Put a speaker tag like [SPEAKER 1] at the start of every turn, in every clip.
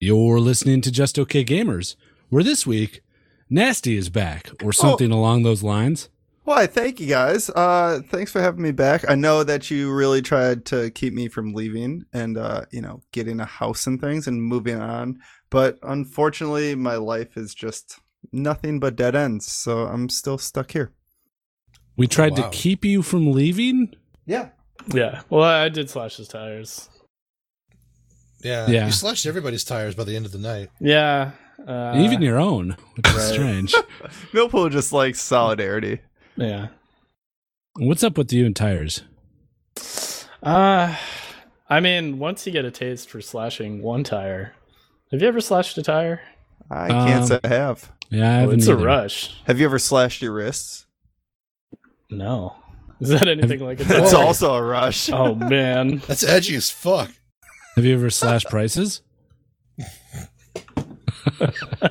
[SPEAKER 1] You're listening to Just Okay Gamers, where this week, Nasty is back, or something along those lines.
[SPEAKER 2] Why, thank you guys. Uh, thanks for having me back. I know that you really tried to keep me from leaving and, uh, you know, getting a house and things and moving on. But unfortunately, my life is just nothing but dead ends. So I'm still stuck here.
[SPEAKER 1] We tried
[SPEAKER 3] wow.
[SPEAKER 1] to keep you from leaving.
[SPEAKER 2] Yeah.
[SPEAKER 4] Yeah. Well, I did slash his tires.
[SPEAKER 3] Yeah.
[SPEAKER 1] Yeah.
[SPEAKER 3] You slashed everybody's tires by the end of the night.
[SPEAKER 4] Yeah. Uh,
[SPEAKER 1] Even your own, which is strange.
[SPEAKER 2] Millpool just likes solidarity.
[SPEAKER 4] yeah.
[SPEAKER 1] What's up with you and tires?
[SPEAKER 4] Uh, I mean, once you get a taste for slashing one tire, have you ever slashed a tire?
[SPEAKER 2] I can't
[SPEAKER 1] Um,
[SPEAKER 2] say I have.
[SPEAKER 1] Yeah, I
[SPEAKER 4] Oh,
[SPEAKER 1] haven't
[SPEAKER 4] it's a
[SPEAKER 1] either.
[SPEAKER 4] rush.
[SPEAKER 2] Have you ever slashed your wrists?
[SPEAKER 4] No. Is that anything like a
[SPEAKER 2] That's
[SPEAKER 4] tire?
[SPEAKER 2] also a rush.
[SPEAKER 1] Uh,
[SPEAKER 4] Oh man.
[SPEAKER 3] That's edgy as fuck.
[SPEAKER 1] Have you ever slashed prices?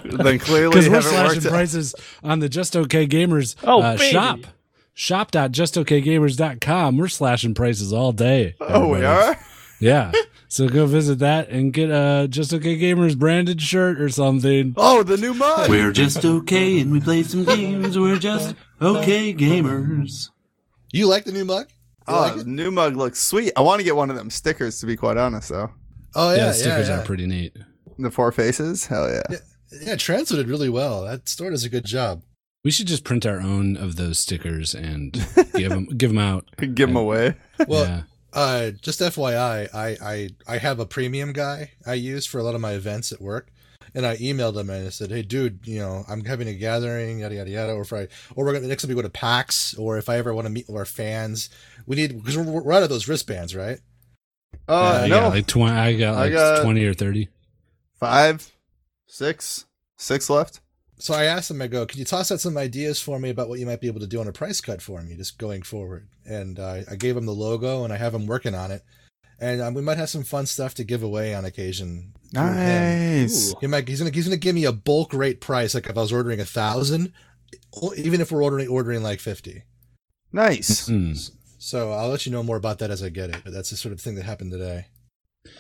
[SPEAKER 2] then clearly
[SPEAKER 1] Because
[SPEAKER 2] you
[SPEAKER 1] we're
[SPEAKER 2] haven't
[SPEAKER 1] slashing
[SPEAKER 2] worked. Out.
[SPEAKER 1] prices on the Just Okay Gamers
[SPEAKER 4] Oh,
[SPEAKER 1] uh,
[SPEAKER 4] baby.
[SPEAKER 1] shop. Shop.justokgamers.com. We're slashing prices all day.
[SPEAKER 2] Oh, we
[SPEAKER 1] everybody.
[SPEAKER 2] are?
[SPEAKER 1] Yeah. So go visit that and get a Just Okay Gamers branded shirt or something.
[SPEAKER 2] Oh, the new mug.
[SPEAKER 5] We're just okay and we play some games. We're just okay gamers.
[SPEAKER 3] You like the new mug? You
[SPEAKER 2] Oh,
[SPEAKER 3] like
[SPEAKER 2] the
[SPEAKER 3] it?
[SPEAKER 2] new mug looks sweet. I want to get one of them stickers, to be quite honest, though.
[SPEAKER 3] Oh yeah, yeah,
[SPEAKER 1] the stickers
[SPEAKER 3] yeah.
[SPEAKER 1] are pretty neat.
[SPEAKER 2] The four faces? Hell yeah.
[SPEAKER 3] Yeah, Transit did really well. That store does a good job.
[SPEAKER 1] We should just print our own of those stickers and give them out.
[SPEAKER 2] Give them away.
[SPEAKER 3] Well,
[SPEAKER 1] yeah.
[SPEAKER 3] uh, just FYI, I, I I have a premium guy I use for a lot of my events at work, and I emailed him and I said, "Hey, dude, you know, I'm having a gathering, yada yada yada, or if I or we're gonna next time we go to PAX, or if I ever want to meet with our fans, we need because we're, we're out of those wristbands, right?
[SPEAKER 2] Uh,
[SPEAKER 1] I
[SPEAKER 2] no.
[SPEAKER 1] got like twenty. I got
[SPEAKER 2] I
[SPEAKER 1] like
[SPEAKER 2] got-
[SPEAKER 1] twenty or thirty.
[SPEAKER 2] Five, six, six left.
[SPEAKER 3] So I asked him, I go, could you toss out some ideas for me about what you might be able to do on a price cut for me, just going forward? And uh, I gave him the logo, and I have him working on it, and um, we might have some fun stuff to give away on occasion. through him.
[SPEAKER 2] Nice.
[SPEAKER 4] Ooh.
[SPEAKER 3] He might, he's gonna he's gonna give me a bulk rate price, like if I was ordering a thousand, even if we're ordering ordering like fifty.
[SPEAKER 2] Nice.
[SPEAKER 1] Mm.
[SPEAKER 3] So I'll let you know more about that as I get it. But that's the sort of thing that happened today.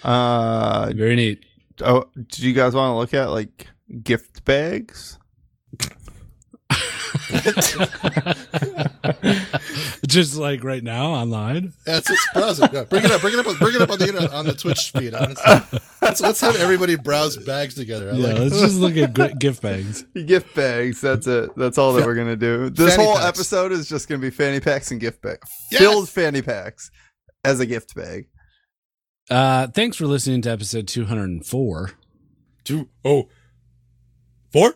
[SPEAKER 2] Uh,
[SPEAKER 1] Very neat.
[SPEAKER 2] oh, do you guys want to look at like gift bags?
[SPEAKER 1] just like right now online.
[SPEAKER 3] That's it's browsing. Yeah, bring it up, bring it up, bring it up on the internet, on the Twitch feed. Honestly. Let's let's have everybody browse bags together. I
[SPEAKER 1] yeah,
[SPEAKER 3] like it.
[SPEAKER 1] let's just look at great gift bags.
[SPEAKER 2] Gift bags. That's it. That's all that we're gonna do. This
[SPEAKER 3] Fanny
[SPEAKER 2] whole
[SPEAKER 3] packs.
[SPEAKER 2] episode is just gonna be fanny packs and gift bags.
[SPEAKER 3] Yes!
[SPEAKER 2] Filled fanny packs as a gift bag.
[SPEAKER 1] Uh, thanks for listening to episode 204.
[SPEAKER 3] Two oh four.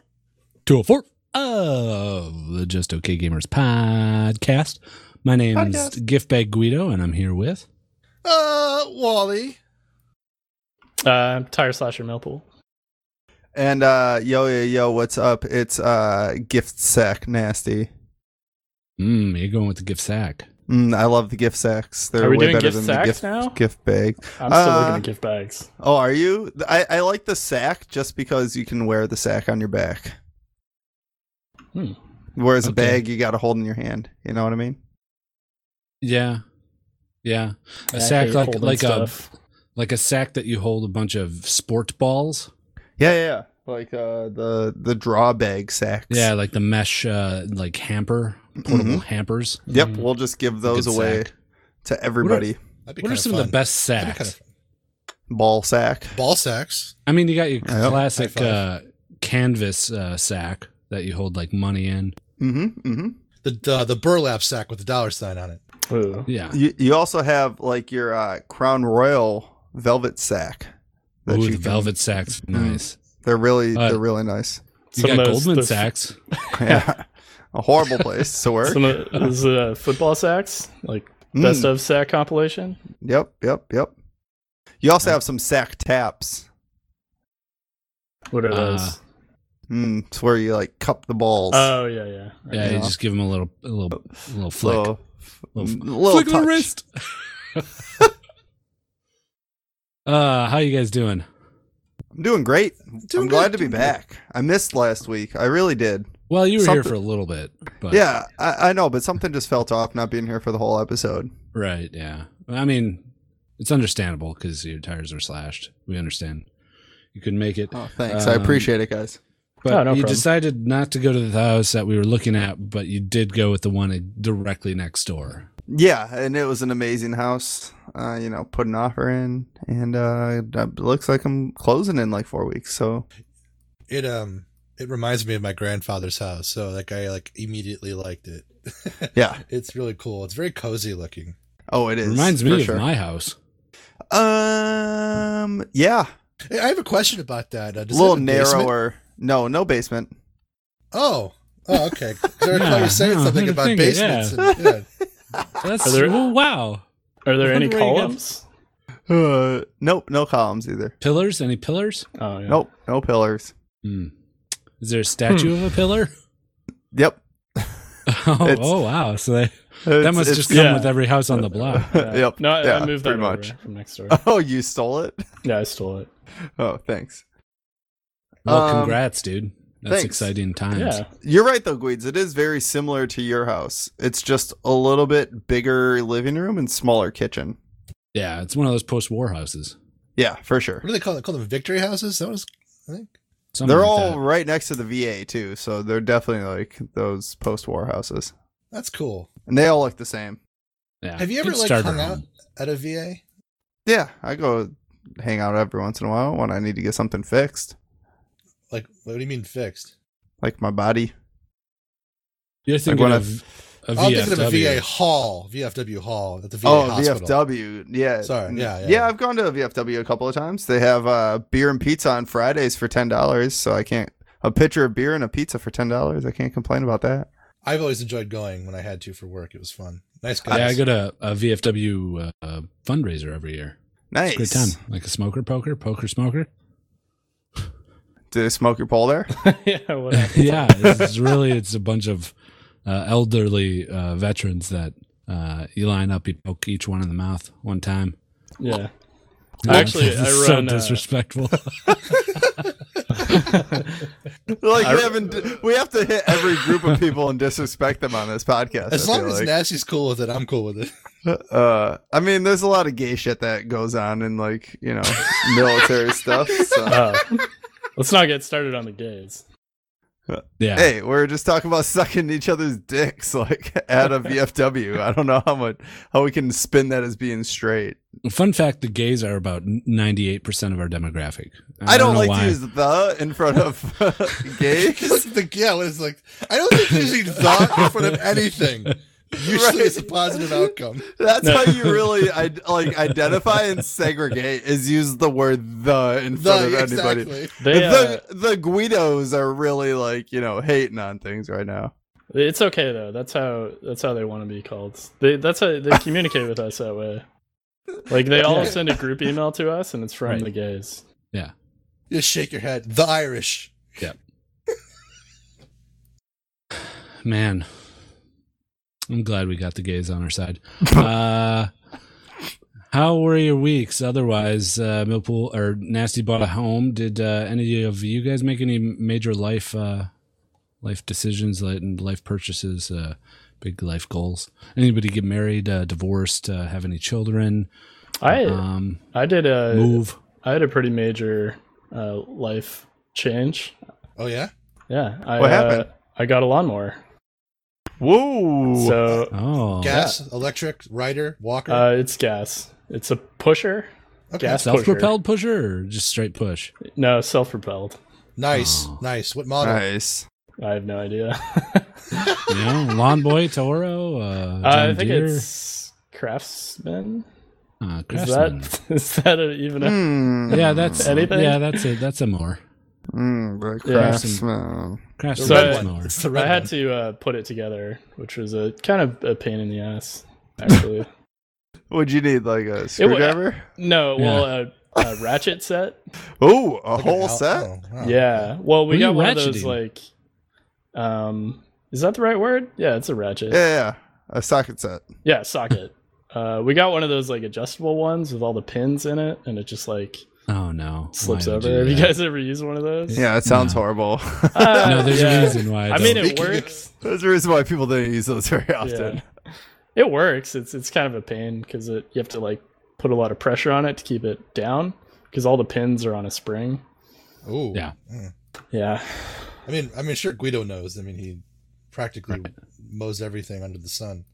[SPEAKER 1] 204 of the Just Okay Gamers podcast. My name's
[SPEAKER 2] Podcast.
[SPEAKER 1] Gift Bag Guido, and I'm here with.
[SPEAKER 3] Uh, Wally.
[SPEAKER 4] Uh, tire slasher Millpool.
[SPEAKER 2] And uh, yo yo yo, what's up? It's uh, gift sack nasty.
[SPEAKER 1] Mm, you're going with the gift sack.
[SPEAKER 2] Mm, I love the gift sacks. They're
[SPEAKER 4] Are we
[SPEAKER 2] way
[SPEAKER 4] doing
[SPEAKER 2] better
[SPEAKER 4] gift
[SPEAKER 2] than
[SPEAKER 4] sacks
[SPEAKER 2] the gift
[SPEAKER 4] now?
[SPEAKER 2] gift bag.
[SPEAKER 4] I'm still
[SPEAKER 2] Uh,
[SPEAKER 4] looking at gift bags.
[SPEAKER 2] Oh, are you? I, I like the sack just because you can wear the sack on your back.
[SPEAKER 4] Hmm.
[SPEAKER 2] Whereas a
[SPEAKER 1] Okay.
[SPEAKER 2] bag you got to hold in your hand. You know what I mean?
[SPEAKER 1] Yeah, yeah, a
[SPEAKER 4] I
[SPEAKER 1] sack
[SPEAKER 4] hate
[SPEAKER 1] like
[SPEAKER 4] holding
[SPEAKER 1] like
[SPEAKER 4] stuff.
[SPEAKER 1] a like a sack that you hold a bunch of sport balls.
[SPEAKER 2] Yeah, yeah. yeah. Like uh, the the draw bag sacks.
[SPEAKER 1] Yeah, like the mesh uh, like hamper portable hampers.
[SPEAKER 2] Yep.
[SPEAKER 4] Mm.
[SPEAKER 2] We'll just give Mm-hmm. those
[SPEAKER 1] Mm-hmm. Good
[SPEAKER 2] away
[SPEAKER 1] sack.
[SPEAKER 2] to everybody.
[SPEAKER 3] That'd be
[SPEAKER 1] What are
[SPEAKER 3] kinda
[SPEAKER 1] some of
[SPEAKER 3] fun.
[SPEAKER 1] the best
[SPEAKER 3] That'd be
[SPEAKER 1] sacks?
[SPEAKER 3] kinda
[SPEAKER 2] Ball sack.
[SPEAKER 3] fun. Ball sacks.
[SPEAKER 1] I mean, you got your
[SPEAKER 2] Yeah.
[SPEAKER 1] classic
[SPEAKER 3] High
[SPEAKER 1] uh,
[SPEAKER 3] five.
[SPEAKER 1] canvas uh, sack that you hold like money in.
[SPEAKER 2] Mm-hmm. Mm-hmm.
[SPEAKER 3] The uh, the the burlap sack with the dollar sign on it.
[SPEAKER 4] Ooh.
[SPEAKER 1] Yeah,
[SPEAKER 2] You you also have like your uh, Crown Royal velvet sack. that you
[SPEAKER 1] Ooh, the
[SPEAKER 2] can- Mm.
[SPEAKER 1] velvet sacks, nice.
[SPEAKER 2] They're really
[SPEAKER 1] Uh,
[SPEAKER 2] they're really nice.
[SPEAKER 1] You
[SPEAKER 4] Some
[SPEAKER 1] got
[SPEAKER 4] of those-
[SPEAKER 1] Goldman
[SPEAKER 4] those-
[SPEAKER 1] Sachs.
[SPEAKER 2] Yeah. A horrible place to work.
[SPEAKER 4] Some of those uh, football sacks, like best
[SPEAKER 2] Mm.
[SPEAKER 4] of sack compilation.
[SPEAKER 2] Yep, yep, yep. You also have some sack taps.
[SPEAKER 4] What are
[SPEAKER 1] Uh,
[SPEAKER 4] those?
[SPEAKER 2] Mm, it's where you like cup the balls.
[SPEAKER 4] Oh yeah, yeah. Right.
[SPEAKER 1] Yeah, you
[SPEAKER 2] Yeah.
[SPEAKER 1] just give him a little, a little, a little flick,
[SPEAKER 2] so,
[SPEAKER 1] little,
[SPEAKER 2] mm, little
[SPEAKER 1] flick of
[SPEAKER 2] touch.
[SPEAKER 1] the wrist. uh, how you guys doing?
[SPEAKER 2] I'm doing great.
[SPEAKER 3] Doing
[SPEAKER 2] I'm glad
[SPEAKER 3] good,
[SPEAKER 2] to be
[SPEAKER 3] doing good.
[SPEAKER 2] back. I missed last week. I really did.
[SPEAKER 1] Well, you were here
[SPEAKER 2] Something-
[SPEAKER 1] for a little bit, but
[SPEAKER 2] Yeah, I, I know, but something just felt off not being here for the whole episode.
[SPEAKER 1] right, yeah. I mean, it's understandable because your tires are slashed. We understand. You can make it.
[SPEAKER 2] Oh, thanks. I
[SPEAKER 1] Um,
[SPEAKER 2] appreciate it, guys.
[SPEAKER 1] But
[SPEAKER 4] Oh, no
[SPEAKER 1] you
[SPEAKER 4] problem.
[SPEAKER 1] decided not to go to the house that we were looking at, but you did go with the one directly next door.
[SPEAKER 2] Yeah, and it was an amazing house. Uh, you know, put an offer in, and uh, it looks like I'm closing in like four weeks. So
[SPEAKER 3] It um it reminds me of my grandfather's house, so like I like immediately liked it.
[SPEAKER 2] yeah.
[SPEAKER 3] it's really cool. It's very cozy looking.
[SPEAKER 2] Oh, it is.
[SPEAKER 1] Reminds me
[SPEAKER 2] for
[SPEAKER 1] of
[SPEAKER 2] sure.
[SPEAKER 1] my house.
[SPEAKER 2] Um. Yeah.
[SPEAKER 3] Hey, I have a question about that. Uh,
[SPEAKER 2] A
[SPEAKER 3] does it
[SPEAKER 2] little
[SPEAKER 3] have a basement?
[SPEAKER 2] narrower. No, no basement.
[SPEAKER 3] Oh, oh, okay. 'Cause I recall
[SPEAKER 1] Yeah,
[SPEAKER 3] you saying
[SPEAKER 1] yeah,
[SPEAKER 3] something
[SPEAKER 1] I
[SPEAKER 3] about
[SPEAKER 1] think it-
[SPEAKER 3] basements. And, yeah.
[SPEAKER 1] That's
[SPEAKER 4] Are there-
[SPEAKER 1] well, wow.
[SPEAKER 4] Are there any
[SPEAKER 1] Wondering if-
[SPEAKER 4] columns?
[SPEAKER 2] Uh, nope, no columns either.
[SPEAKER 1] Pillars? Any pillars?
[SPEAKER 4] Oh yeah.
[SPEAKER 2] Nope, no pillars.
[SPEAKER 1] Hmm. Is there a statue of a pillar?
[SPEAKER 2] Yep.
[SPEAKER 1] Oh,
[SPEAKER 2] Hmm. It's-
[SPEAKER 1] oh wow. So they, that
[SPEAKER 2] It's-
[SPEAKER 1] must
[SPEAKER 2] it's-
[SPEAKER 1] just come
[SPEAKER 4] yeah.
[SPEAKER 1] with every house on the block.
[SPEAKER 4] Yeah.
[SPEAKER 2] Yep.
[SPEAKER 4] No, I, I
[SPEAKER 2] Yeah,
[SPEAKER 4] moved that
[SPEAKER 2] pretty much.
[SPEAKER 4] over from next door.
[SPEAKER 2] Oh, you stole it?
[SPEAKER 4] yeah, I stole it.
[SPEAKER 2] Oh, thanks.
[SPEAKER 1] Well,
[SPEAKER 2] Um,
[SPEAKER 1] congrats, dude. That's
[SPEAKER 2] thanks.
[SPEAKER 1] exciting
[SPEAKER 2] Mm.
[SPEAKER 1] times.
[SPEAKER 4] Yeah.
[SPEAKER 2] You're right though, Guides. It is very similar to your house. It's just a little bit bigger living room and smaller kitchen.
[SPEAKER 1] Yeah, it's one of those post-war houses.
[SPEAKER 2] Yeah, for sure.
[SPEAKER 3] What do they call it? Call them victory houses? That was, I think.
[SPEAKER 1] Something
[SPEAKER 2] they're
[SPEAKER 1] like
[SPEAKER 2] all right
[SPEAKER 1] that.
[SPEAKER 2] next to the VA too, so they're definitely like those post-war houses,
[SPEAKER 3] That's cool.
[SPEAKER 2] and they all look the same.
[SPEAKER 1] Yeah,
[SPEAKER 3] Have you ever,
[SPEAKER 1] good
[SPEAKER 3] like,
[SPEAKER 1] starter
[SPEAKER 3] hung out?
[SPEAKER 1] home.
[SPEAKER 3] At a VA?
[SPEAKER 2] Yeah, I go hang out every once in a while when I need to get something fixed,
[SPEAKER 3] Like, what do you mean fixed?
[SPEAKER 2] like my body.
[SPEAKER 1] You're thinking
[SPEAKER 2] when I-
[SPEAKER 1] of a
[SPEAKER 3] Oh, I'm thinking of a
[SPEAKER 1] VFW.
[SPEAKER 3] VA hall, VFW hall at the VA
[SPEAKER 2] oh,
[SPEAKER 3] hospital.
[SPEAKER 2] VFW. Yeah.
[SPEAKER 3] Sorry, yeah, yeah,
[SPEAKER 2] yeah.
[SPEAKER 3] yeah.
[SPEAKER 2] I've gone to a VFW a couple of times. They have uh, beer and pizza on Fridays for ten dollars, so I can't a pitcher of beer and a pizza for ten dollars. I can't complain about that.
[SPEAKER 3] I've always enjoyed going when I had to for work. It was fun. Nice guys.
[SPEAKER 1] Yeah, I go to a VFW uh, fundraiser every year.
[SPEAKER 2] Nice.
[SPEAKER 1] It's a Good time. Like a smoker poker, poker smoker.
[SPEAKER 2] Do they smoke your pole there?
[SPEAKER 4] yeah. Whatever.
[SPEAKER 1] yeah, it's it's really it's a bunch of uh, elderly uh, veterans that uh, you line up, you poke each one in the mouth one time.
[SPEAKER 4] Yeah. Actually,
[SPEAKER 1] It's
[SPEAKER 4] I
[SPEAKER 1] so
[SPEAKER 4] run, uh,
[SPEAKER 1] disrespectful.
[SPEAKER 2] like we haven't. We have to hit every group of people and disrespect them on this podcast.
[SPEAKER 3] As
[SPEAKER 2] I
[SPEAKER 3] long
[SPEAKER 2] feel
[SPEAKER 3] as
[SPEAKER 2] like.
[SPEAKER 3] Nasty's cool with it, I'm cool with it.
[SPEAKER 2] Uh, I mean, there's a lot of gay shit that goes on in like you know military stuff. So.
[SPEAKER 4] Uh, let's not get started on the gays.
[SPEAKER 1] yeah,
[SPEAKER 2] Hey, we we're just talking about sucking each other's dicks like at a VFW. I don't know how much how we can spin that as being straight.
[SPEAKER 1] fun fact: the gays are about ninety-eight percent of our demographic.
[SPEAKER 2] I don't,
[SPEAKER 1] know
[SPEAKER 2] like
[SPEAKER 1] why.
[SPEAKER 2] to use the in front of uh, gay.
[SPEAKER 3] Because the yeah, it's like I don't think using thought in front of anything. Usually, it's a positive outcome.
[SPEAKER 2] That's how you really I, like identify and segregate is use the word the in front
[SPEAKER 3] The-
[SPEAKER 2] of anybody.
[SPEAKER 3] exactly.
[SPEAKER 4] They, uh,
[SPEAKER 2] The the Guidos are really like you know hating on things right now.
[SPEAKER 4] it's okay though. That's how that's how they want to be called. They that's how they communicate with us that way. Like they all send a group email to us, and it's from
[SPEAKER 1] Right.
[SPEAKER 4] the gays.
[SPEAKER 3] Just shake your head. The Irish.
[SPEAKER 1] Man, I'm glad we got the gays on our side. uh, how were your weeks? Otherwise, uh, Millpool or Nasty bought a home. Did uh, any of you guys make any major life uh, life decisions, like life purchases, uh, big life goals? Anybody get married, uh, divorced, uh, have any children?
[SPEAKER 4] I
[SPEAKER 2] Uh-huh.
[SPEAKER 4] uh,
[SPEAKER 1] um,
[SPEAKER 4] I did a
[SPEAKER 1] move.
[SPEAKER 4] I had a pretty major uh, life change.
[SPEAKER 3] Oh yeah.
[SPEAKER 4] Yeah. I,
[SPEAKER 2] What happened?
[SPEAKER 4] Uh, I got a lawnmower.
[SPEAKER 2] Whoa!
[SPEAKER 4] So
[SPEAKER 1] Oh,
[SPEAKER 3] Gas, electric, rider, walker.
[SPEAKER 4] uh, it's gas. It's a pusher.
[SPEAKER 3] Okay.
[SPEAKER 4] Gas
[SPEAKER 1] self-propelled pusher or just straight push?
[SPEAKER 4] pusher. No, self-propelled.
[SPEAKER 3] nice,
[SPEAKER 1] Oh.
[SPEAKER 3] nice. What model?
[SPEAKER 2] nice.
[SPEAKER 4] I have no idea. Uh,
[SPEAKER 1] You know, lawn boy, Toro. Uh,
[SPEAKER 4] I
[SPEAKER 1] John
[SPEAKER 4] think
[SPEAKER 1] Deere,
[SPEAKER 4] it's craftsman.
[SPEAKER 1] uh,
[SPEAKER 4] Is
[SPEAKER 1] Craftsman.
[SPEAKER 4] that is that a, even a
[SPEAKER 2] Hmm.
[SPEAKER 1] Yeah, that's
[SPEAKER 4] Anything?
[SPEAKER 1] Yeah, that's it. That's a more
[SPEAKER 2] Mm, the
[SPEAKER 4] Yeah.
[SPEAKER 2] craftsman.
[SPEAKER 3] The
[SPEAKER 1] craftsman.
[SPEAKER 4] So-
[SPEAKER 3] red one.
[SPEAKER 1] mower.
[SPEAKER 3] It's the
[SPEAKER 4] I
[SPEAKER 3] red
[SPEAKER 4] had
[SPEAKER 3] one.
[SPEAKER 4] to uh, put it together, which was a kind of a pain in the ass, actually.
[SPEAKER 2] What'd you need? Like
[SPEAKER 1] uh,
[SPEAKER 2] a screwdriver?
[SPEAKER 4] no, well, a, a ratchet set.
[SPEAKER 2] Oh, a
[SPEAKER 3] Look at how-
[SPEAKER 2] whole set?
[SPEAKER 3] oh, wow.
[SPEAKER 4] Yeah. Well,
[SPEAKER 1] What
[SPEAKER 4] we
[SPEAKER 1] are
[SPEAKER 4] got
[SPEAKER 1] you
[SPEAKER 4] one of those
[SPEAKER 1] ratcheting?
[SPEAKER 4] like, um, is that the right word? Yeah, it's a ratchet.
[SPEAKER 2] Yeah, yeah. A socket set.
[SPEAKER 4] Yeah, socket. Uh, we got one of those like adjustable ones with all the pins in it, and it just like
[SPEAKER 1] Oh no,
[SPEAKER 4] slips
[SPEAKER 1] Why would
[SPEAKER 4] over. Have you
[SPEAKER 1] do that?
[SPEAKER 4] guys ever used one of those?
[SPEAKER 2] Yeah, it sounds
[SPEAKER 1] No.
[SPEAKER 2] horrible.
[SPEAKER 4] Uh,
[SPEAKER 1] No, there's
[SPEAKER 4] yeah.
[SPEAKER 1] a reason why.
[SPEAKER 4] I mean,
[SPEAKER 1] don't.
[SPEAKER 4] it
[SPEAKER 3] Speaking of-
[SPEAKER 4] works.
[SPEAKER 2] That's the reason why people didn't use those very often.
[SPEAKER 4] Yeah. It works. It's it's kind of a pain because it you have to like put a lot of pressure on it to keep it down because all the pins are on a spring.
[SPEAKER 3] Oh
[SPEAKER 1] Yeah.
[SPEAKER 4] Yeah.
[SPEAKER 3] I mean, I mean, sure, Guido knows. I mean, he practically mows everything under the sun.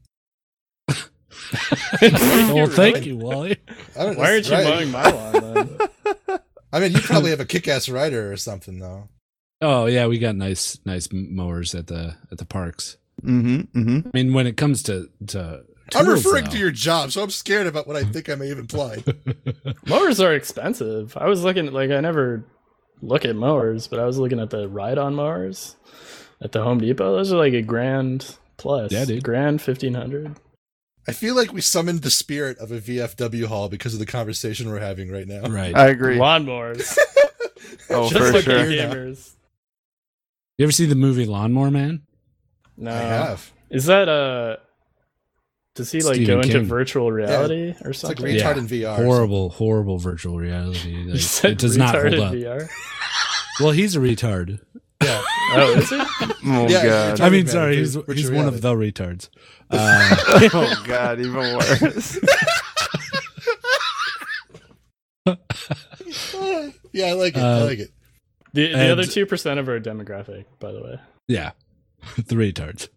[SPEAKER 1] well, thank you, Wally.
[SPEAKER 3] I don't,
[SPEAKER 4] Why aren't you
[SPEAKER 3] right.
[SPEAKER 4] mowing my lawn then?
[SPEAKER 3] I mean, you probably have a kick-ass rider or something, though.
[SPEAKER 1] Oh yeah, we got nice nice mowers at the at the parks.
[SPEAKER 2] Mm-hmm. Mm-hmm.
[SPEAKER 1] I mean, when it comes to to
[SPEAKER 3] I'm
[SPEAKER 1] tools,
[SPEAKER 3] referring
[SPEAKER 1] though-
[SPEAKER 3] to your job, so I'm scared about what I think I may have implied.
[SPEAKER 4] Mowers are expensive. I was looking like I never look at mowers, but I was looking at the ride-on mowers at the Home Depot. Those are like a grand plus.
[SPEAKER 1] Yeah, dude.
[SPEAKER 4] Grand fifteen hundred.
[SPEAKER 3] I feel like we summoned the spirit of a VFW hall because of the conversation we're having right now.
[SPEAKER 1] right.
[SPEAKER 2] I agree.
[SPEAKER 4] Lawnmowers.
[SPEAKER 2] Oh,
[SPEAKER 4] Just
[SPEAKER 2] for
[SPEAKER 4] like
[SPEAKER 2] sure.
[SPEAKER 4] the gamers.
[SPEAKER 1] you ever see the movie Lawnmower Man?
[SPEAKER 4] No.
[SPEAKER 3] I have.
[SPEAKER 4] Is that uh does he like
[SPEAKER 1] Stephen
[SPEAKER 4] go into
[SPEAKER 1] King.
[SPEAKER 4] virtual reality or
[SPEAKER 3] It's like
[SPEAKER 4] something?
[SPEAKER 3] retard
[SPEAKER 1] Yeah.
[SPEAKER 3] in VR.
[SPEAKER 1] Horrible, horrible virtual reality.
[SPEAKER 4] You
[SPEAKER 1] Like,
[SPEAKER 4] said
[SPEAKER 1] it does not hold
[SPEAKER 4] retarded
[SPEAKER 1] up.
[SPEAKER 4] VR?
[SPEAKER 1] Well, he's a retard.
[SPEAKER 3] Yeah.
[SPEAKER 4] Oh, is he?
[SPEAKER 2] Oh
[SPEAKER 3] Yeah,
[SPEAKER 2] god.
[SPEAKER 3] you're
[SPEAKER 1] I mean,
[SPEAKER 3] Retarded,
[SPEAKER 1] sorry,
[SPEAKER 3] vir-
[SPEAKER 1] he's,
[SPEAKER 3] virtual
[SPEAKER 1] he's one of the retards. Uh,
[SPEAKER 2] oh god, even worse.
[SPEAKER 3] Uh, yeah, I like it. I
[SPEAKER 1] Uh,
[SPEAKER 3] like it.
[SPEAKER 4] The, the
[SPEAKER 1] And-
[SPEAKER 4] other two percent of our demographic, by the way.
[SPEAKER 1] yeah, the retards.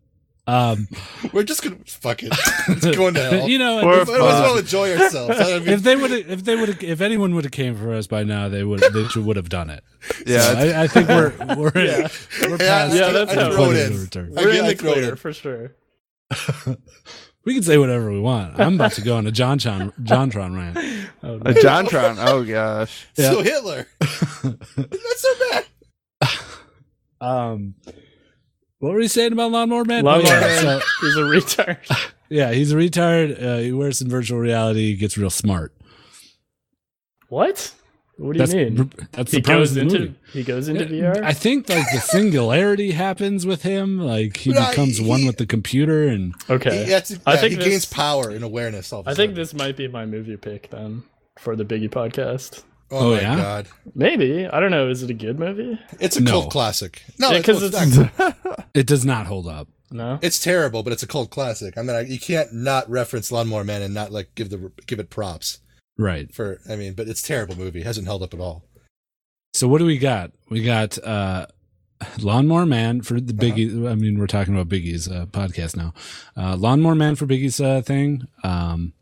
[SPEAKER 1] Um,
[SPEAKER 3] We're just gonna fuck it. It's going to hell.
[SPEAKER 1] you know,
[SPEAKER 2] Or
[SPEAKER 3] I might as well enjoy ourselves. I mean,
[SPEAKER 1] uh, if they would, if they would, if anyone would have came for us by now, they would, they would have done it. So
[SPEAKER 2] yeah,
[SPEAKER 1] I, I think we're we're
[SPEAKER 4] Yeah.
[SPEAKER 1] we're
[SPEAKER 3] Yeah,
[SPEAKER 1] past
[SPEAKER 4] yeah, that's
[SPEAKER 1] the
[SPEAKER 4] how it
[SPEAKER 1] point of
[SPEAKER 3] is.
[SPEAKER 1] no return.
[SPEAKER 3] I
[SPEAKER 4] We're
[SPEAKER 3] get-
[SPEAKER 4] in
[SPEAKER 3] I
[SPEAKER 4] the
[SPEAKER 3] throw it
[SPEAKER 4] clear
[SPEAKER 3] in.
[SPEAKER 4] for sure.
[SPEAKER 1] We can say whatever we want. I'm about to go on a John John Jontron rant.
[SPEAKER 4] Oh,
[SPEAKER 2] a
[SPEAKER 4] no.
[SPEAKER 2] JonTron. Oh gosh.
[SPEAKER 3] it's still Hitler. That's so bad.
[SPEAKER 1] Um, what were you saying about Lawnmower Man?
[SPEAKER 4] Lawnmower
[SPEAKER 1] Oh, yeah,
[SPEAKER 4] Man.
[SPEAKER 1] so-
[SPEAKER 4] He's a retard.
[SPEAKER 1] yeah, he's a retard. Uh, he wears some virtual reality. He gets real smart.
[SPEAKER 4] What? What do
[SPEAKER 1] that's
[SPEAKER 4] you mean?
[SPEAKER 1] that's
[SPEAKER 4] He
[SPEAKER 1] the premise
[SPEAKER 4] goes
[SPEAKER 1] of the
[SPEAKER 4] into
[SPEAKER 1] movie.
[SPEAKER 4] he goes into
[SPEAKER 1] Yeah,
[SPEAKER 4] VR.
[SPEAKER 1] I think like the singularity happens with him. Like he
[SPEAKER 3] Right,
[SPEAKER 1] becomes one
[SPEAKER 3] he-
[SPEAKER 1] with the computer, and
[SPEAKER 4] okay.
[SPEAKER 3] He, that's,
[SPEAKER 4] I
[SPEAKER 3] yeah,
[SPEAKER 4] think
[SPEAKER 3] he
[SPEAKER 4] this-
[SPEAKER 3] gains power and awareness. All of a
[SPEAKER 4] I think
[SPEAKER 3] sudden.
[SPEAKER 4] this might be my movie pick then for the Biggie podcast.
[SPEAKER 3] Oh,
[SPEAKER 1] Oh,
[SPEAKER 3] my
[SPEAKER 1] yeah?
[SPEAKER 3] god,
[SPEAKER 4] Maybe I don't know. Is it a good movie?
[SPEAKER 3] it's a
[SPEAKER 1] No.
[SPEAKER 3] cult classic. No,
[SPEAKER 4] Yeah,
[SPEAKER 3] it's,
[SPEAKER 4] 'cause
[SPEAKER 3] well, it's,
[SPEAKER 4] it's-
[SPEAKER 3] not-
[SPEAKER 1] it does not hold up.
[SPEAKER 4] No.
[SPEAKER 3] it's terrible, but it's a cult classic. I mean, I, you can't not reference Lawnmower Man and not like give the give it props
[SPEAKER 1] Right.
[SPEAKER 3] for. I mean, but it's a terrible movie. It hasn't held up at all.
[SPEAKER 1] So what do we got? We got uh Lawnmower Man for the Biggie. I mean, we're talking about Biggie's uh, podcast now. Uh, Lawnmower Man for Biggie's uh, thing. Um,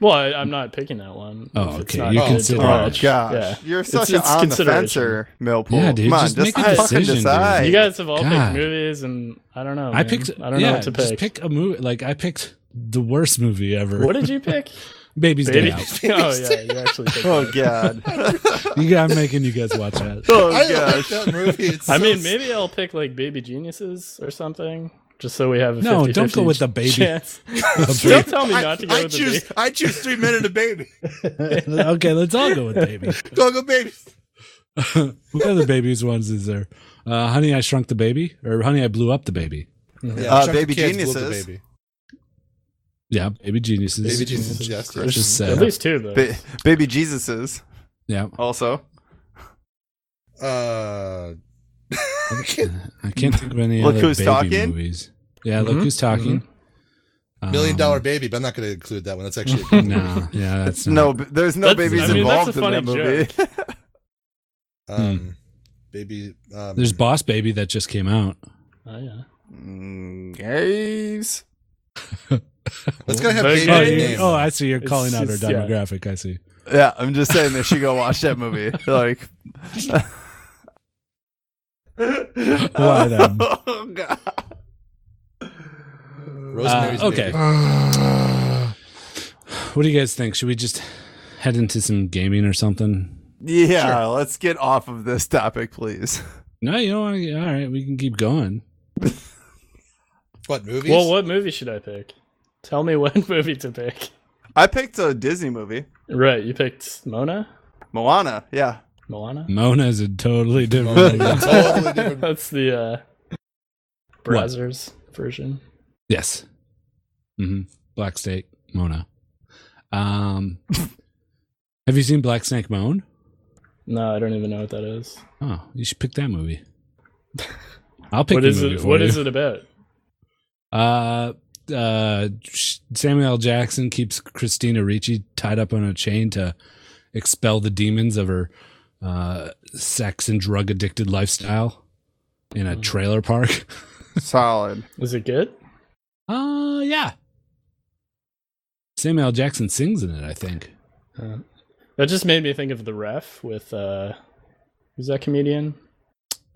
[SPEAKER 4] Well, I, I'm not picking that one.
[SPEAKER 1] Oh,
[SPEAKER 4] If it's
[SPEAKER 1] okay,
[SPEAKER 4] not
[SPEAKER 1] you
[SPEAKER 4] good,
[SPEAKER 1] consider
[SPEAKER 4] to
[SPEAKER 1] it.
[SPEAKER 2] Oh
[SPEAKER 4] watch.
[SPEAKER 2] gosh.
[SPEAKER 4] Yeah.
[SPEAKER 2] You're
[SPEAKER 4] It's-
[SPEAKER 2] such
[SPEAKER 4] it's
[SPEAKER 2] an on the
[SPEAKER 4] consideration.
[SPEAKER 2] fencer, Millpool.
[SPEAKER 1] Yeah, dude,
[SPEAKER 2] Come on,
[SPEAKER 1] just
[SPEAKER 2] just,
[SPEAKER 1] make a
[SPEAKER 2] fucking
[SPEAKER 1] decision, dude.
[SPEAKER 2] decide.
[SPEAKER 4] You guys have all
[SPEAKER 1] God.
[SPEAKER 4] picked movies, and I don't know.
[SPEAKER 1] I
[SPEAKER 4] man.
[SPEAKER 1] picked.
[SPEAKER 4] I don't
[SPEAKER 1] yeah,
[SPEAKER 4] know what to
[SPEAKER 1] just
[SPEAKER 4] pick.
[SPEAKER 1] pick a movie. Like I picked the worst movie ever.
[SPEAKER 4] What did you pick?
[SPEAKER 1] Baby's
[SPEAKER 4] Baby.
[SPEAKER 1] Day Out.
[SPEAKER 4] Oh yeah, you actually picked.
[SPEAKER 2] Oh
[SPEAKER 4] that.
[SPEAKER 2] god.
[SPEAKER 1] You got I'm making you guys watch that.
[SPEAKER 2] Oh
[SPEAKER 3] I like
[SPEAKER 2] gosh.
[SPEAKER 3] that movie. It's
[SPEAKER 4] I
[SPEAKER 3] so
[SPEAKER 4] mean, maybe I'll pick like Baby Geniuses or something, just so we have a
[SPEAKER 1] No, don't go
[SPEAKER 4] 50-50
[SPEAKER 1] with the baby.
[SPEAKER 4] Chance.
[SPEAKER 1] baby.
[SPEAKER 4] don't tell me not to go
[SPEAKER 3] I
[SPEAKER 4] with
[SPEAKER 3] choose.
[SPEAKER 4] the baby.
[SPEAKER 3] I choose three men and a baby.
[SPEAKER 1] okay, let's all go with Baby.
[SPEAKER 3] Go go baby.
[SPEAKER 1] what other babies ones is there? Uh, Honey, I Shrunk the Baby, or Honey, I Blew Up the Baby.
[SPEAKER 3] Yeah,
[SPEAKER 2] Uh,
[SPEAKER 3] Chuck the
[SPEAKER 2] Baby
[SPEAKER 3] Kids blew up the
[SPEAKER 2] Geniuses.
[SPEAKER 3] Baby.
[SPEAKER 1] Yeah, Baby Geniuses.
[SPEAKER 3] Baby Jesus. Yes, yes.
[SPEAKER 4] There's
[SPEAKER 1] Just sad.
[SPEAKER 4] At least two though.
[SPEAKER 2] Ba- baby Jesus's
[SPEAKER 1] Yeah,
[SPEAKER 2] also.
[SPEAKER 3] Uh, I can't-
[SPEAKER 1] I can't think of any
[SPEAKER 2] Look
[SPEAKER 1] other
[SPEAKER 2] Who's
[SPEAKER 1] baby
[SPEAKER 2] Talking?
[SPEAKER 1] movies. Yeah, look
[SPEAKER 4] Mhm,
[SPEAKER 1] who's talking.
[SPEAKER 3] million
[SPEAKER 1] Um, Hmm.
[SPEAKER 3] dollar baby, but I'm not going to include that one. That's actually
[SPEAKER 1] No, yeah, that's not,
[SPEAKER 2] No, b- there's no
[SPEAKER 4] That's-
[SPEAKER 2] babies
[SPEAKER 1] I mean,
[SPEAKER 2] involved
[SPEAKER 4] that's a
[SPEAKER 2] in that
[SPEAKER 4] funny
[SPEAKER 2] movie.
[SPEAKER 3] um, baby. Um,
[SPEAKER 1] There's Boss Baby that just came out.
[SPEAKER 4] Oh, yeah.
[SPEAKER 2] Mm, Gays.
[SPEAKER 3] Let's go have
[SPEAKER 4] Baby
[SPEAKER 3] baby
[SPEAKER 1] Oh,
[SPEAKER 4] Baby.
[SPEAKER 1] you-
[SPEAKER 3] name.
[SPEAKER 1] oh, I see. You're
[SPEAKER 4] It's
[SPEAKER 1] calling out our
[SPEAKER 4] just- yeah.
[SPEAKER 1] demographic. I see.
[SPEAKER 2] Yeah, I'm just saying they should go watch that movie. Like,
[SPEAKER 1] Why then?
[SPEAKER 2] Oh god.
[SPEAKER 3] Rosemary's
[SPEAKER 1] Uh, okay.
[SPEAKER 3] Baby.
[SPEAKER 1] What do you guys think? Should we just head into some gaming or something?
[SPEAKER 2] Yeah, let's get off of this topic, please.
[SPEAKER 1] No, you don't want to. All right, we can keep going.
[SPEAKER 3] What movies?
[SPEAKER 4] Well, what movie should I pick? Tell me what movie to pick.
[SPEAKER 2] I picked a Disney movie,
[SPEAKER 4] Right, you picked Mona,
[SPEAKER 2] Moana. Yeah,
[SPEAKER 4] Moana.
[SPEAKER 1] Mona is a totally
[SPEAKER 3] Well,
[SPEAKER 1] different. movie.
[SPEAKER 3] totally different.
[SPEAKER 4] That's the uh,
[SPEAKER 1] What?
[SPEAKER 4] browsers version.
[SPEAKER 1] yes. hmm Black Snake Mona. Um, have you seen Black Snake Moan?
[SPEAKER 4] No, I don't even know what that is.
[SPEAKER 1] Oh, you should pick that movie. I'll pick
[SPEAKER 4] What
[SPEAKER 1] the
[SPEAKER 4] is
[SPEAKER 1] movie
[SPEAKER 4] it?
[SPEAKER 1] for
[SPEAKER 4] What
[SPEAKER 1] you.
[SPEAKER 4] is it about?
[SPEAKER 1] Uh, uh, sh- Samuel L. Jackson keeps Christina Ricci tied up on a chain to expel the demons of her uh, sex and drug addicted lifestyle in
[SPEAKER 4] Oh.
[SPEAKER 1] a trailer park.
[SPEAKER 2] Solid.
[SPEAKER 4] Is it good?
[SPEAKER 1] Uh, yeah. Samuel L. Jackson sings in it, I think.
[SPEAKER 4] Uh, that just made me think of the ref with uh, who's that comedian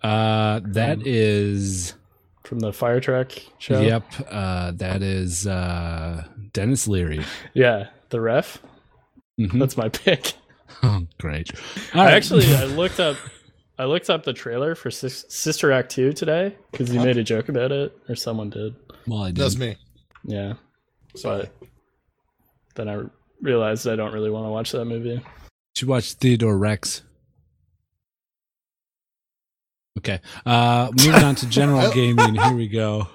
[SPEAKER 1] Uh, that is,
[SPEAKER 4] from the fire truck show?
[SPEAKER 1] yep, uh, that is uh, Dennis Leary.
[SPEAKER 4] Yeah, the ref.
[SPEAKER 1] Mhm.
[SPEAKER 4] That's my pick.
[SPEAKER 1] Oh, great. All
[SPEAKER 4] I
[SPEAKER 1] right.
[SPEAKER 4] actually I looked up I looked up the trailer for Sis- Sister Act 2 today cuz you made a joke about it or someone did.
[SPEAKER 1] well, I did.
[SPEAKER 3] That's me.
[SPEAKER 4] Yeah.
[SPEAKER 3] Sorry.
[SPEAKER 4] But then I realized I don't really want to watch that movie.
[SPEAKER 1] should watch Theodore Rex. Okay. Uh, moving on to general gaming. Here we go.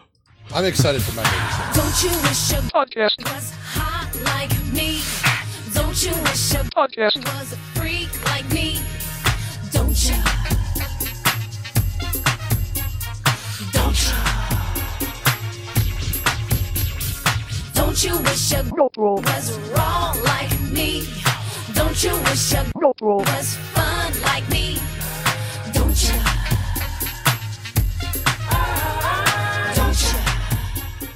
[SPEAKER 3] I'm excited for my baby.
[SPEAKER 6] Don't you wish your
[SPEAKER 7] podcast,
[SPEAKER 6] was hot like me? Don't you wish your
[SPEAKER 8] Oh,
[SPEAKER 7] podcast,
[SPEAKER 6] was a freak like me? Don't you? Don't you? Don't you wish your
[SPEAKER 7] roll roll,
[SPEAKER 6] was raw like me? Don't you wish your
[SPEAKER 7] roll roll,
[SPEAKER 6] was fun like me? Don't you? Don't you?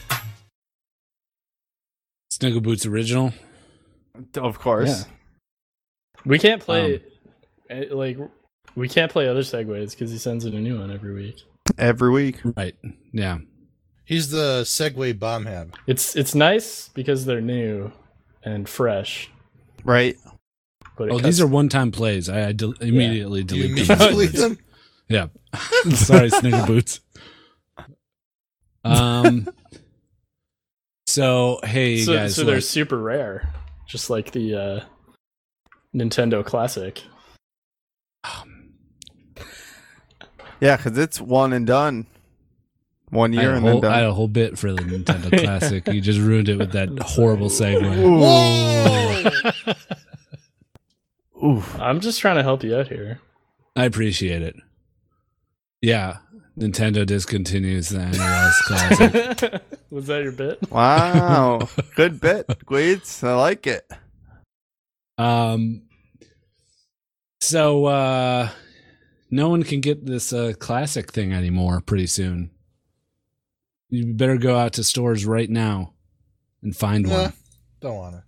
[SPEAKER 1] Snuggle Boots original.
[SPEAKER 2] Of course.
[SPEAKER 4] We can't play
[SPEAKER 1] Um,
[SPEAKER 4] eh, like we can't play other segues cuz he sends in a new one every week.
[SPEAKER 2] Every week.
[SPEAKER 1] Right. Yeah.
[SPEAKER 3] He's the Segway bombhead.
[SPEAKER 4] It's it's nice because they're new and fresh.
[SPEAKER 2] Right.
[SPEAKER 4] But it
[SPEAKER 1] Oh,
[SPEAKER 4] cuts-
[SPEAKER 1] these are one-time plays. I, I del- immediately
[SPEAKER 3] Do you
[SPEAKER 1] delete
[SPEAKER 3] mean
[SPEAKER 1] them.
[SPEAKER 3] to delete them?
[SPEAKER 1] Yeah. Sorry, Snigger Boots. Um. So hey you
[SPEAKER 4] so,
[SPEAKER 1] guys,
[SPEAKER 4] so
[SPEAKER 1] like-
[SPEAKER 4] they're super rare, just like the uh, Nintendo Classic.
[SPEAKER 2] Yeah, because it's one and done. One
[SPEAKER 1] I had,
[SPEAKER 2] year
[SPEAKER 1] a
[SPEAKER 2] and
[SPEAKER 1] whole,
[SPEAKER 2] then
[SPEAKER 1] I had
[SPEAKER 2] done.
[SPEAKER 1] a whole bit for the Nintendo Classic. You just ruined it with that horrible segue.
[SPEAKER 3] Whoa!
[SPEAKER 4] I'm just trying to help you out here.
[SPEAKER 1] I appreciate it. Yeah, Nintendo discontinues the NES Classic.
[SPEAKER 4] Was that your bit?
[SPEAKER 2] Wow. Good bit, Gweeds. I like it.
[SPEAKER 1] Um, so uh, no one can get this uh, classic thing anymore. Pretty soon, you better go out to stores right now and find
[SPEAKER 3] Nah,
[SPEAKER 1] one.
[SPEAKER 3] don't want to.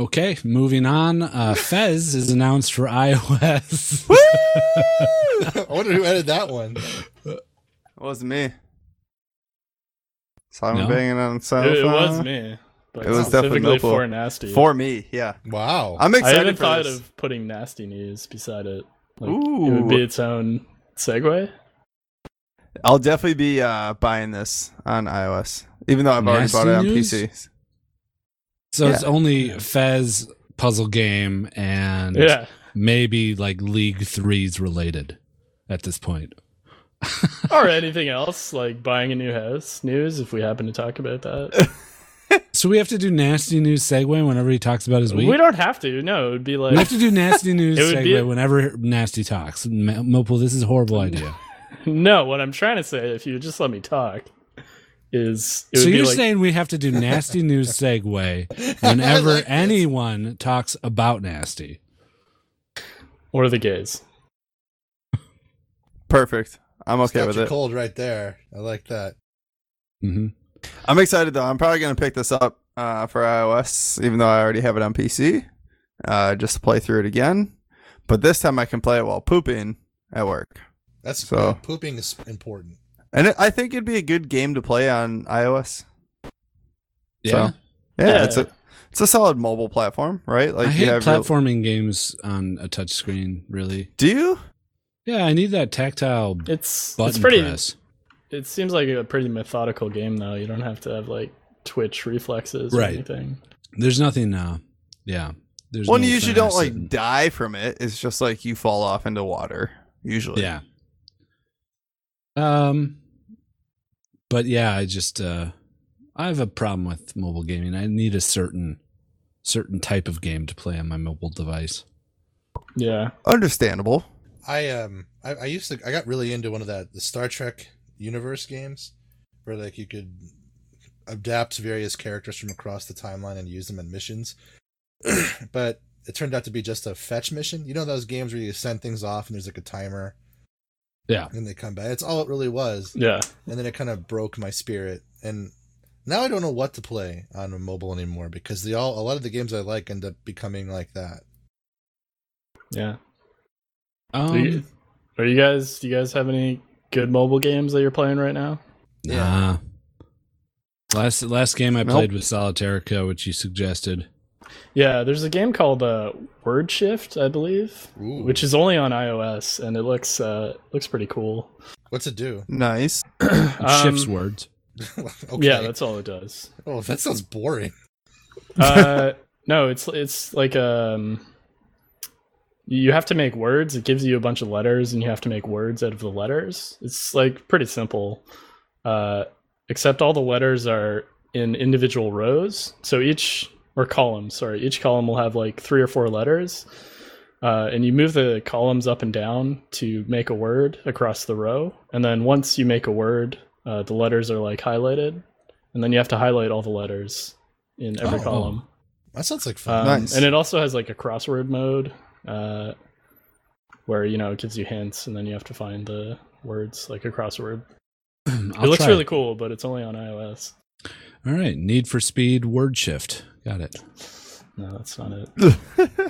[SPEAKER 1] Okay, moving on. Uh, Fez is announced for iOS.
[SPEAKER 3] I wonder who edited that one.
[SPEAKER 2] It wasn't me. Simon
[SPEAKER 1] No?
[SPEAKER 2] banging on
[SPEAKER 4] It,
[SPEAKER 2] silent.
[SPEAKER 4] it was
[SPEAKER 2] phone.
[SPEAKER 4] me. But
[SPEAKER 2] uh, It was definitely
[SPEAKER 4] specifically
[SPEAKER 2] Millpool.
[SPEAKER 4] for nasty.
[SPEAKER 2] For me, yeah.
[SPEAKER 3] Wow.
[SPEAKER 2] I'm
[SPEAKER 4] I
[SPEAKER 2] excited
[SPEAKER 4] haven't
[SPEAKER 2] for
[SPEAKER 4] thought
[SPEAKER 2] this.
[SPEAKER 4] of putting nasty news beside it. Like, It
[SPEAKER 2] Ooh,
[SPEAKER 4] would be its own segue.
[SPEAKER 2] I'll definitely be uh, buying this on iOS, even though I've already
[SPEAKER 1] Nasty
[SPEAKER 2] bought it on
[SPEAKER 1] news?
[SPEAKER 2] PC.
[SPEAKER 1] So it's
[SPEAKER 2] Yeah.
[SPEAKER 1] only Fez puzzle game and
[SPEAKER 4] Yeah.
[SPEAKER 1] maybe like League Threes related at this point.
[SPEAKER 4] or anything else like buying a new house news if we happen to talk about that.
[SPEAKER 1] So we have to do nasty news segue whenever he talks about his week.
[SPEAKER 4] we don't have to. No, it would be
[SPEAKER 1] We have
[SPEAKER 4] like
[SPEAKER 1] to do nasty news
[SPEAKER 4] It would
[SPEAKER 1] segue
[SPEAKER 4] be a-
[SPEAKER 1] whenever nasty talks. Ma- Mopul, this is a horrible idea.
[SPEAKER 4] No, what I'm trying to say, if you just let me talk, is it
[SPEAKER 1] So
[SPEAKER 4] would be
[SPEAKER 1] you're
[SPEAKER 4] like,
[SPEAKER 1] saying we have to do nasty news segue whenever
[SPEAKER 3] I like this.
[SPEAKER 1] anyone talks about nasty.
[SPEAKER 4] or the gays.
[SPEAKER 2] Perfect. I'm
[SPEAKER 3] It's
[SPEAKER 2] okay
[SPEAKER 3] got
[SPEAKER 2] with
[SPEAKER 3] you
[SPEAKER 2] it.
[SPEAKER 3] cold right there. I like that.
[SPEAKER 1] hmm
[SPEAKER 2] I'm excited though. I'm probably gonna pick this up uh, for iOS, even though I already have it on PC, uh, just to play through it again. But this time I can play it while pooping at work,
[SPEAKER 3] That's
[SPEAKER 2] So-
[SPEAKER 3] pooping is important.
[SPEAKER 2] and it, I think it'd be a good game to play on iOS.
[SPEAKER 1] Yeah,
[SPEAKER 2] So, yeah,
[SPEAKER 4] Yeah.
[SPEAKER 2] it's a it's a solid mobile platform, right? Like
[SPEAKER 1] I hate
[SPEAKER 2] you have your-
[SPEAKER 1] platforming games on a touchscreen. Really?
[SPEAKER 2] do you?
[SPEAKER 1] Yeah, I need that tactile button
[SPEAKER 4] It's it's pretty.
[SPEAKER 1] press.
[SPEAKER 4] It seems like a pretty methodical game, though. You don't have to have like twitch reflexes
[SPEAKER 1] Right.
[SPEAKER 4] or anything.
[SPEAKER 1] There's nothing. Uh, yeah. There's
[SPEAKER 2] One
[SPEAKER 1] no
[SPEAKER 2] you usually don't
[SPEAKER 1] fast
[SPEAKER 2] like
[SPEAKER 1] and-
[SPEAKER 2] die from it. It's just like you fall off into water usually.
[SPEAKER 1] Yeah. Um but yeah, I just uh I have a problem with mobile gaming. I need a certain certain type of game to play on my mobile device.
[SPEAKER 4] Yeah,
[SPEAKER 2] understandable.
[SPEAKER 3] I um I, I used to I got really into one of that the Star Trek universe games where like you could adapt various characters from across the timeline and use them in missions. but it turned out to be just a fetch mission. You know those games where you send things off and there's like a timer.
[SPEAKER 1] Yeah.
[SPEAKER 3] And they come back. It's all it really was.
[SPEAKER 4] Yeah.
[SPEAKER 3] And then it kind of broke my spirit. And now I don't know what to play on a mobile anymore because they all a lot of the games I like end up becoming like that.
[SPEAKER 4] Yeah.
[SPEAKER 1] Um,
[SPEAKER 4] Do you- Are you guys? Do you guys have any good mobile games that you're playing right now?
[SPEAKER 1] Nah. Last last game I
[SPEAKER 2] Nope.
[SPEAKER 1] played was Solitarica, which you suggested.
[SPEAKER 4] Yeah, there's a game called uh, Word Shift, I believe,
[SPEAKER 3] Ooh.
[SPEAKER 4] which is only on iOS, and it looks uh, looks pretty cool.
[SPEAKER 3] What's it do?
[SPEAKER 2] Nice.
[SPEAKER 1] It shifts
[SPEAKER 4] Um,
[SPEAKER 1] words.
[SPEAKER 3] okay.
[SPEAKER 4] Yeah, that's all it does.
[SPEAKER 3] oh, that sounds boring.
[SPEAKER 4] uh, no, it's it's like um, you have to make words. It gives you a bunch of letters, and you have to make words out of the letters. It's like pretty simple, uh, except all the letters are in individual rows. So each or column, sorry, each column will have like three or four letters, uh, and you move the columns up and down to make a word across the row. And then once you make a word, uh, the letters are like highlighted, and then you have to highlight all the letters in every
[SPEAKER 1] Oh.
[SPEAKER 4] column.
[SPEAKER 3] That sounds like fun.
[SPEAKER 4] Um,
[SPEAKER 2] Nice.
[SPEAKER 4] And it also has like a crossword mode, uh, where you know it gives you hints, and then you have to find the words like a crossword.
[SPEAKER 1] I'll
[SPEAKER 4] it looks
[SPEAKER 1] try
[SPEAKER 4] really cool, but it's only on iOS.
[SPEAKER 1] All right, Need for Speed word shift. Got it.
[SPEAKER 4] No, that's not it.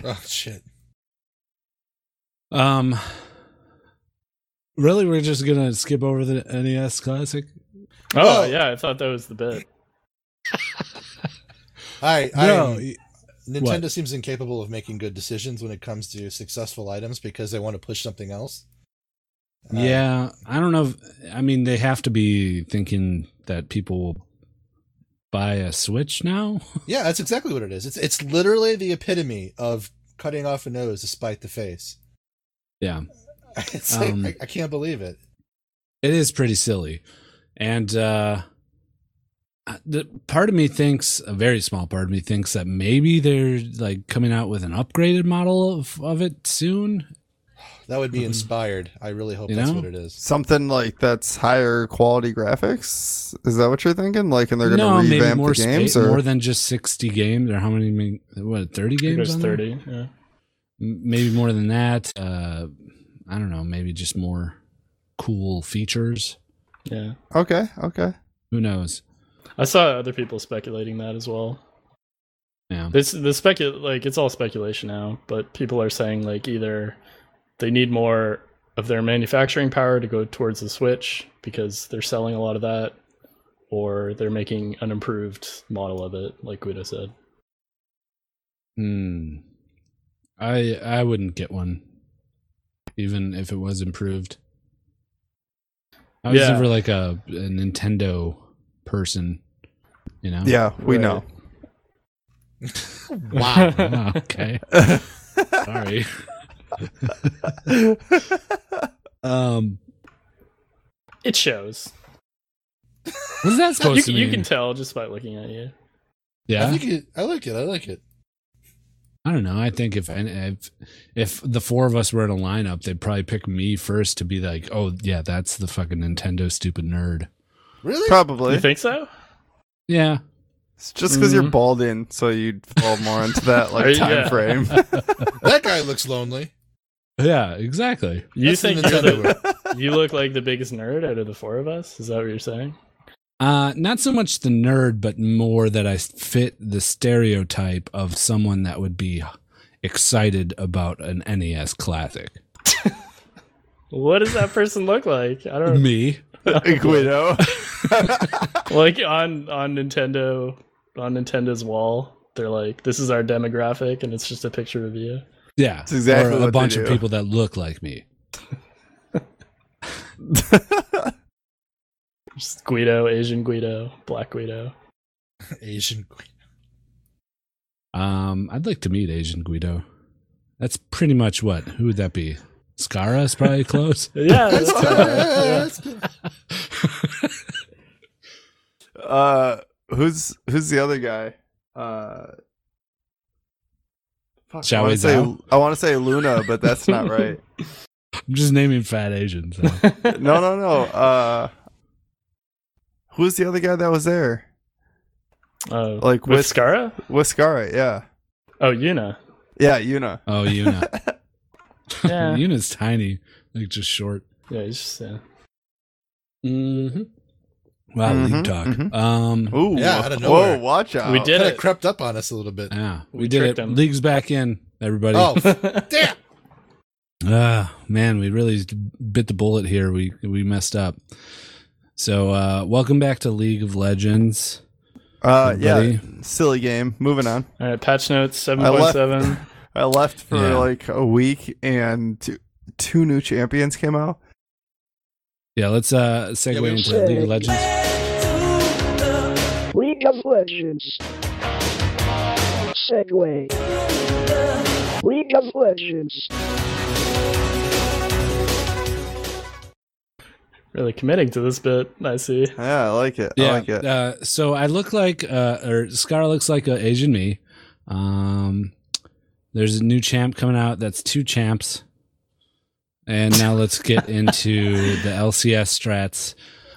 [SPEAKER 3] oh shit.
[SPEAKER 1] Um, really, we're just gonna skip over the NES Classic.
[SPEAKER 4] Oh
[SPEAKER 3] Well-
[SPEAKER 4] yeah, I thought that was the bit.
[SPEAKER 3] I
[SPEAKER 1] No,
[SPEAKER 3] I
[SPEAKER 1] y-
[SPEAKER 3] Nintendo seems incapable of making good decisions when it comes to successful items because they want to push something else. Uh,
[SPEAKER 1] yeah, I don't know. If, I mean, they have to be thinking that people will buy a Switch now.
[SPEAKER 3] Yeah, that's exactly what it is. It's it's literally the epitome of cutting off a nose to spite the face.
[SPEAKER 1] Yeah,
[SPEAKER 3] It's like,
[SPEAKER 1] Um,
[SPEAKER 3] I, I can't believe it.
[SPEAKER 1] it is pretty silly and uh the part of me thinks a very small part of me thinks that maybe they're like coming out with an upgraded model of, of it soon
[SPEAKER 3] That would be inspired. I really hope
[SPEAKER 1] You
[SPEAKER 3] that's
[SPEAKER 1] know?
[SPEAKER 3] what it is.
[SPEAKER 2] Something like that's higher quality graphics. Is that what you're thinking? Like, and they're going to
[SPEAKER 1] no maybe
[SPEAKER 2] revamp
[SPEAKER 1] more
[SPEAKER 2] the games,
[SPEAKER 1] spa-
[SPEAKER 2] or
[SPEAKER 1] more than just 60 games or how many what 30
[SPEAKER 4] It
[SPEAKER 1] games
[SPEAKER 4] was
[SPEAKER 1] on there?
[SPEAKER 4] thirty. Yeah.
[SPEAKER 1] M- maybe more than that uh i don't know maybe just more cool features
[SPEAKER 4] Yeah.
[SPEAKER 2] okay, okay.
[SPEAKER 1] who knows
[SPEAKER 4] I saw other people speculating that as well.
[SPEAKER 1] yeah
[SPEAKER 4] This the specu like it's all speculation now, but people are saying like either they need more of their manufacturing power to go towards the Switch because they're selling a lot of that, or they're making an improved model of it, like Guido said.
[SPEAKER 1] Hmm. I I wouldn't get one, even if it was improved. I was
[SPEAKER 4] Yeah.
[SPEAKER 1] never like a, a Nintendo person, you know.
[SPEAKER 2] Yeah, we
[SPEAKER 4] Right.
[SPEAKER 2] know.
[SPEAKER 1] Oh, okay. Sorry. um.
[SPEAKER 4] It shows.
[SPEAKER 1] What's that supposed
[SPEAKER 4] You,
[SPEAKER 1] to
[SPEAKER 4] can- you
[SPEAKER 1] mean?
[SPEAKER 4] can tell just by looking at you.
[SPEAKER 1] yeah.
[SPEAKER 3] I think it, I like it. I like it.
[SPEAKER 1] I don't know. I think if if if the four of us were in a lineup, they'd probably pick me first to be like, "Oh yeah, that's the fucking Nintendo stupid nerd."
[SPEAKER 3] Really?
[SPEAKER 2] Probably.
[SPEAKER 4] You think so?
[SPEAKER 1] Yeah.
[SPEAKER 2] It's just because
[SPEAKER 1] Mm-hmm.
[SPEAKER 2] you're
[SPEAKER 4] Mhm.
[SPEAKER 2] balding, so you'd fall more into that like
[SPEAKER 4] Right,
[SPEAKER 2] time
[SPEAKER 4] yeah.
[SPEAKER 2] frame.
[SPEAKER 3] that guy looks lonely.
[SPEAKER 1] Yeah. Exactly.
[SPEAKER 4] You
[SPEAKER 3] That's the
[SPEAKER 4] think you're
[SPEAKER 3] Nintendo
[SPEAKER 4] the, you look like the biggest nerd out of the four of us? Is that what you're saying?
[SPEAKER 1] Uh, not so much the nerd, but more that I fit the stereotype of someone that would be excited about an NES classic.
[SPEAKER 4] What does that person look like? I don't
[SPEAKER 1] Me,
[SPEAKER 2] Guido.
[SPEAKER 4] like on on Nintendo on Nintendo's wall. They're like, this is our demographic, and it's just a picture of you.
[SPEAKER 1] yeah,
[SPEAKER 2] That's exactly
[SPEAKER 1] or
[SPEAKER 2] what
[SPEAKER 1] a
[SPEAKER 2] they
[SPEAKER 1] bunch of
[SPEAKER 2] do.
[SPEAKER 1] people that look like me.
[SPEAKER 4] Just Guido, Asian Guido, Black Guido.
[SPEAKER 3] Asian queen.
[SPEAKER 1] Um, I'd like to meet Asian Guido. That's pretty much what. Who would that be? Scara is probably close.
[SPEAKER 4] Yeah, that's
[SPEAKER 3] Yeah,
[SPEAKER 4] yeah.
[SPEAKER 3] that's good.
[SPEAKER 2] uh, who's who's the other guy? Uh, fuck,
[SPEAKER 1] Shall
[SPEAKER 2] I
[SPEAKER 1] we
[SPEAKER 2] want to say
[SPEAKER 1] now?
[SPEAKER 2] I want to say Luna, but that's not right.
[SPEAKER 1] I'm just naming fat Asians. so.
[SPEAKER 2] No, no, no. Uh, who's the other guy that was there?
[SPEAKER 4] Oh,
[SPEAKER 2] Like
[SPEAKER 4] with
[SPEAKER 2] with-
[SPEAKER 4] Scara?
[SPEAKER 2] With Scarlet, yeah,
[SPEAKER 4] Oh, Yuna.
[SPEAKER 2] Yeah, Yuna.
[SPEAKER 1] Oh, Yuna.
[SPEAKER 4] Yeah,
[SPEAKER 1] Yuna's tiny, like just short.
[SPEAKER 4] yeah, he's just, yeah.
[SPEAKER 1] Mm-hmm. Wow,
[SPEAKER 2] Mhm,
[SPEAKER 3] Mm-hmm,
[SPEAKER 1] league talk.
[SPEAKER 2] mhm.
[SPEAKER 1] Um,
[SPEAKER 2] Ooh,
[SPEAKER 3] Yeah, out of
[SPEAKER 2] whoa,
[SPEAKER 3] nowhere.
[SPEAKER 2] watch out.
[SPEAKER 4] We did
[SPEAKER 3] Kind of
[SPEAKER 4] it.
[SPEAKER 3] crept up on us a little bit.
[SPEAKER 1] yeah, we,
[SPEAKER 4] We
[SPEAKER 1] did it.
[SPEAKER 4] tricked him.
[SPEAKER 1] League's back in, everybody.
[SPEAKER 3] Oh, damn.
[SPEAKER 1] Ah, man, we really bit the bullet here. We we messed up. So, uh, welcome back to League of Legends.
[SPEAKER 2] Uh, yeah,
[SPEAKER 1] Everybody.
[SPEAKER 2] silly game. Moving on.
[SPEAKER 4] All right, patch notes seven
[SPEAKER 2] I
[SPEAKER 4] point
[SPEAKER 2] left-
[SPEAKER 4] seven.
[SPEAKER 2] I left for
[SPEAKER 1] Yeah.
[SPEAKER 2] like a week, and two, two new champions came out.
[SPEAKER 1] Yeah, let's uh segue
[SPEAKER 3] Yeah, we-
[SPEAKER 1] into League of Legends.
[SPEAKER 7] League of Legends. Segway. League of Legends.
[SPEAKER 4] Really committing to this bit, I see.
[SPEAKER 2] Yeah, I like it. I like it.
[SPEAKER 1] Uh, so I look like, uh, or Scar looks like a Asian me. Um, there's a new champ coming out. That's two champs. And now let's get into the LCS strats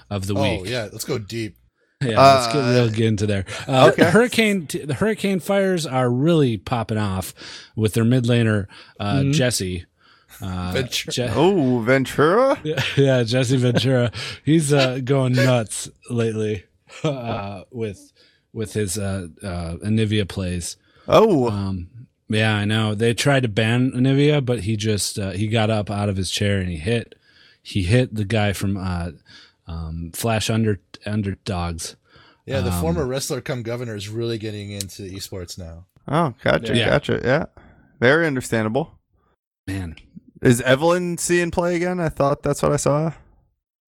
[SPEAKER 1] of the
[SPEAKER 3] Oh,
[SPEAKER 1] week.
[SPEAKER 3] yeah. Let's go deep.
[SPEAKER 1] Yeah, let's get real get into there. Uh,
[SPEAKER 2] Uh, okay.
[SPEAKER 1] Hurricane, the Hurricane fires are really popping off with their mid laner uh,
[SPEAKER 2] Mm-hmm.
[SPEAKER 4] Mhm.
[SPEAKER 1] Jesse. Uh,
[SPEAKER 3] Ventura.
[SPEAKER 1] Je-
[SPEAKER 2] oh, Ventura.
[SPEAKER 1] yeah, Jesse Ventura. He's uh, going nuts lately uh, with with his uh, uh, Anivia plays.
[SPEAKER 2] Oh,
[SPEAKER 1] Um, yeah, I know they tried to ban Anivia, but he just uh, he got up out of his chair and he hit he hit the guy from uh, um, Flash Under Underdogs.
[SPEAKER 3] Yeah, the
[SPEAKER 1] Um,
[SPEAKER 3] former wrestler come governor is really getting into esports now.
[SPEAKER 2] oh, gotcha,
[SPEAKER 1] Yeah.
[SPEAKER 2] gotcha. Yeah, very understandable.
[SPEAKER 1] Man,
[SPEAKER 2] Is Evelyn seeing play again? I thought that's what I saw.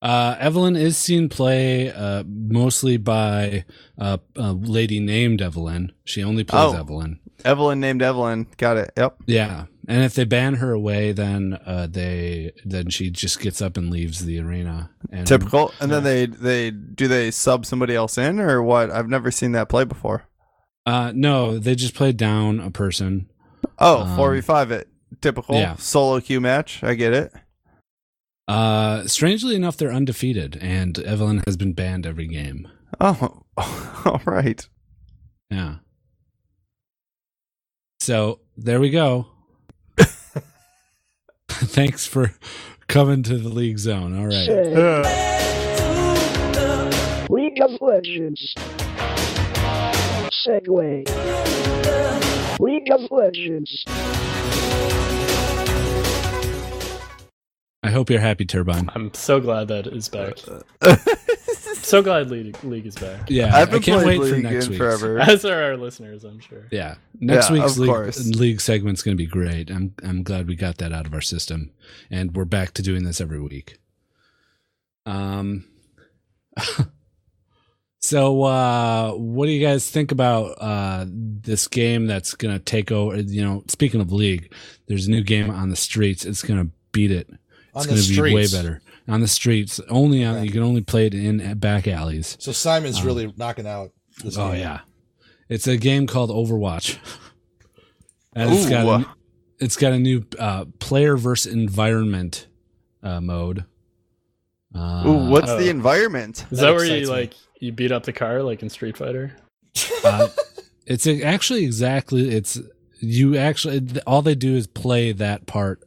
[SPEAKER 1] Uh, Evelyn is seen play uh, mostly by uh, a lady named Evelyn. She only plays
[SPEAKER 2] Oh.
[SPEAKER 1] Evelyn.
[SPEAKER 2] Evelyn named Evelyn. Got it. Yep.
[SPEAKER 1] Yeah, and if they ban her away, then uh, they then she just gets up and leaves the arena. And,
[SPEAKER 2] Typical. And then they they do they sub somebody else in or what? I've never seen that play before.
[SPEAKER 1] Uh, no, they just play down a person.
[SPEAKER 2] Oh,
[SPEAKER 1] Um,
[SPEAKER 2] four v five it. Typical
[SPEAKER 1] yeah.
[SPEAKER 2] solo queue match. I get it.
[SPEAKER 1] Uh, strangely enough, they're undefeated, and Evelyn has been banned every game.
[SPEAKER 2] Oh, all right.
[SPEAKER 1] Yeah. So there we go. Thanks for coming to the league zone. All right.
[SPEAKER 7] Seg.
[SPEAKER 2] Yeah.
[SPEAKER 7] League of Legends. Segway. League of Legends.
[SPEAKER 1] I hope you're happy, Turbine.
[SPEAKER 4] I'm so glad that is back. so glad League, League is back.
[SPEAKER 1] Yeah,
[SPEAKER 2] I've been
[SPEAKER 1] I can't
[SPEAKER 2] playing
[SPEAKER 1] wait
[SPEAKER 2] League
[SPEAKER 1] for next
[SPEAKER 2] in
[SPEAKER 1] week.
[SPEAKER 2] forever.
[SPEAKER 4] As are our listeners, I'm sure.
[SPEAKER 1] Yeah, next
[SPEAKER 2] Yeah,
[SPEAKER 1] week's
[SPEAKER 2] of
[SPEAKER 1] league,
[SPEAKER 2] course.
[SPEAKER 1] league segment's going to be great. I'm I'm glad we got that out of our system, and we're back to doing this every week. Um, so uh, what do you guys think about uh this game that's going to take over? You know, speaking of league, there's a new game on the streets. It's going to beat it.
[SPEAKER 3] On
[SPEAKER 1] It's
[SPEAKER 3] the
[SPEAKER 1] going to be way
[SPEAKER 3] streets.
[SPEAKER 1] better on the streets. Only on
[SPEAKER 3] Yeah.
[SPEAKER 1] you can only play it in back alleys.
[SPEAKER 3] So Simon's
[SPEAKER 1] Um,
[SPEAKER 3] really knocking out. This
[SPEAKER 1] Oh
[SPEAKER 3] game.
[SPEAKER 1] yeah, it's a game called Overwatch, and it's got
[SPEAKER 2] Ooh.
[SPEAKER 1] a, it's got a new uh, player versus environment uh, mode. Uh,
[SPEAKER 2] Ooh, what's
[SPEAKER 4] Uh,
[SPEAKER 2] the environment?
[SPEAKER 4] Is
[SPEAKER 3] That
[SPEAKER 4] that, where you
[SPEAKER 3] excites me.
[SPEAKER 4] like you beat up the car like in Street Fighter?
[SPEAKER 1] uh, it's actually exactly it's you actually all they do is play that part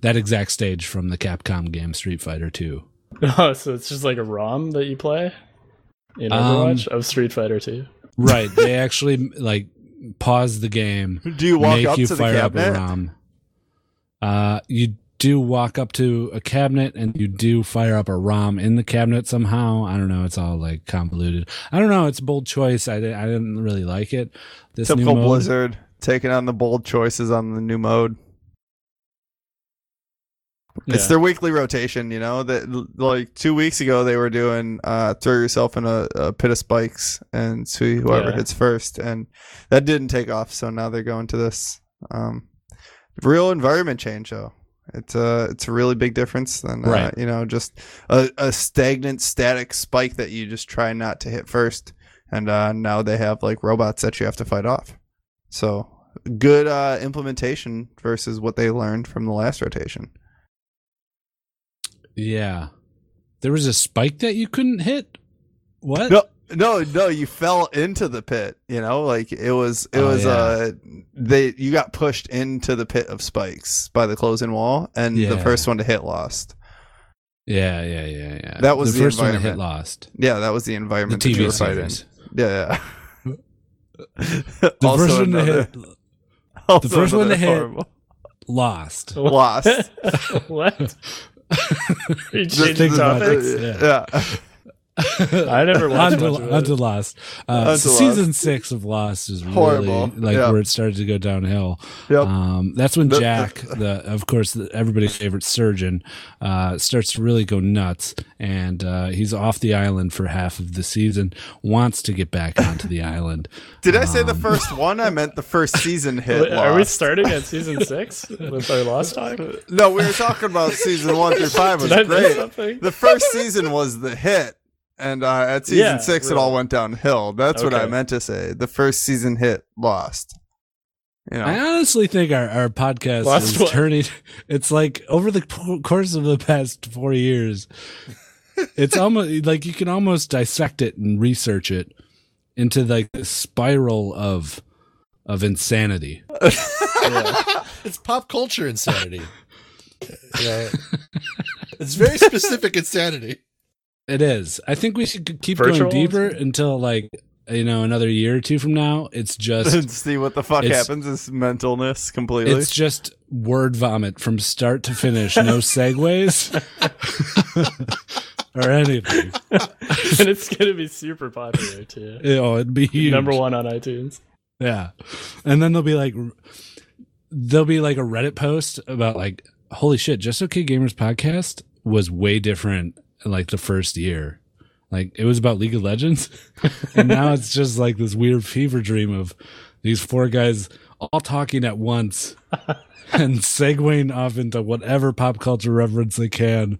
[SPEAKER 1] that exact stage from the Capcom game Street Fighter Two.
[SPEAKER 4] Oh, so it's just like a ROM that you play in
[SPEAKER 1] Um,
[SPEAKER 4] Overwatch of Street Fighter 2.
[SPEAKER 1] Right, they actually like pause the game
[SPEAKER 2] Do you walk
[SPEAKER 1] make
[SPEAKER 2] up
[SPEAKER 1] you
[SPEAKER 2] to the
[SPEAKER 1] fire up a
[SPEAKER 2] cabinet?
[SPEAKER 1] ROM. Uh, you do walk up to a cabinet and you do fire up a ROM in the cabinet somehow. I don't know. It's all like convoluted. I don't know. It's a bold choice. I, di- I didn't really like it. This new
[SPEAKER 2] Typical
[SPEAKER 1] mode-
[SPEAKER 2] Blizzard taking on the bold choices on the new mode. It's
[SPEAKER 4] Yeah.
[SPEAKER 2] their weekly rotation, you know. That like two weeks ago they were doing uh, throw yourself in a, a pit of spikes and see whoever
[SPEAKER 4] Yeah.
[SPEAKER 2] hits first, and that didn't take off. So now they're going to this um, real environment change, though. It's a it's a really big difference than uh,
[SPEAKER 1] Right.
[SPEAKER 2] you know just a, a stagnant static spike that you just try not to hit first, and uh, now they have like robots that you have to fight off. So good uh, implementation versus what they learned from the last rotation.
[SPEAKER 1] Yeah. There was a spike that you couldn't hit. What?
[SPEAKER 2] No, No, no, you fell into the pit. You know, like it was, it
[SPEAKER 1] Oh,
[SPEAKER 2] was.
[SPEAKER 1] yeah.
[SPEAKER 2] Uh, they you got pushed into the pit of spikes by the closing wall, and the
[SPEAKER 1] Yeah.
[SPEAKER 2] first one to hit lost.
[SPEAKER 1] Yeah, yeah, yeah, yeah.
[SPEAKER 2] That was
[SPEAKER 1] the,
[SPEAKER 2] the
[SPEAKER 1] first one that hit
[SPEAKER 2] environment.
[SPEAKER 1] lost.
[SPEAKER 2] Yeah, that was the
[SPEAKER 1] The
[SPEAKER 2] environment that you
[SPEAKER 1] TV
[SPEAKER 2] were fighting.
[SPEAKER 1] series.
[SPEAKER 2] Yeah, yeah.
[SPEAKER 1] The
[SPEAKER 2] Also
[SPEAKER 1] first one that
[SPEAKER 2] another-
[SPEAKER 1] hit
[SPEAKER 2] also
[SPEAKER 1] first one
[SPEAKER 2] another
[SPEAKER 1] to hit-
[SPEAKER 2] horrible-
[SPEAKER 1] lost.
[SPEAKER 2] lost.
[SPEAKER 4] what? Are you
[SPEAKER 2] Just
[SPEAKER 4] changing
[SPEAKER 1] think about
[SPEAKER 4] topics?
[SPEAKER 1] it.
[SPEAKER 2] Yeah.
[SPEAKER 4] I never watched
[SPEAKER 1] onto,
[SPEAKER 4] much of it.
[SPEAKER 1] onto Lost. Uh,
[SPEAKER 2] Onto
[SPEAKER 1] season six of Lost is
[SPEAKER 2] Horrible.
[SPEAKER 1] really like
[SPEAKER 2] Yeah.
[SPEAKER 1] where it started to go downhill.
[SPEAKER 2] Yep.
[SPEAKER 1] Um, that's when
[SPEAKER 2] The- the-
[SPEAKER 1] Jack, the of course the, everybody's favorite surgeon, uh, starts to really go nuts, and uh, he's off the island for half of the season. Wants to get back onto the island.
[SPEAKER 2] Did I say the
[SPEAKER 1] Um,
[SPEAKER 2] first one? I meant the first season hit.
[SPEAKER 4] Wait, Are we
[SPEAKER 2] lost.
[SPEAKER 4] starting at season six with our lost talk? Did
[SPEAKER 2] No, we were talking about season one through five was
[SPEAKER 4] I miss
[SPEAKER 2] great.
[SPEAKER 4] something?
[SPEAKER 2] The first season was the hit, and uh, at season
[SPEAKER 4] Yeah,
[SPEAKER 2] six it
[SPEAKER 4] really.
[SPEAKER 2] all went downhill. That's what I
[SPEAKER 4] Okay.
[SPEAKER 2] meant to say. The first season hit lost. You know,
[SPEAKER 1] I honestly think our, our podcast
[SPEAKER 4] Lost
[SPEAKER 1] is
[SPEAKER 4] what?
[SPEAKER 1] turning. It's like over the co- course of the past four years, it's almost like you can almost dissect it and research it into like the spiral of of insanity.
[SPEAKER 3] it's pop culture insanity. yeah. It's very specific insanity.
[SPEAKER 1] It is. I think we should keep going
[SPEAKER 4] Virtual?
[SPEAKER 1] deeper until like you know another year or two from now. It's just
[SPEAKER 2] see what the fuck
[SPEAKER 1] it's-
[SPEAKER 2] happens. Is mentalness completely?
[SPEAKER 1] it's just word vomit from start to finish. No segues or anything.
[SPEAKER 4] and it's going to be super popular too.
[SPEAKER 1] Oh, it'd be huge.
[SPEAKER 4] Number one on iTunes.
[SPEAKER 1] Yeah. And then they'll be like, there'll be like a Reddit post about like, holy shit, Just Okay Gamers podcast was way different like the first year. Like it was about League of Legends. and now it's just like this weird fever dream of these four guys all talking at once and segueing off into whatever pop culture reference they can.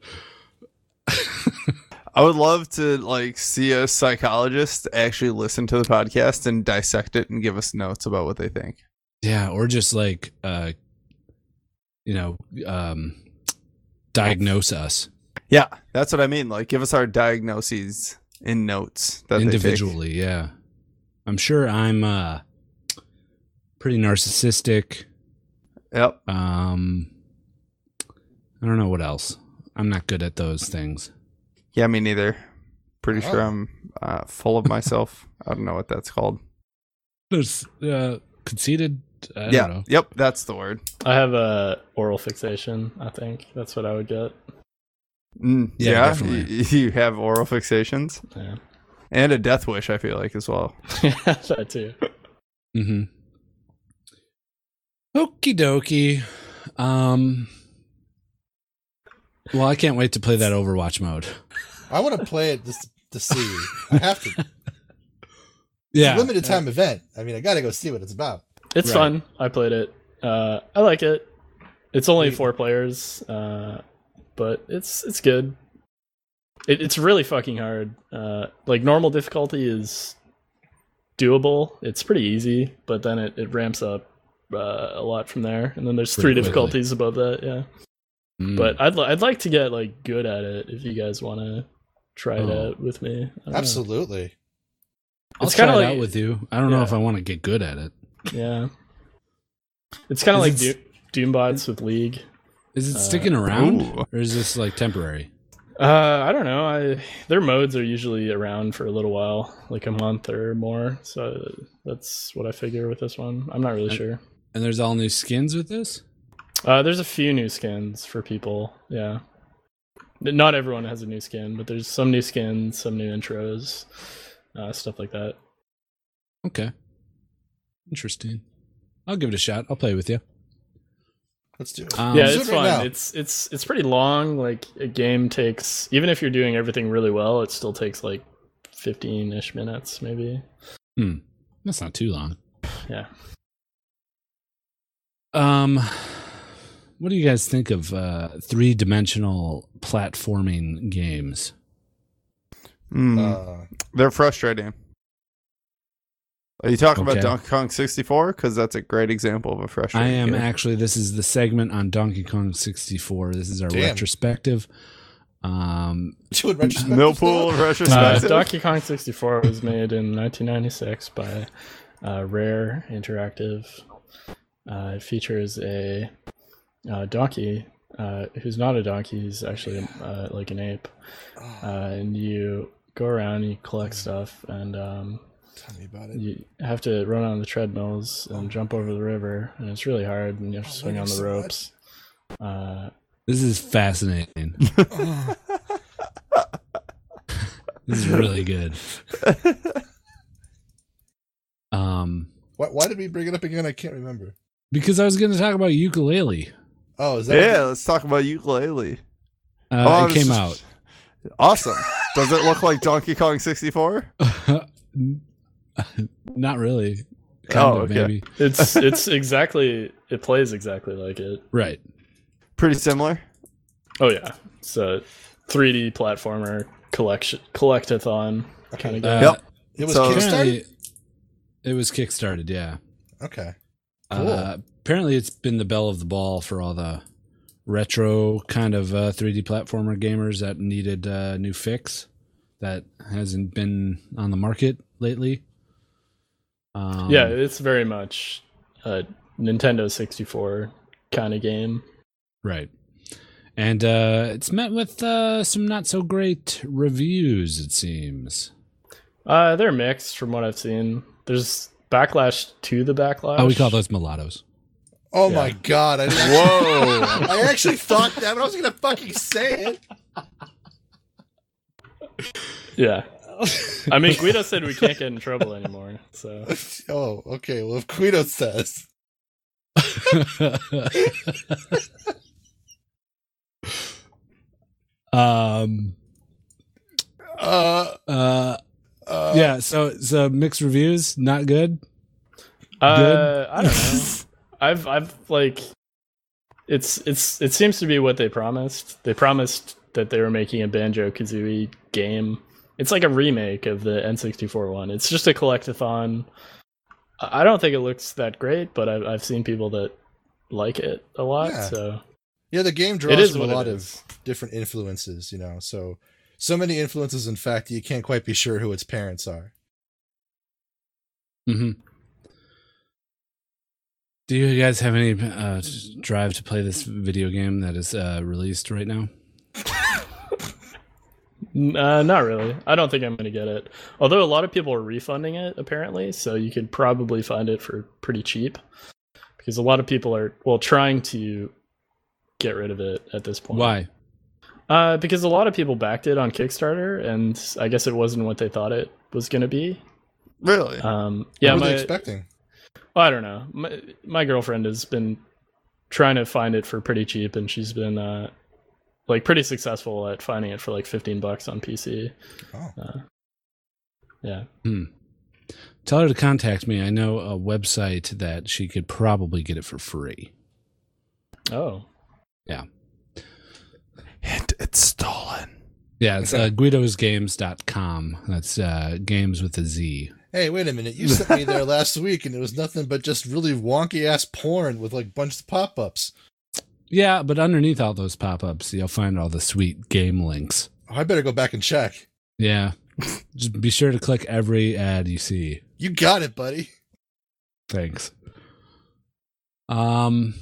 [SPEAKER 2] I would love to like see a psychologist actually listen to the podcast and dissect it and give us notes about what they think.
[SPEAKER 1] Yeah, or just like uh you know, um diagnose us
[SPEAKER 2] Yeah, that's what I mean. Like, give us our diagnoses in notes that they take.
[SPEAKER 1] individually yeah i'm sure i'm uh pretty narcissistic
[SPEAKER 2] Yep.
[SPEAKER 1] um i don't know what else i'm not good at those things
[SPEAKER 2] Yeah, me neither. Pretty sure
[SPEAKER 3] Oh.
[SPEAKER 2] I'm uh, full of myself. I don't know what that's called.
[SPEAKER 1] there's uh conceited I
[SPEAKER 2] yeah.
[SPEAKER 1] don't know.
[SPEAKER 2] Yep, that's the word.
[SPEAKER 4] I have a oral fixation. I think that's what I would get.
[SPEAKER 2] Mm,
[SPEAKER 1] Yeah,
[SPEAKER 2] yeah, y-
[SPEAKER 1] definitely.
[SPEAKER 2] you have oral fixations
[SPEAKER 4] Yeah,
[SPEAKER 2] and a death wish. I feel like as well.
[SPEAKER 4] that too.
[SPEAKER 1] Mm-hmm. Okie dokie. Um Well, I can't wait to play that Overwatch mode.
[SPEAKER 3] I want to play it this to see. I have to. It's
[SPEAKER 1] Yeah.
[SPEAKER 3] a limited time event. I mean, I got to go see what it's about.
[SPEAKER 4] It's
[SPEAKER 1] Right.
[SPEAKER 4] fun. I played it. Uh, I like it. It's only four players, uh, but it's it's good. It, it's really fucking hard. Uh, like normal difficulty is doable. It's pretty easy, but then it, it ramps up uh, a lot from there. And then there's
[SPEAKER 1] Pretty
[SPEAKER 4] three
[SPEAKER 1] quickly.
[SPEAKER 4] difficulties above that. Yeah,
[SPEAKER 1] Mm.
[SPEAKER 4] but I'd li- I'd like to get like good at it. If you guys want to try it
[SPEAKER 1] Oh.
[SPEAKER 4] out with me, I don't know.
[SPEAKER 3] Absolutely.
[SPEAKER 1] I'll
[SPEAKER 4] it's
[SPEAKER 1] try
[SPEAKER 4] kinda
[SPEAKER 1] it
[SPEAKER 4] like-
[SPEAKER 1] out with you. I don't know
[SPEAKER 4] Yeah.
[SPEAKER 1] if I want to get good at it.
[SPEAKER 4] Yeah, it's kind of like
[SPEAKER 1] Is
[SPEAKER 4] Do-
[SPEAKER 1] it-
[SPEAKER 4] Doombots with League.
[SPEAKER 1] Is it
[SPEAKER 4] Uh,
[SPEAKER 1] sticking around
[SPEAKER 2] ooh.
[SPEAKER 1] or is this like temporary?
[SPEAKER 4] Uh, I don't know. I their modes are usually around for a little while, like a month or more. So that's what I figure with this one. I'm not really
[SPEAKER 1] And-
[SPEAKER 4] sure.
[SPEAKER 1] And there's all new skins with this?
[SPEAKER 4] Uh, there's a few new skins for people. Yeah, N- not everyone has a new skin, but there's some new skins, some new intros, uh, stuff like that.
[SPEAKER 1] Okay. Interesting. I'll give it a shot. I'll play with you.
[SPEAKER 3] Let's do it.
[SPEAKER 1] Um,
[SPEAKER 4] yeah,
[SPEAKER 3] do
[SPEAKER 4] it's
[SPEAKER 3] it right
[SPEAKER 4] fun.
[SPEAKER 3] now.
[SPEAKER 4] It's it's it's pretty long. Like a game takes, even if you're doing everything really well, it still takes like 15-ish minutes, maybe.
[SPEAKER 1] That's not too long.
[SPEAKER 4] Yeah.
[SPEAKER 1] Um what do you guys think of uh three-dimensional platforming games? um,
[SPEAKER 2] Mm,
[SPEAKER 3] Uh,
[SPEAKER 2] they're frustrating. Are you talking
[SPEAKER 1] Okay.
[SPEAKER 2] about Donkey Kong 64? Because that's a great example of a
[SPEAKER 1] I
[SPEAKER 2] frustrating.
[SPEAKER 1] am
[SPEAKER 2] game.
[SPEAKER 1] actually this is the segment on Donkey Kong 64. This is our
[SPEAKER 3] Damn.
[SPEAKER 1] retrospective. Um,
[SPEAKER 3] Do it retrospective
[SPEAKER 2] Millpool
[SPEAKER 3] still?
[SPEAKER 2] of
[SPEAKER 4] Uh,
[SPEAKER 2] retrospective.
[SPEAKER 4] Donkey Kong 64 was made in 1996 by uh, Rare Interactive. Uh, it features a uh, donkey uh, who's not a donkey, he's actually uh, like an ape.
[SPEAKER 3] Oh,
[SPEAKER 4] Uh, and you go around and you collect stuff, and um,
[SPEAKER 3] tell me about it.
[SPEAKER 4] you have to run on the treadmills and jump over the river, and it's really hard, and you have to
[SPEAKER 3] Oh,
[SPEAKER 4] swing
[SPEAKER 3] wait,
[SPEAKER 4] on
[SPEAKER 3] I
[SPEAKER 4] the
[SPEAKER 3] saw that.
[SPEAKER 4] ropes. Uh,
[SPEAKER 1] this is fascinating.
[SPEAKER 3] Oh,
[SPEAKER 1] This is really good. Um,
[SPEAKER 3] why, why did we bring it up again? I can't remember.
[SPEAKER 1] because I was going to talk about ukulele.
[SPEAKER 3] Oh, is that
[SPEAKER 2] yeah, let's talk about ukulele.
[SPEAKER 1] Uh,
[SPEAKER 2] Oh,
[SPEAKER 1] it
[SPEAKER 2] this
[SPEAKER 1] came
[SPEAKER 2] is-
[SPEAKER 1] out.
[SPEAKER 2] Awesome. Does it look like Donkey Kong 64?
[SPEAKER 1] Not really.
[SPEAKER 2] Oh,
[SPEAKER 1] Kind of,
[SPEAKER 2] okay.
[SPEAKER 1] maybe.
[SPEAKER 4] it's it's exactly it plays exactly like it.
[SPEAKER 1] Right.
[SPEAKER 2] Pretty similar.
[SPEAKER 4] Oh yeah, it's a 3D platformer collection collectathon kind of
[SPEAKER 1] Uh,
[SPEAKER 4] game.
[SPEAKER 3] it was
[SPEAKER 2] so-
[SPEAKER 3] Kickstarter?
[SPEAKER 1] apparently, it was kickstarted. Yeah.
[SPEAKER 3] Okay.
[SPEAKER 1] Uh, apparently, it's been the bell of the ball for all the retro kind of uh, 3D platformer gamers that needed a new fix that hasn't been on the market lately. Um,
[SPEAKER 4] yeah, it's very much a Nintendo 64 kind of game.
[SPEAKER 1] Right. And uh, it's met with uh, some not so great reviews, it seems.
[SPEAKER 4] Uh, they're mixed from what I've seen. There's backlash to the backlash.
[SPEAKER 1] Oh, we call those mulattoes.
[SPEAKER 3] Oh
[SPEAKER 4] Yeah.
[SPEAKER 3] my god! I didn't-
[SPEAKER 2] Whoa.
[SPEAKER 3] I actually thought that, but I was gonna fucking say it.
[SPEAKER 4] Yeah. I mean, Guido said we can't get in trouble anymore. So
[SPEAKER 3] Oh, okay. Well, if Guido says,
[SPEAKER 1] um.
[SPEAKER 3] uh,
[SPEAKER 1] Uh.
[SPEAKER 3] uh,
[SPEAKER 1] Yeah. So, so mixed reviews. Not good.
[SPEAKER 4] uh, I don't know. I've I've like it's it's it seems to be what they promised. They promised that they were making a Banjo Kazooie game. It's like a remake of the N64 one. It's just a collectathon. I I don't think it looks that great, but I've I've seen people that like it a lot.
[SPEAKER 3] Yeah.
[SPEAKER 4] So
[SPEAKER 3] yeah. The game
[SPEAKER 4] it
[SPEAKER 3] draws
[SPEAKER 4] is
[SPEAKER 3] from a
[SPEAKER 4] what
[SPEAKER 3] lot
[SPEAKER 4] it
[SPEAKER 3] of
[SPEAKER 4] is.
[SPEAKER 3] different influences, you know. So, so many influences. In fact, you can't quite be sure who its parents are.
[SPEAKER 1] Mm-hmm. Do you guys have any uh, drive to play this video game that is uh, released right now?
[SPEAKER 4] N- Uh, not really. I don't think I'm going to get it. Although a lot of people are refunding it, apparently, so you could probably find it for pretty cheap. Because a lot of people are, well, trying to get rid of it at this point.
[SPEAKER 1] Why?
[SPEAKER 4] Uh, because a lot of people backed it on Kickstarter, and I guess it wasn't what they thought it was going to be.
[SPEAKER 2] really?
[SPEAKER 4] Um, yeah,
[SPEAKER 3] What were
[SPEAKER 4] my,
[SPEAKER 3] they expecting?
[SPEAKER 4] well, I don't know. My, my girlfriend has been trying to find it for pretty cheap, and she's been uh, like pretty successful at finding it for like 15 bucks on PC.
[SPEAKER 3] Oh,
[SPEAKER 4] Uh. Yeah.
[SPEAKER 1] Tell her to contact me. I know a website that she could probably get it for free.
[SPEAKER 4] Oh.
[SPEAKER 2] Hint, it's stolen.
[SPEAKER 1] Yeah, it's uh, guidosgames.com. That's uh, games with a Z.
[SPEAKER 3] hey, wait a minute! You sent me there last week, and it was nothing but just really wonky ass porn with like bunch of pop ups.
[SPEAKER 1] Yeah, but underneath all those pop ups, you'll find all the sweet game links.
[SPEAKER 3] Oh, I better go back and check.
[SPEAKER 1] Yeah. Just be sure to click every ad you see.
[SPEAKER 3] You got it, buddy.
[SPEAKER 1] Thanks. Um,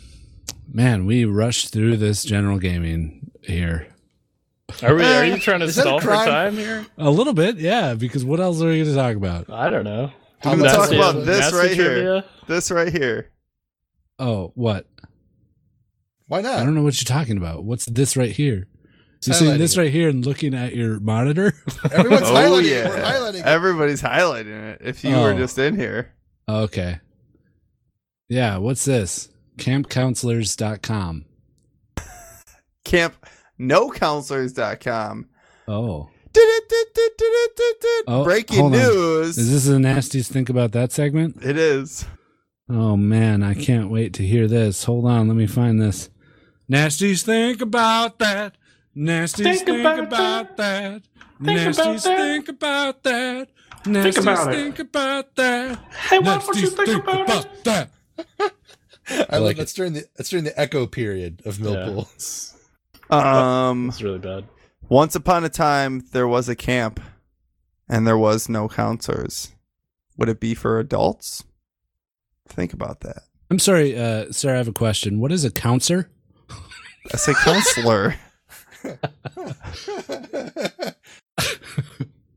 [SPEAKER 1] man, we rushed through this general gaming here
[SPEAKER 4] Are we?
[SPEAKER 2] Uh,
[SPEAKER 4] Are you trying to
[SPEAKER 3] Is that a
[SPEAKER 4] stall for
[SPEAKER 3] crime?
[SPEAKER 4] time here?
[SPEAKER 1] a little bit, yeah. Because what else are we going to talk about?
[SPEAKER 4] I don't know.
[SPEAKER 2] I'm gonna
[SPEAKER 3] That's
[SPEAKER 2] talk
[SPEAKER 3] the-
[SPEAKER 2] about this
[SPEAKER 4] Nasty
[SPEAKER 2] right here.
[SPEAKER 4] trivia?
[SPEAKER 2] This right here.
[SPEAKER 1] Oh, what?
[SPEAKER 3] Why
[SPEAKER 1] I
[SPEAKER 3] not?
[SPEAKER 1] don't know what you're talking about. What's this right here? You're
[SPEAKER 3] Highlighting
[SPEAKER 1] seeing this
[SPEAKER 3] it.
[SPEAKER 1] right here and looking at your monitor.
[SPEAKER 3] Everyone's
[SPEAKER 2] Oh
[SPEAKER 3] highlighting. it. We're
[SPEAKER 2] yeah.
[SPEAKER 3] highlighting. it.
[SPEAKER 2] Everybody's highlighting it. If you were
[SPEAKER 1] Oh.
[SPEAKER 2] just in here.
[SPEAKER 1] okay. Yeah. What's this? Campcounselors.com.
[SPEAKER 2] Camp nocounselors.com.
[SPEAKER 1] Oh, Oh,
[SPEAKER 2] Breaking
[SPEAKER 1] hold on.
[SPEAKER 2] news.
[SPEAKER 1] is this the nastiest think about that segment?
[SPEAKER 2] it is.
[SPEAKER 1] Oh man, I can't wait to hear this. Hold on, let me find this. Nasties think about that. Nasties think,
[SPEAKER 4] Think
[SPEAKER 1] about,
[SPEAKER 4] about
[SPEAKER 1] that.
[SPEAKER 4] Think
[SPEAKER 1] Nasties
[SPEAKER 4] about that.
[SPEAKER 1] think about that. Nasties think
[SPEAKER 5] about
[SPEAKER 1] about,
[SPEAKER 5] it.
[SPEAKER 1] that.
[SPEAKER 4] Hey, why
[SPEAKER 1] Nasties
[SPEAKER 4] don't you think about it?
[SPEAKER 1] that.
[SPEAKER 3] I
[SPEAKER 1] like
[SPEAKER 3] like
[SPEAKER 1] it.
[SPEAKER 3] that's during the that's during the echo period of
[SPEAKER 4] Yeah.
[SPEAKER 3] Millpool.
[SPEAKER 4] It's
[SPEAKER 2] Um
[SPEAKER 4] it's really bad.
[SPEAKER 2] Once upon a time, there was a camp, and there was no counselors. Would it be for adults? Think about that.
[SPEAKER 1] I'm sorry, uh, Sarah. I have a question. What is a counselor?
[SPEAKER 2] I say counselor.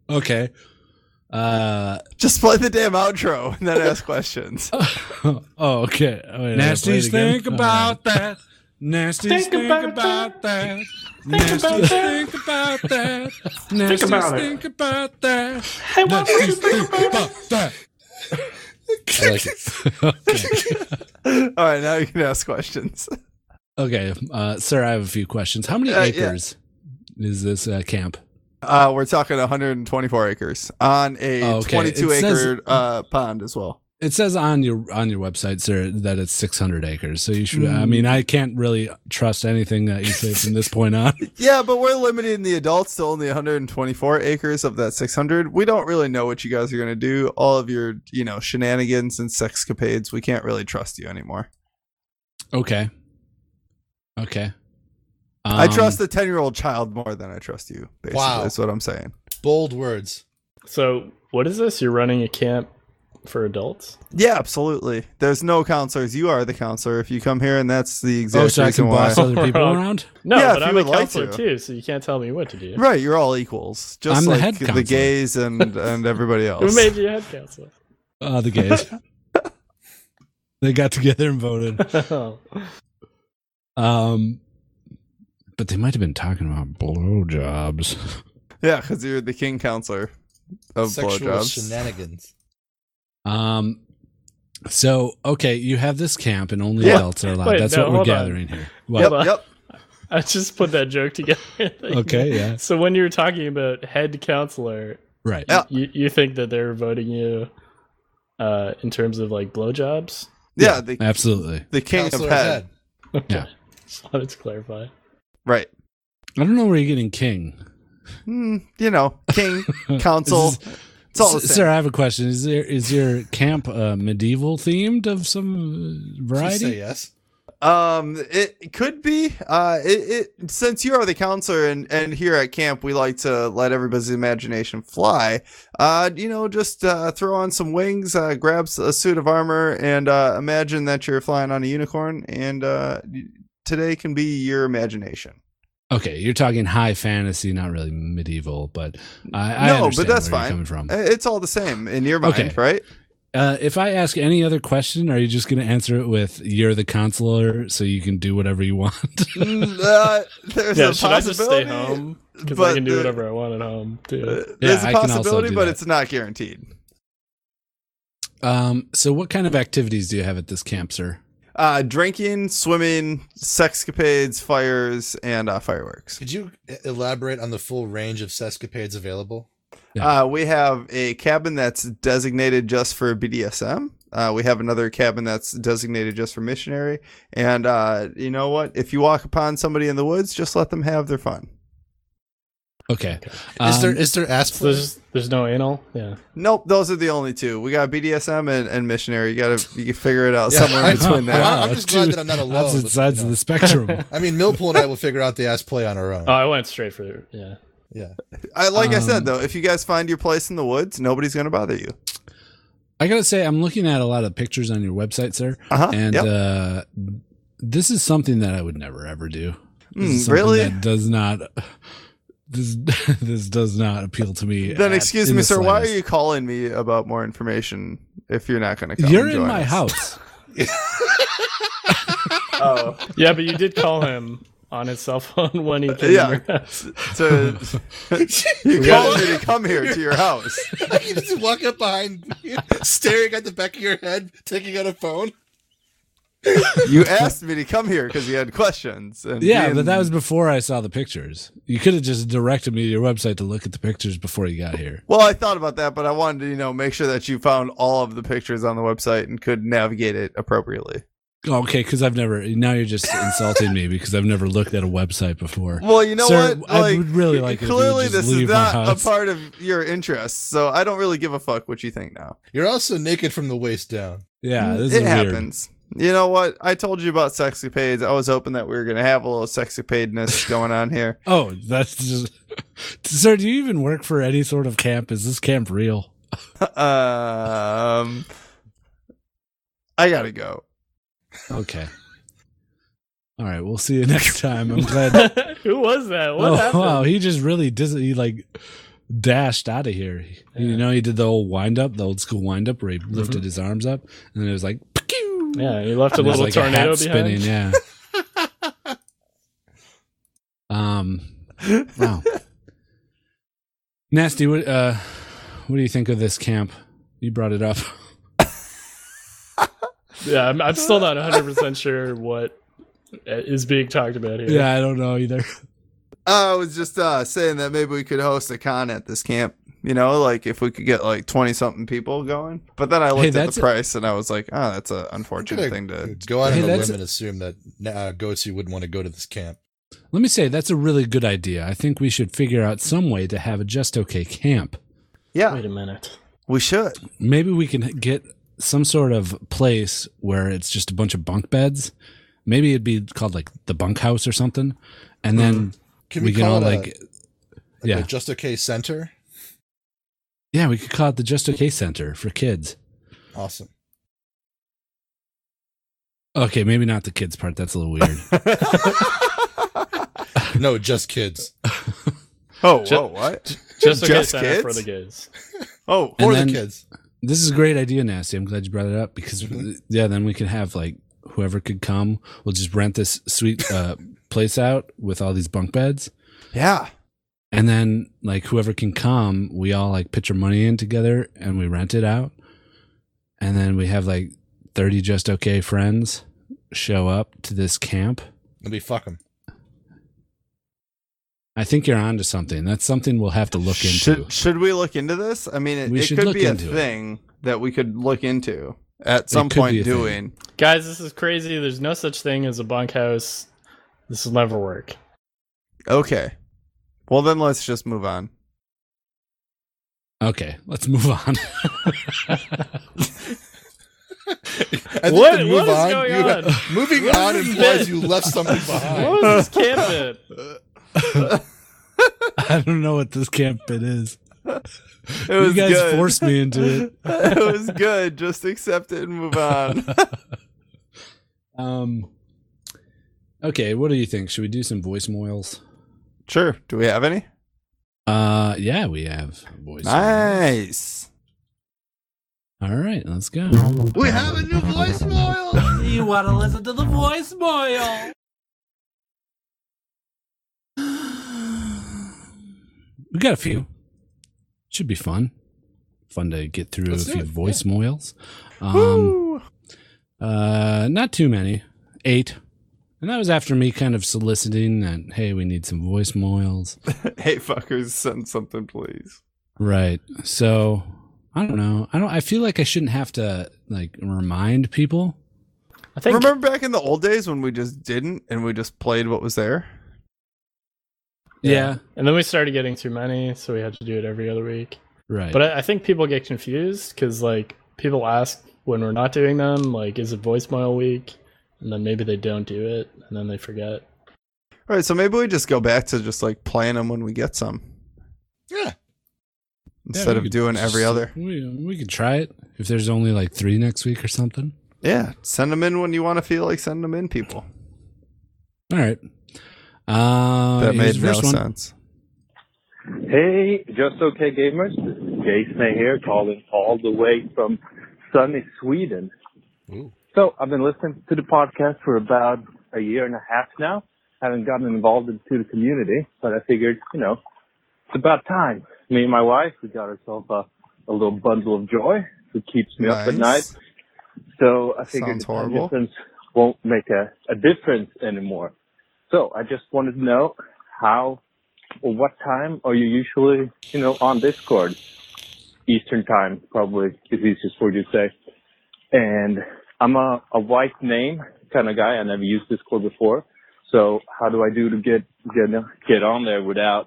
[SPEAKER 1] Okay. Uh,
[SPEAKER 2] Just play the damn outro and then ask questions.
[SPEAKER 1] oh, okay.
[SPEAKER 9] Nasties, think about that.
[SPEAKER 1] nasty.
[SPEAKER 9] Nasties, think about that. Nasties, think about that.
[SPEAKER 10] about
[SPEAKER 9] Nasties,
[SPEAKER 10] it.
[SPEAKER 9] think about that.
[SPEAKER 10] Hey, what would you think about
[SPEAKER 9] About that.
[SPEAKER 3] I like it.
[SPEAKER 2] All right, now you can ask questions.
[SPEAKER 1] Okay, uh, sir, I have a few questions. How many
[SPEAKER 2] Uh, yeah.
[SPEAKER 1] acres is this uh, camp?
[SPEAKER 2] Uh, we're talking 124 acres on a
[SPEAKER 1] Oh, okay.
[SPEAKER 2] 22
[SPEAKER 1] It says-
[SPEAKER 2] acre uh, pond as well.
[SPEAKER 1] It says on your on your website, sir, that it's 600 acres. So you should.
[SPEAKER 10] Hmm.
[SPEAKER 1] I mean, I can't really trust anything that you say from this point on.
[SPEAKER 2] Yeah, but we're limiting the adults to only 124 acres of that 600. We don't really know what you guys are going to do. All of your, you know, shenanigans and sexcapades, we can't really trust you anymore.
[SPEAKER 1] Okay. Okay.
[SPEAKER 2] I
[SPEAKER 1] Um,
[SPEAKER 2] trust the 10 year old child more than I trust you, basically.
[SPEAKER 3] Wow.
[SPEAKER 2] That's what I'm saying.
[SPEAKER 3] Bold words.
[SPEAKER 4] So what is this? You're running a camp for adults?
[SPEAKER 2] Yeah, absolutely. There's no counselors. You are the counselor if you come here, and that's the exact
[SPEAKER 1] oh, so I
[SPEAKER 2] reason
[SPEAKER 1] can
[SPEAKER 2] why.
[SPEAKER 1] boss other people
[SPEAKER 4] Wrong.
[SPEAKER 1] around.
[SPEAKER 4] No,
[SPEAKER 2] Yeah,
[SPEAKER 4] but
[SPEAKER 2] if
[SPEAKER 4] I'm
[SPEAKER 2] you
[SPEAKER 4] a
[SPEAKER 2] would like
[SPEAKER 4] counselor
[SPEAKER 2] to.
[SPEAKER 4] too, so you can't tell me what to do.
[SPEAKER 2] Right, you're all equals. Just
[SPEAKER 1] I'm the
[SPEAKER 2] like
[SPEAKER 1] head counselor.
[SPEAKER 2] the gays and, and everybody else.
[SPEAKER 4] Who made you head counselor?
[SPEAKER 1] Uh, the gays. they got together and voted. Um, but they might have been talking about blowjobs.
[SPEAKER 2] Yeah, because you're the king counselor of
[SPEAKER 3] Sexual
[SPEAKER 2] blowjobs.
[SPEAKER 3] shenanigans.
[SPEAKER 1] Um, so okay, you have this camp and only
[SPEAKER 2] Yeah.
[SPEAKER 1] adults are allowed.
[SPEAKER 4] Wait,
[SPEAKER 1] That's
[SPEAKER 4] no,
[SPEAKER 1] what we're
[SPEAKER 4] hold on.
[SPEAKER 1] gathering here. What?
[SPEAKER 2] Yep,
[SPEAKER 4] Hold on.
[SPEAKER 2] yep.
[SPEAKER 4] I just put that joke together.
[SPEAKER 1] Okay, yeah,
[SPEAKER 4] So when you were talking about head counselor,
[SPEAKER 1] right.
[SPEAKER 2] Yeah.
[SPEAKER 4] you, you think that they're voting you uh, in terms of like blowjobs?
[SPEAKER 2] Yeah, the,
[SPEAKER 1] Absolutely.
[SPEAKER 2] the king
[SPEAKER 3] Counselor's
[SPEAKER 2] of head.
[SPEAKER 3] head.
[SPEAKER 4] Okay.
[SPEAKER 1] Yeah.
[SPEAKER 4] Just wanted to clarify.
[SPEAKER 2] Right.
[SPEAKER 1] I don't know where you're getting king.
[SPEAKER 2] Mm, you know, king, council.
[SPEAKER 1] Is
[SPEAKER 2] it's all the
[SPEAKER 1] S-
[SPEAKER 2] same.
[SPEAKER 1] Sir, I have a question. Is there is your camp uh, medieval themed of some uh,
[SPEAKER 3] Please say
[SPEAKER 1] variety?
[SPEAKER 3] yes.
[SPEAKER 2] Um, it could be. Uh, it, it since you are the counselor, and and here at camp we like to let everybody's imagination fly. Uh, you know, just uh, throw on some wings, uh, grab s- a suit of armor, and uh, imagine that you're flying on a unicorn. And uh, y- today can be your imagination.
[SPEAKER 1] Okay, you're talking high fantasy, not really medieval, but I, I
[SPEAKER 2] No, but
[SPEAKER 1] understand
[SPEAKER 2] that's fine.
[SPEAKER 1] where you're coming from.
[SPEAKER 2] I- It's all the same in your mind,
[SPEAKER 1] Okay.
[SPEAKER 2] right?
[SPEAKER 1] Uh, if I ask any other question, are you just going to answer it with "You're the counselor, so you can do whatever you want"?
[SPEAKER 2] Mm, uh, there's
[SPEAKER 4] yeah,
[SPEAKER 2] a
[SPEAKER 4] should I
[SPEAKER 2] possibility.
[SPEAKER 4] just stay home? Because
[SPEAKER 2] but
[SPEAKER 4] I can do
[SPEAKER 2] the-
[SPEAKER 4] whatever I want at home
[SPEAKER 2] Uh,
[SPEAKER 4] too.
[SPEAKER 2] there's
[SPEAKER 1] I
[SPEAKER 2] a
[SPEAKER 1] can also
[SPEAKER 2] possibility,
[SPEAKER 1] do
[SPEAKER 2] but
[SPEAKER 1] that.
[SPEAKER 2] it's not guaranteed.
[SPEAKER 1] um, so, what kind of activities do you have at this camp, sir?
[SPEAKER 2] Uh, drinking, swimming, sexcapades, fires, and uh, fireworks.
[SPEAKER 3] Could you e- elaborate on the full range of sescapades available?
[SPEAKER 1] Yeah.
[SPEAKER 2] Uh, we have a cabin that's designated just for BDSM. Uh, we have another cabin that's designated just for missionary. And uh, you know what? If you walk upon somebody in the woods, just let them have their fun.
[SPEAKER 1] Okay,
[SPEAKER 3] Is there
[SPEAKER 1] Um,
[SPEAKER 3] is there ass
[SPEAKER 4] So
[SPEAKER 3] play?
[SPEAKER 4] there's there's no anal. Yeah.
[SPEAKER 2] Nope, those are the only two. We got BDSM and, and missionary. You gotta you can figure it out
[SPEAKER 3] Yeah,
[SPEAKER 2] somewhere
[SPEAKER 3] I-
[SPEAKER 2] in between
[SPEAKER 3] I-
[SPEAKER 2] there.
[SPEAKER 3] I'm just glad that I'm not alone,
[SPEAKER 1] Opposite
[SPEAKER 3] but,
[SPEAKER 1] sides
[SPEAKER 3] you
[SPEAKER 1] of
[SPEAKER 3] know.
[SPEAKER 1] the spectrum.
[SPEAKER 3] I mean, Millpool and I will figure out the ass play on our own.
[SPEAKER 4] Oh, I went straight for yeah.
[SPEAKER 3] yeah.
[SPEAKER 2] I, like I
[SPEAKER 1] Um,
[SPEAKER 2] said though, if you guys find your place in the woods, nobody's gonna bother you.
[SPEAKER 1] I gotta say, I'm looking at a lot of pictures on your website, sir,
[SPEAKER 2] Uh-huh.
[SPEAKER 1] and
[SPEAKER 2] yep.
[SPEAKER 1] uh, this is something that I would never ever do. This
[SPEAKER 2] Hmm,
[SPEAKER 1] is something
[SPEAKER 2] really?
[SPEAKER 1] that does not. This this does not appeal to me.
[SPEAKER 2] Then
[SPEAKER 1] at-
[SPEAKER 2] excuse
[SPEAKER 1] in
[SPEAKER 2] me,
[SPEAKER 1] the
[SPEAKER 2] sir. Why are
[SPEAKER 1] slightest.
[SPEAKER 2] you calling me about more information if you're not going to come?
[SPEAKER 1] You're
[SPEAKER 2] and
[SPEAKER 1] in
[SPEAKER 2] join
[SPEAKER 1] my
[SPEAKER 2] us?
[SPEAKER 1] house.
[SPEAKER 2] Oh,
[SPEAKER 4] Yeah, but you did call him on his cell phone when he
[SPEAKER 2] Uh,
[SPEAKER 4] came.
[SPEAKER 2] Yeah.
[SPEAKER 4] in your house.
[SPEAKER 2] so you called me to come here to your house.
[SPEAKER 3] you just walk up behind, me, staring at the back of your head, taking out a phone.
[SPEAKER 2] You asked me to come here because you had questions. And
[SPEAKER 1] Yeah,
[SPEAKER 2] being-
[SPEAKER 1] but that was before I saw the pictures. You could have just directed me to your website to look at the pictures before you got here.
[SPEAKER 2] Well, I thought about that, but I wanted to, you know, make sure that you found all of the pictures on the website and could navigate it appropriately.
[SPEAKER 1] Okay, because I've never. Now you're just insulting me because I've never looked at a website before.
[SPEAKER 2] Well, you know
[SPEAKER 1] Sir,
[SPEAKER 2] what?
[SPEAKER 1] I would really like it if you would
[SPEAKER 2] Clearly,
[SPEAKER 1] just
[SPEAKER 2] this is
[SPEAKER 1] leave my
[SPEAKER 2] not a
[SPEAKER 1] house.
[SPEAKER 2] part of your interests, so I don't really give a fuck what you think now.
[SPEAKER 3] You're also naked from the waist down.
[SPEAKER 1] Yeah, this
[SPEAKER 2] Mm, it
[SPEAKER 1] is weird.
[SPEAKER 2] happens. You know what? I told you about sexcapades. I was hoping that we were gonna have a little sexcapadeness going on here.
[SPEAKER 1] Oh, that's just Sir, do you even work for any sort of camp? Is this camp real?
[SPEAKER 2] um, I gotta go.
[SPEAKER 1] Okay. All right, we'll see you next time. I'm glad.
[SPEAKER 4] Who was that? What
[SPEAKER 1] oh
[SPEAKER 4] happened?
[SPEAKER 1] wow, he just really dis- he like dashed out of here. He- You know, he did the old wind up, the old school wind up, where he lifted his arms up, and then it was like, "Pew!"
[SPEAKER 4] Yeah, he left Mm-hmm. a
[SPEAKER 1] And there's,
[SPEAKER 4] little
[SPEAKER 1] like, hat
[SPEAKER 4] tornado
[SPEAKER 1] spinning.
[SPEAKER 4] behind.
[SPEAKER 1] Yeah. um. Wow. Nasty. What? Uh, what do you think of this camp? You brought it up.
[SPEAKER 4] Yeah, I'm, I'm still not 100 percent sure what is being talked about here.
[SPEAKER 1] Yeah, I don't know either.
[SPEAKER 2] I was just uh, saying that maybe we could host a con at this camp. You know, like if we could get like twenty something people going. But then I looked at
[SPEAKER 1] that's-
[SPEAKER 2] the price and I was like, oh, that's an
[SPEAKER 3] Gonna
[SPEAKER 2] unfortunate thing to.
[SPEAKER 3] go out
[SPEAKER 1] Hey,
[SPEAKER 3] on a
[SPEAKER 1] that's-
[SPEAKER 3] limb and assume that uh, Goatsu wouldn't want to go to this camp.
[SPEAKER 1] Let me say that's a really good idea. I think we should figure out some way to have a just okay camp.
[SPEAKER 2] Yeah,
[SPEAKER 4] Wait a minute.
[SPEAKER 2] we should.
[SPEAKER 1] Maybe we can get some sort of place where it's just a bunch of bunk beds. Maybe it'd be called like the bunkhouse or something, and then
[SPEAKER 3] Mm. Can
[SPEAKER 1] we,
[SPEAKER 3] we,
[SPEAKER 1] can
[SPEAKER 3] call it
[SPEAKER 1] all
[SPEAKER 3] a-
[SPEAKER 1] like,
[SPEAKER 3] like
[SPEAKER 1] yeah.
[SPEAKER 3] a Just Okay Center?
[SPEAKER 1] yeah, we could call it the Just Okay Center for kids.
[SPEAKER 3] Awesome.
[SPEAKER 1] Okay, maybe not the kids part. That's a little weird.
[SPEAKER 3] No, just kids.
[SPEAKER 2] Oh,
[SPEAKER 4] Ju-
[SPEAKER 2] whoa, what?
[SPEAKER 4] Just, okay,
[SPEAKER 2] Just
[SPEAKER 4] Santa for
[SPEAKER 2] kids?
[SPEAKER 4] the gays.
[SPEAKER 2] Oh,
[SPEAKER 1] And
[SPEAKER 3] Or
[SPEAKER 1] then-
[SPEAKER 3] the kids.
[SPEAKER 1] this is a great idea, Nasty. I'm glad you brought it up because
[SPEAKER 3] Mm-hmm.
[SPEAKER 1] yeah, then we can have like whoever could come. We'll just rent this sweet uh, place out with all these bunk beds.
[SPEAKER 2] yeah.
[SPEAKER 1] And then like whoever can come, we all like pitch our money in together and we rent it out. And then we have like 30 just okay friends show up to this camp.
[SPEAKER 3] And we fuck them.
[SPEAKER 1] I think you're onto something. That's something we'll have to look into.
[SPEAKER 2] Should, should we look into this? I mean, it,
[SPEAKER 1] We
[SPEAKER 2] it
[SPEAKER 1] should
[SPEAKER 2] could
[SPEAKER 1] look
[SPEAKER 2] be a
[SPEAKER 1] into it.
[SPEAKER 2] thing that we could look into at some
[SPEAKER 1] It could be a
[SPEAKER 2] point
[SPEAKER 1] thing.
[SPEAKER 2] doing.
[SPEAKER 4] Guys, this is crazy. There's no such thing as a bunkhouse. This will never work.
[SPEAKER 2] Okay. Well, then let's just move on.
[SPEAKER 1] Okay, let's move on.
[SPEAKER 3] I think
[SPEAKER 4] What-
[SPEAKER 3] to
[SPEAKER 4] what is going
[SPEAKER 3] you-
[SPEAKER 4] on?
[SPEAKER 3] Moving
[SPEAKER 4] What
[SPEAKER 3] on
[SPEAKER 4] is
[SPEAKER 3] implies
[SPEAKER 4] this?
[SPEAKER 3] you left something
[SPEAKER 4] What
[SPEAKER 3] behind.
[SPEAKER 4] was this camp in?
[SPEAKER 1] I don't know what this camp bit is.
[SPEAKER 2] It was
[SPEAKER 1] you guys
[SPEAKER 2] good.
[SPEAKER 1] forced me into it.
[SPEAKER 2] it was good. Just accept it and move on.
[SPEAKER 1] Um, okay, what do you think? Should we do some voice moils?
[SPEAKER 2] sure. Do we have any?
[SPEAKER 1] Uh, yeah, we have voice.
[SPEAKER 2] Nice.
[SPEAKER 1] All right, let's go.
[SPEAKER 2] We have a new voicemail.
[SPEAKER 5] You want to listen to the voicemail?
[SPEAKER 1] We got a few. Should be fun. Fun to get through
[SPEAKER 3] Let's
[SPEAKER 1] a
[SPEAKER 3] do
[SPEAKER 1] few
[SPEAKER 3] it, yeah.
[SPEAKER 1] voice moils. Um,
[SPEAKER 2] Woo.
[SPEAKER 1] uh, not too many. Eight. And that was after me kind of soliciting that, hey, we need some voice moils.
[SPEAKER 2] hey, fuckers, send something, please.
[SPEAKER 1] Right. So I don't know. I don't I feel like I shouldn't have to like remind people.
[SPEAKER 4] I think
[SPEAKER 2] Remember back in the old days when we just didn't and we just played what was there?
[SPEAKER 1] Yeah.
[SPEAKER 4] And then we started getting too many, so we had to do it every other week.
[SPEAKER 1] Right.
[SPEAKER 4] But I, I think people get confused because like people ask when we're not doing them, like, is it voicemail week? And then maybe they don't do it, and then they forget.
[SPEAKER 2] All right, so maybe we just go back to just like playing them when we get some
[SPEAKER 3] Yeah.
[SPEAKER 1] Yeah,
[SPEAKER 2] instead
[SPEAKER 1] we
[SPEAKER 2] of
[SPEAKER 1] could
[SPEAKER 2] doing every
[SPEAKER 1] just-
[SPEAKER 2] other.
[SPEAKER 1] We, we could try it if there's only like three next week or something.
[SPEAKER 2] Yeah, send them in when you want to feel like sending them in, people.
[SPEAKER 1] All right. Uh,
[SPEAKER 2] that
[SPEAKER 1] here's
[SPEAKER 2] made
[SPEAKER 1] the
[SPEAKER 2] no
[SPEAKER 1] first one.
[SPEAKER 2] sense.
[SPEAKER 11] Hey, just okay gamers. This is Jason here calling all the way from sunny Sweden.
[SPEAKER 3] Ooh.
[SPEAKER 11] So I've been listening to the podcast for about a year and a half now. Haven't gotten involved into the community, but I figured, you know, it's about time. Me and my wife, we got ourselves a, a little bundle of joy who keeps me up at night.
[SPEAKER 2] Nice.
[SPEAKER 11] So I figured
[SPEAKER 2] Sounds
[SPEAKER 11] the time
[SPEAKER 2] horrible.
[SPEAKER 11] difference won't make a, a difference anymore. So I just wanted to know how or what time are you usually, you know, on Discord? Eastern time probably is easiest for you to say. And I'm a, a white name kind of guy. I never used Discord before. So how do I do to get get get on there without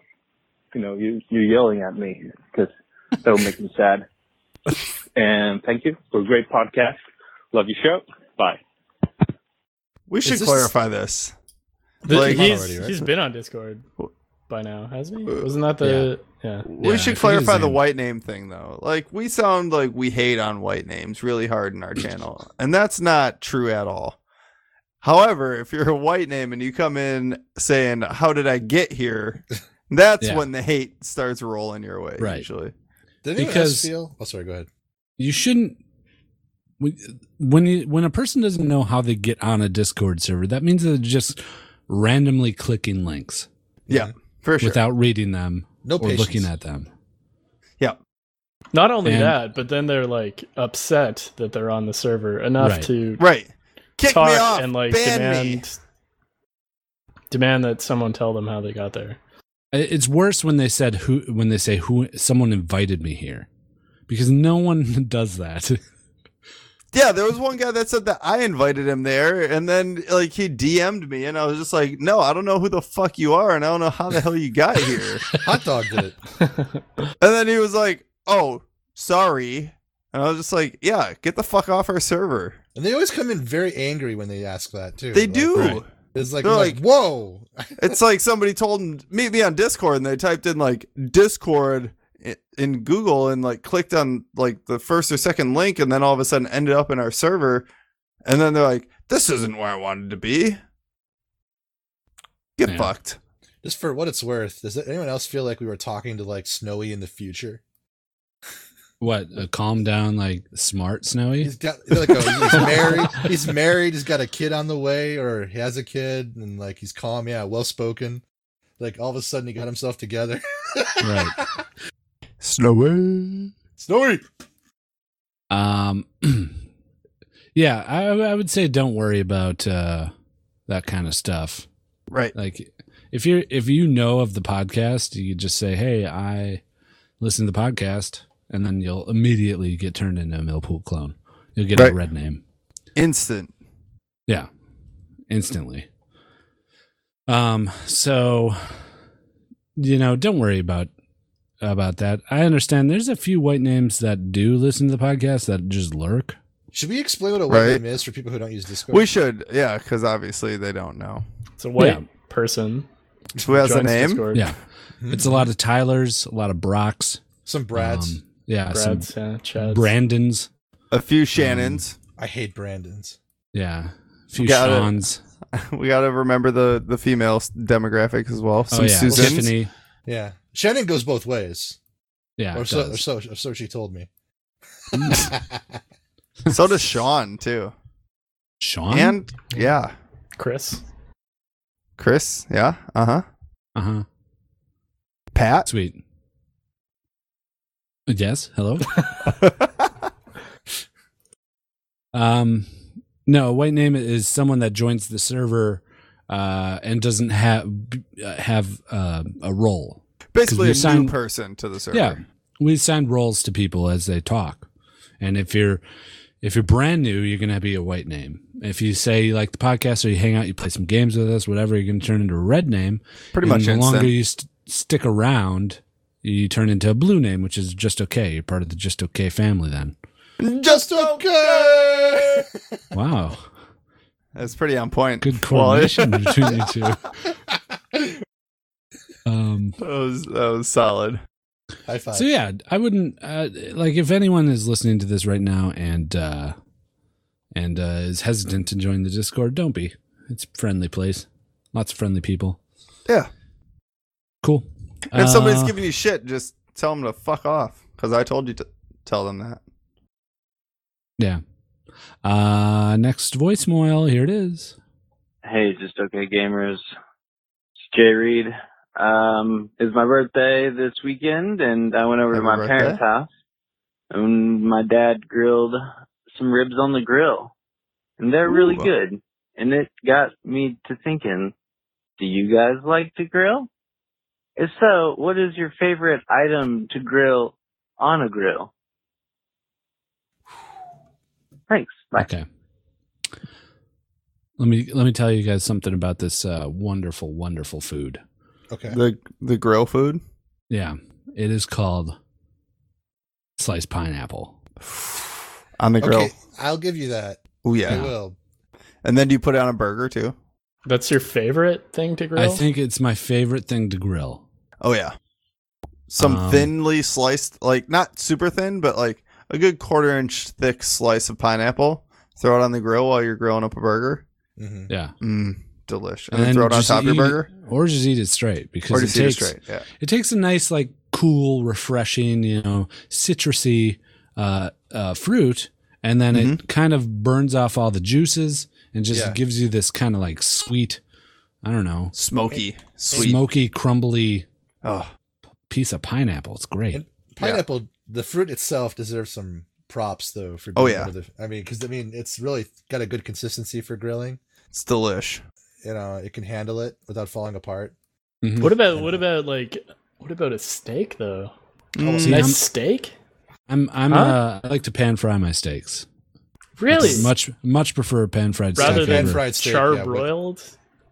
[SPEAKER 11] you know you you yelling at me because that would make me sad. And thank you for a great podcast. Love your show. Bye.
[SPEAKER 2] We should
[SPEAKER 3] this-
[SPEAKER 2] clarify this.
[SPEAKER 4] Th-
[SPEAKER 2] Like-
[SPEAKER 4] he's,
[SPEAKER 3] Already, right?
[SPEAKER 4] he's been on Discord. by now, hasn't he? Wasn't that the yeah?
[SPEAKER 2] We should clarify the white name thing though. Like we sound like we hate on white names really hard in our channel, and that's not true at all. However, if you're a white name and you come in saying "How did I get here," that's
[SPEAKER 1] Yeah.
[SPEAKER 2] when the hate starts rolling your way.
[SPEAKER 1] Right.
[SPEAKER 2] Usually,
[SPEAKER 3] Did anyone
[SPEAKER 1] Because-
[SPEAKER 3] else feel? Oh, sorry. Go ahead.
[SPEAKER 1] you shouldn't when when, you, when a person doesn't know how they get on a discord server that means they're just randomly clicking links
[SPEAKER 2] yeah, for sure.
[SPEAKER 1] without reading them
[SPEAKER 3] No
[SPEAKER 1] or
[SPEAKER 3] patience.
[SPEAKER 1] looking at them
[SPEAKER 4] Not only
[SPEAKER 1] And-
[SPEAKER 4] that, but then they're like upset that they're on the server enough
[SPEAKER 1] Right.
[SPEAKER 4] to
[SPEAKER 2] right, kick
[SPEAKER 4] talk
[SPEAKER 2] me off
[SPEAKER 4] and like
[SPEAKER 2] ban
[SPEAKER 4] demand
[SPEAKER 2] me.
[SPEAKER 4] demand that someone tell them how they got there.
[SPEAKER 1] It- it's worse when they said who when they say who someone invited me here because no one does that
[SPEAKER 2] Yeah, there was one guy that said that I invited him there, and then like he DM'd me, and I was just like, "No, I don't know who the fuck you are, and I don't know how the hell you got here."
[SPEAKER 3] Hot dog did it.
[SPEAKER 2] And then he was like, "Oh, sorry." And I was just like, "Yeah, get the fuck off our server."
[SPEAKER 3] And they always come in very angry when they ask that too.
[SPEAKER 2] They
[SPEAKER 3] Like,
[SPEAKER 2] do.
[SPEAKER 1] right.
[SPEAKER 3] It's like,
[SPEAKER 2] They're
[SPEAKER 3] like,
[SPEAKER 2] like-
[SPEAKER 3] whoa.
[SPEAKER 2] It's like somebody told him meet me on Discord, and they typed in like Discord i- in Google and like clicked on like the first or second link, and then all of a sudden ended up in our server. And then they're like, "This isn't where I wanted to be." Get
[SPEAKER 1] Yeah.
[SPEAKER 2] fucked.
[SPEAKER 3] Just for what it's worth, does anyone else feel like we were talking to like Snowy in the future?
[SPEAKER 1] what a calm down like smart snowy
[SPEAKER 3] He's got like a, he's married. He's married. He's got a kid on the way, or he has a kid, and like he's calm. Yeah, well spoken. Like all of a sudden, he got himself together.
[SPEAKER 1] right
[SPEAKER 2] Snowy.
[SPEAKER 3] Snowy.
[SPEAKER 1] Um, yeah, I, I would say don't worry about uh, that kind of stuff.
[SPEAKER 2] Right.
[SPEAKER 1] Like, if you're if you know of the podcast, you just say, "Hey, I listen to the podcast," and then you'll immediately get turned into a Millpool clone. You'll get
[SPEAKER 2] Right.
[SPEAKER 1] a red name
[SPEAKER 2] Instant.
[SPEAKER 1] instantly. Um, so you know, don't worry about about that. I understand. There's a few white names that do listen to the podcast that just lurk.
[SPEAKER 3] Should we explain what a white
[SPEAKER 2] Right.
[SPEAKER 3] name is for people who don't use Discord?
[SPEAKER 2] We should, yeah, because obviously they don't know
[SPEAKER 4] It's a white
[SPEAKER 1] Yeah.
[SPEAKER 4] person.
[SPEAKER 2] who has a
[SPEAKER 4] joins
[SPEAKER 2] name.
[SPEAKER 4] Discord.
[SPEAKER 1] Yeah. It's a lot of Tylers, a lot of Brocks.
[SPEAKER 3] Hmm? Some Brads.
[SPEAKER 1] Um, yeah,
[SPEAKER 4] Brad's, yeah,
[SPEAKER 1] some
[SPEAKER 4] Chad's.
[SPEAKER 1] Brandons.
[SPEAKER 2] A few Shannons.
[SPEAKER 3] I hate Brandons.
[SPEAKER 1] Yeah. A few
[SPEAKER 2] Got it.
[SPEAKER 1] Sean's.
[SPEAKER 2] we got to remember the the female s- demographic as well. Some
[SPEAKER 1] Oh, yeah.
[SPEAKER 2] Susans.
[SPEAKER 1] Tiffany.
[SPEAKER 3] Yeah, Shannon goes both ways,
[SPEAKER 1] Yeah.
[SPEAKER 3] or
[SPEAKER 1] it
[SPEAKER 3] so, or
[SPEAKER 1] does. Mm.
[SPEAKER 3] so, or so she told me.
[SPEAKER 2] So does Sean too.
[SPEAKER 1] Sean?
[SPEAKER 2] And yeah,
[SPEAKER 4] Chris.
[SPEAKER 2] Chris. Yeah. Uh huh.
[SPEAKER 1] uh huh.
[SPEAKER 2] Pat.
[SPEAKER 1] Sweet. Uh, Yes. Hello. um, no, a white name is someone that joins the server uh, and doesn't have b- uh, have uh, a role.
[SPEAKER 2] Basically,
[SPEAKER 1] we
[SPEAKER 2] a
[SPEAKER 1] signed-
[SPEAKER 2] new person to the server.
[SPEAKER 1] Yeah, we assign roles to people as they talk, and if you're if you're brand new, you're gonna be a white name. If you say you like the podcast or you hang out, you play some games with us, whatever, you're gonna turn into a red name.
[SPEAKER 2] Pretty
[SPEAKER 1] And
[SPEAKER 2] much
[SPEAKER 1] The
[SPEAKER 2] instant.
[SPEAKER 1] longer you st- stick around, you turn into a blue name, which is just okay. You're part of the just okay family then.
[SPEAKER 3] Just okay.
[SPEAKER 1] Wow,
[SPEAKER 2] That's pretty on point.
[SPEAKER 1] good
[SPEAKER 2] Well, it-
[SPEAKER 1] coordination between you two. Um,
[SPEAKER 2] that was that was solid.
[SPEAKER 3] High five.
[SPEAKER 1] So yeah, I wouldn't uh, like if anyone is listening to this right now and uh, and uh, is hesitant to join the Discord. Don't be. It's a friendly place. Lots of friendly people.
[SPEAKER 2] Yeah.
[SPEAKER 1] Cool.
[SPEAKER 2] And if somebody's
[SPEAKER 1] Uh,
[SPEAKER 2] giving you shit, just tell them to fuck off. Because I told you to tell them that.
[SPEAKER 1] yeah. Uh, next voicemail. Here it is.
[SPEAKER 11] Hey, just okay gamers. It's Jay Reed. Um, it's my birthday this weekend, and I went over to
[SPEAKER 2] Happy
[SPEAKER 11] my
[SPEAKER 2] birthday.
[SPEAKER 11] parents' house, and my dad grilled some ribs on the grill, and they're really
[SPEAKER 2] Ooh.
[SPEAKER 11] good. And it got me to thinking, do you guys like to grill? If so, what is your favorite item to grill on a grill? Thanks. Bye.
[SPEAKER 1] Okay. Let me let me tell you guys something about this uh, wonderful, wonderful food.
[SPEAKER 3] Okay.
[SPEAKER 2] The the grill food.
[SPEAKER 1] Yeah, it is called sliced pineapple.
[SPEAKER 2] On the grill.
[SPEAKER 3] Okay. I'll give you that.
[SPEAKER 2] Oh
[SPEAKER 3] I
[SPEAKER 2] yeah.
[SPEAKER 3] will.
[SPEAKER 2] And then do you put it on a burger too?
[SPEAKER 4] That's your favorite thing to grill?
[SPEAKER 1] I think it's my favorite thing to grill.
[SPEAKER 2] Oh yeah. Some
[SPEAKER 1] Um,
[SPEAKER 2] thinly sliced, like not super thin, but like a good quarter inch thick slice of pineapple. Throw it on the grill while you're grilling up a burger.
[SPEAKER 3] Mm-hmm.
[SPEAKER 1] Yeah.
[SPEAKER 2] Mm, delish. And,
[SPEAKER 1] And
[SPEAKER 2] then throw it on
[SPEAKER 1] just
[SPEAKER 2] top of your
[SPEAKER 1] eat-
[SPEAKER 2] burger.
[SPEAKER 1] Or just eat it straight because
[SPEAKER 2] Or
[SPEAKER 1] it
[SPEAKER 2] just eat it
[SPEAKER 1] takes
[SPEAKER 2] straight, yeah.
[SPEAKER 1] it takes a nice like cool, refreshing, you know, citrusy uh, uh, fruit, and then
[SPEAKER 2] Mm-hmm.
[SPEAKER 1] it kind of burns off all the juices and just
[SPEAKER 3] Yeah.
[SPEAKER 1] gives you this kind of like sweet, I don't know,
[SPEAKER 2] Smoky, sweet.
[SPEAKER 1] smoky, crumbly
[SPEAKER 2] oh,
[SPEAKER 1] piece of pineapple. It's great.
[SPEAKER 3] And pineapple, the fruit itself deserves some props though for.
[SPEAKER 2] Oh,
[SPEAKER 3] being
[SPEAKER 2] yeah.
[SPEAKER 3] one of the- I mean, because I mean, it's really got a good consistency for grilling.
[SPEAKER 2] it's delish.
[SPEAKER 3] You know, it can handle it without falling apart.
[SPEAKER 1] Mhm.
[SPEAKER 4] What about what about like what about a steak though?
[SPEAKER 2] Mm,
[SPEAKER 1] Oh, See,
[SPEAKER 4] nice
[SPEAKER 1] I'm-
[SPEAKER 4] steak?
[SPEAKER 1] I'm I'm
[SPEAKER 4] Huh?
[SPEAKER 1] uh, I like to pan fry my steaks.
[SPEAKER 4] Really?
[SPEAKER 1] Much much prefer pan fried steak
[SPEAKER 4] Rather than
[SPEAKER 1] over-
[SPEAKER 3] fried steak, yeah,
[SPEAKER 4] char
[SPEAKER 3] with-
[SPEAKER 4] broiled?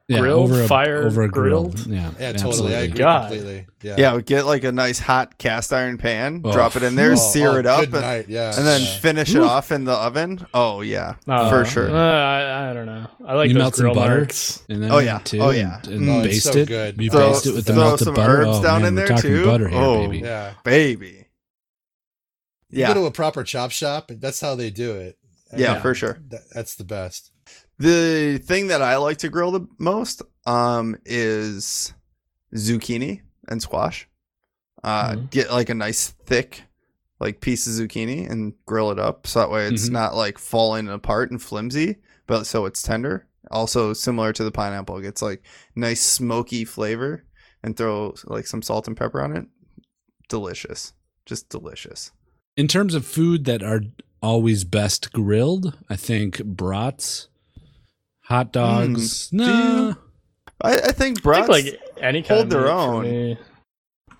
[SPEAKER 1] yeah,
[SPEAKER 4] grilled,
[SPEAKER 1] over a,
[SPEAKER 4] fire
[SPEAKER 1] over a grill.
[SPEAKER 4] grilled?
[SPEAKER 1] Yeah,
[SPEAKER 3] Yeah, totally. I
[SPEAKER 1] absolutely.
[SPEAKER 3] agree
[SPEAKER 4] God.
[SPEAKER 3] completely. Yeah.
[SPEAKER 2] Yeah, we get like a nice hot cast iron pan,
[SPEAKER 1] Oh.
[SPEAKER 2] drop it in there,
[SPEAKER 3] Oh,
[SPEAKER 2] sear
[SPEAKER 3] oh,
[SPEAKER 2] it up,
[SPEAKER 3] good
[SPEAKER 2] and,
[SPEAKER 3] night, yeah,
[SPEAKER 2] and then
[SPEAKER 3] yeah.
[SPEAKER 2] finish it off in the oven. Oh yeah,
[SPEAKER 4] Uh,
[SPEAKER 2] for sure.
[SPEAKER 4] uh, I, I don't know. I like
[SPEAKER 1] You
[SPEAKER 4] those
[SPEAKER 1] melt some
[SPEAKER 4] grill
[SPEAKER 1] butter?
[SPEAKER 4] marks.
[SPEAKER 1] And then
[SPEAKER 2] Oh, yeah.
[SPEAKER 1] too,
[SPEAKER 2] Oh, yeah.
[SPEAKER 1] and, and
[SPEAKER 2] Mm.
[SPEAKER 3] Oh, it's
[SPEAKER 1] baste
[SPEAKER 3] so
[SPEAKER 1] it.
[SPEAKER 3] good.
[SPEAKER 1] You
[SPEAKER 2] Throw-
[SPEAKER 1] baste it with the
[SPEAKER 2] throw
[SPEAKER 1] melted
[SPEAKER 2] some
[SPEAKER 1] butter.
[SPEAKER 2] herbs
[SPEAKER 1] oh,
[SPEAKER 2] down
[SPEAKER 1] man,
[SPEAKER 2] in
[SPEAKER 1] we're
[SPEAKER 2] there,
[SPEAKER 1] talking
[SPEAKER 2] too.
[SPEAKER 1] butter here,
[SPEAKER 2] Oh.
[SPEAKER 1] baby.
[SPEAKER 3] Yeah.
[SPEAKER 2] baby.
[SPEAKER 3] You go
[SPEAKER 2] Yeah,
[SPEAKER 3] to a proper chop shop, and that's how they do it. I
[SPEAKER 2] yeah,
[SPEAKER 3] mean,
[SPEAKER 2] for sure.
[SPEAKER 3] that- that's the best.
[SPEAKER 2] The thing that I like to grill the most um is zucchini and squash. Uh
[SPEAKER 4] Mhm.
[SPEAKER 2] get like a nice thick like piece of zucchini and grill it up so that way it's
[SPEAKER 4] Mm-hmm.
[SPEAKER 1] Mhm.
[SPEAKER 2] not like falling apart and flimsy, but so it's tender. Also similar to the pineapple, it gets like nice smoky flavor and throw like some salt and pepper on it. Delicious. Just delicious.
[SPEAKER 1] In terms of food that are always best grilled, I think brats, hot
[SPEAKER 2] Mm.
[SPEAKER 1] dogs. Nah,
[SPEAKER 2] I, I think
[SPEAKER 4] I
[SPEAKER 2] brats
[SPEAKER 4] think like any kind
[SPEAKER 2] hold
[SPEAKER 4] of
[SPEAKER 2] their
[SPEAKER 4] meat for
[SPEAKER 2] own.
[SPEAKER 4] me.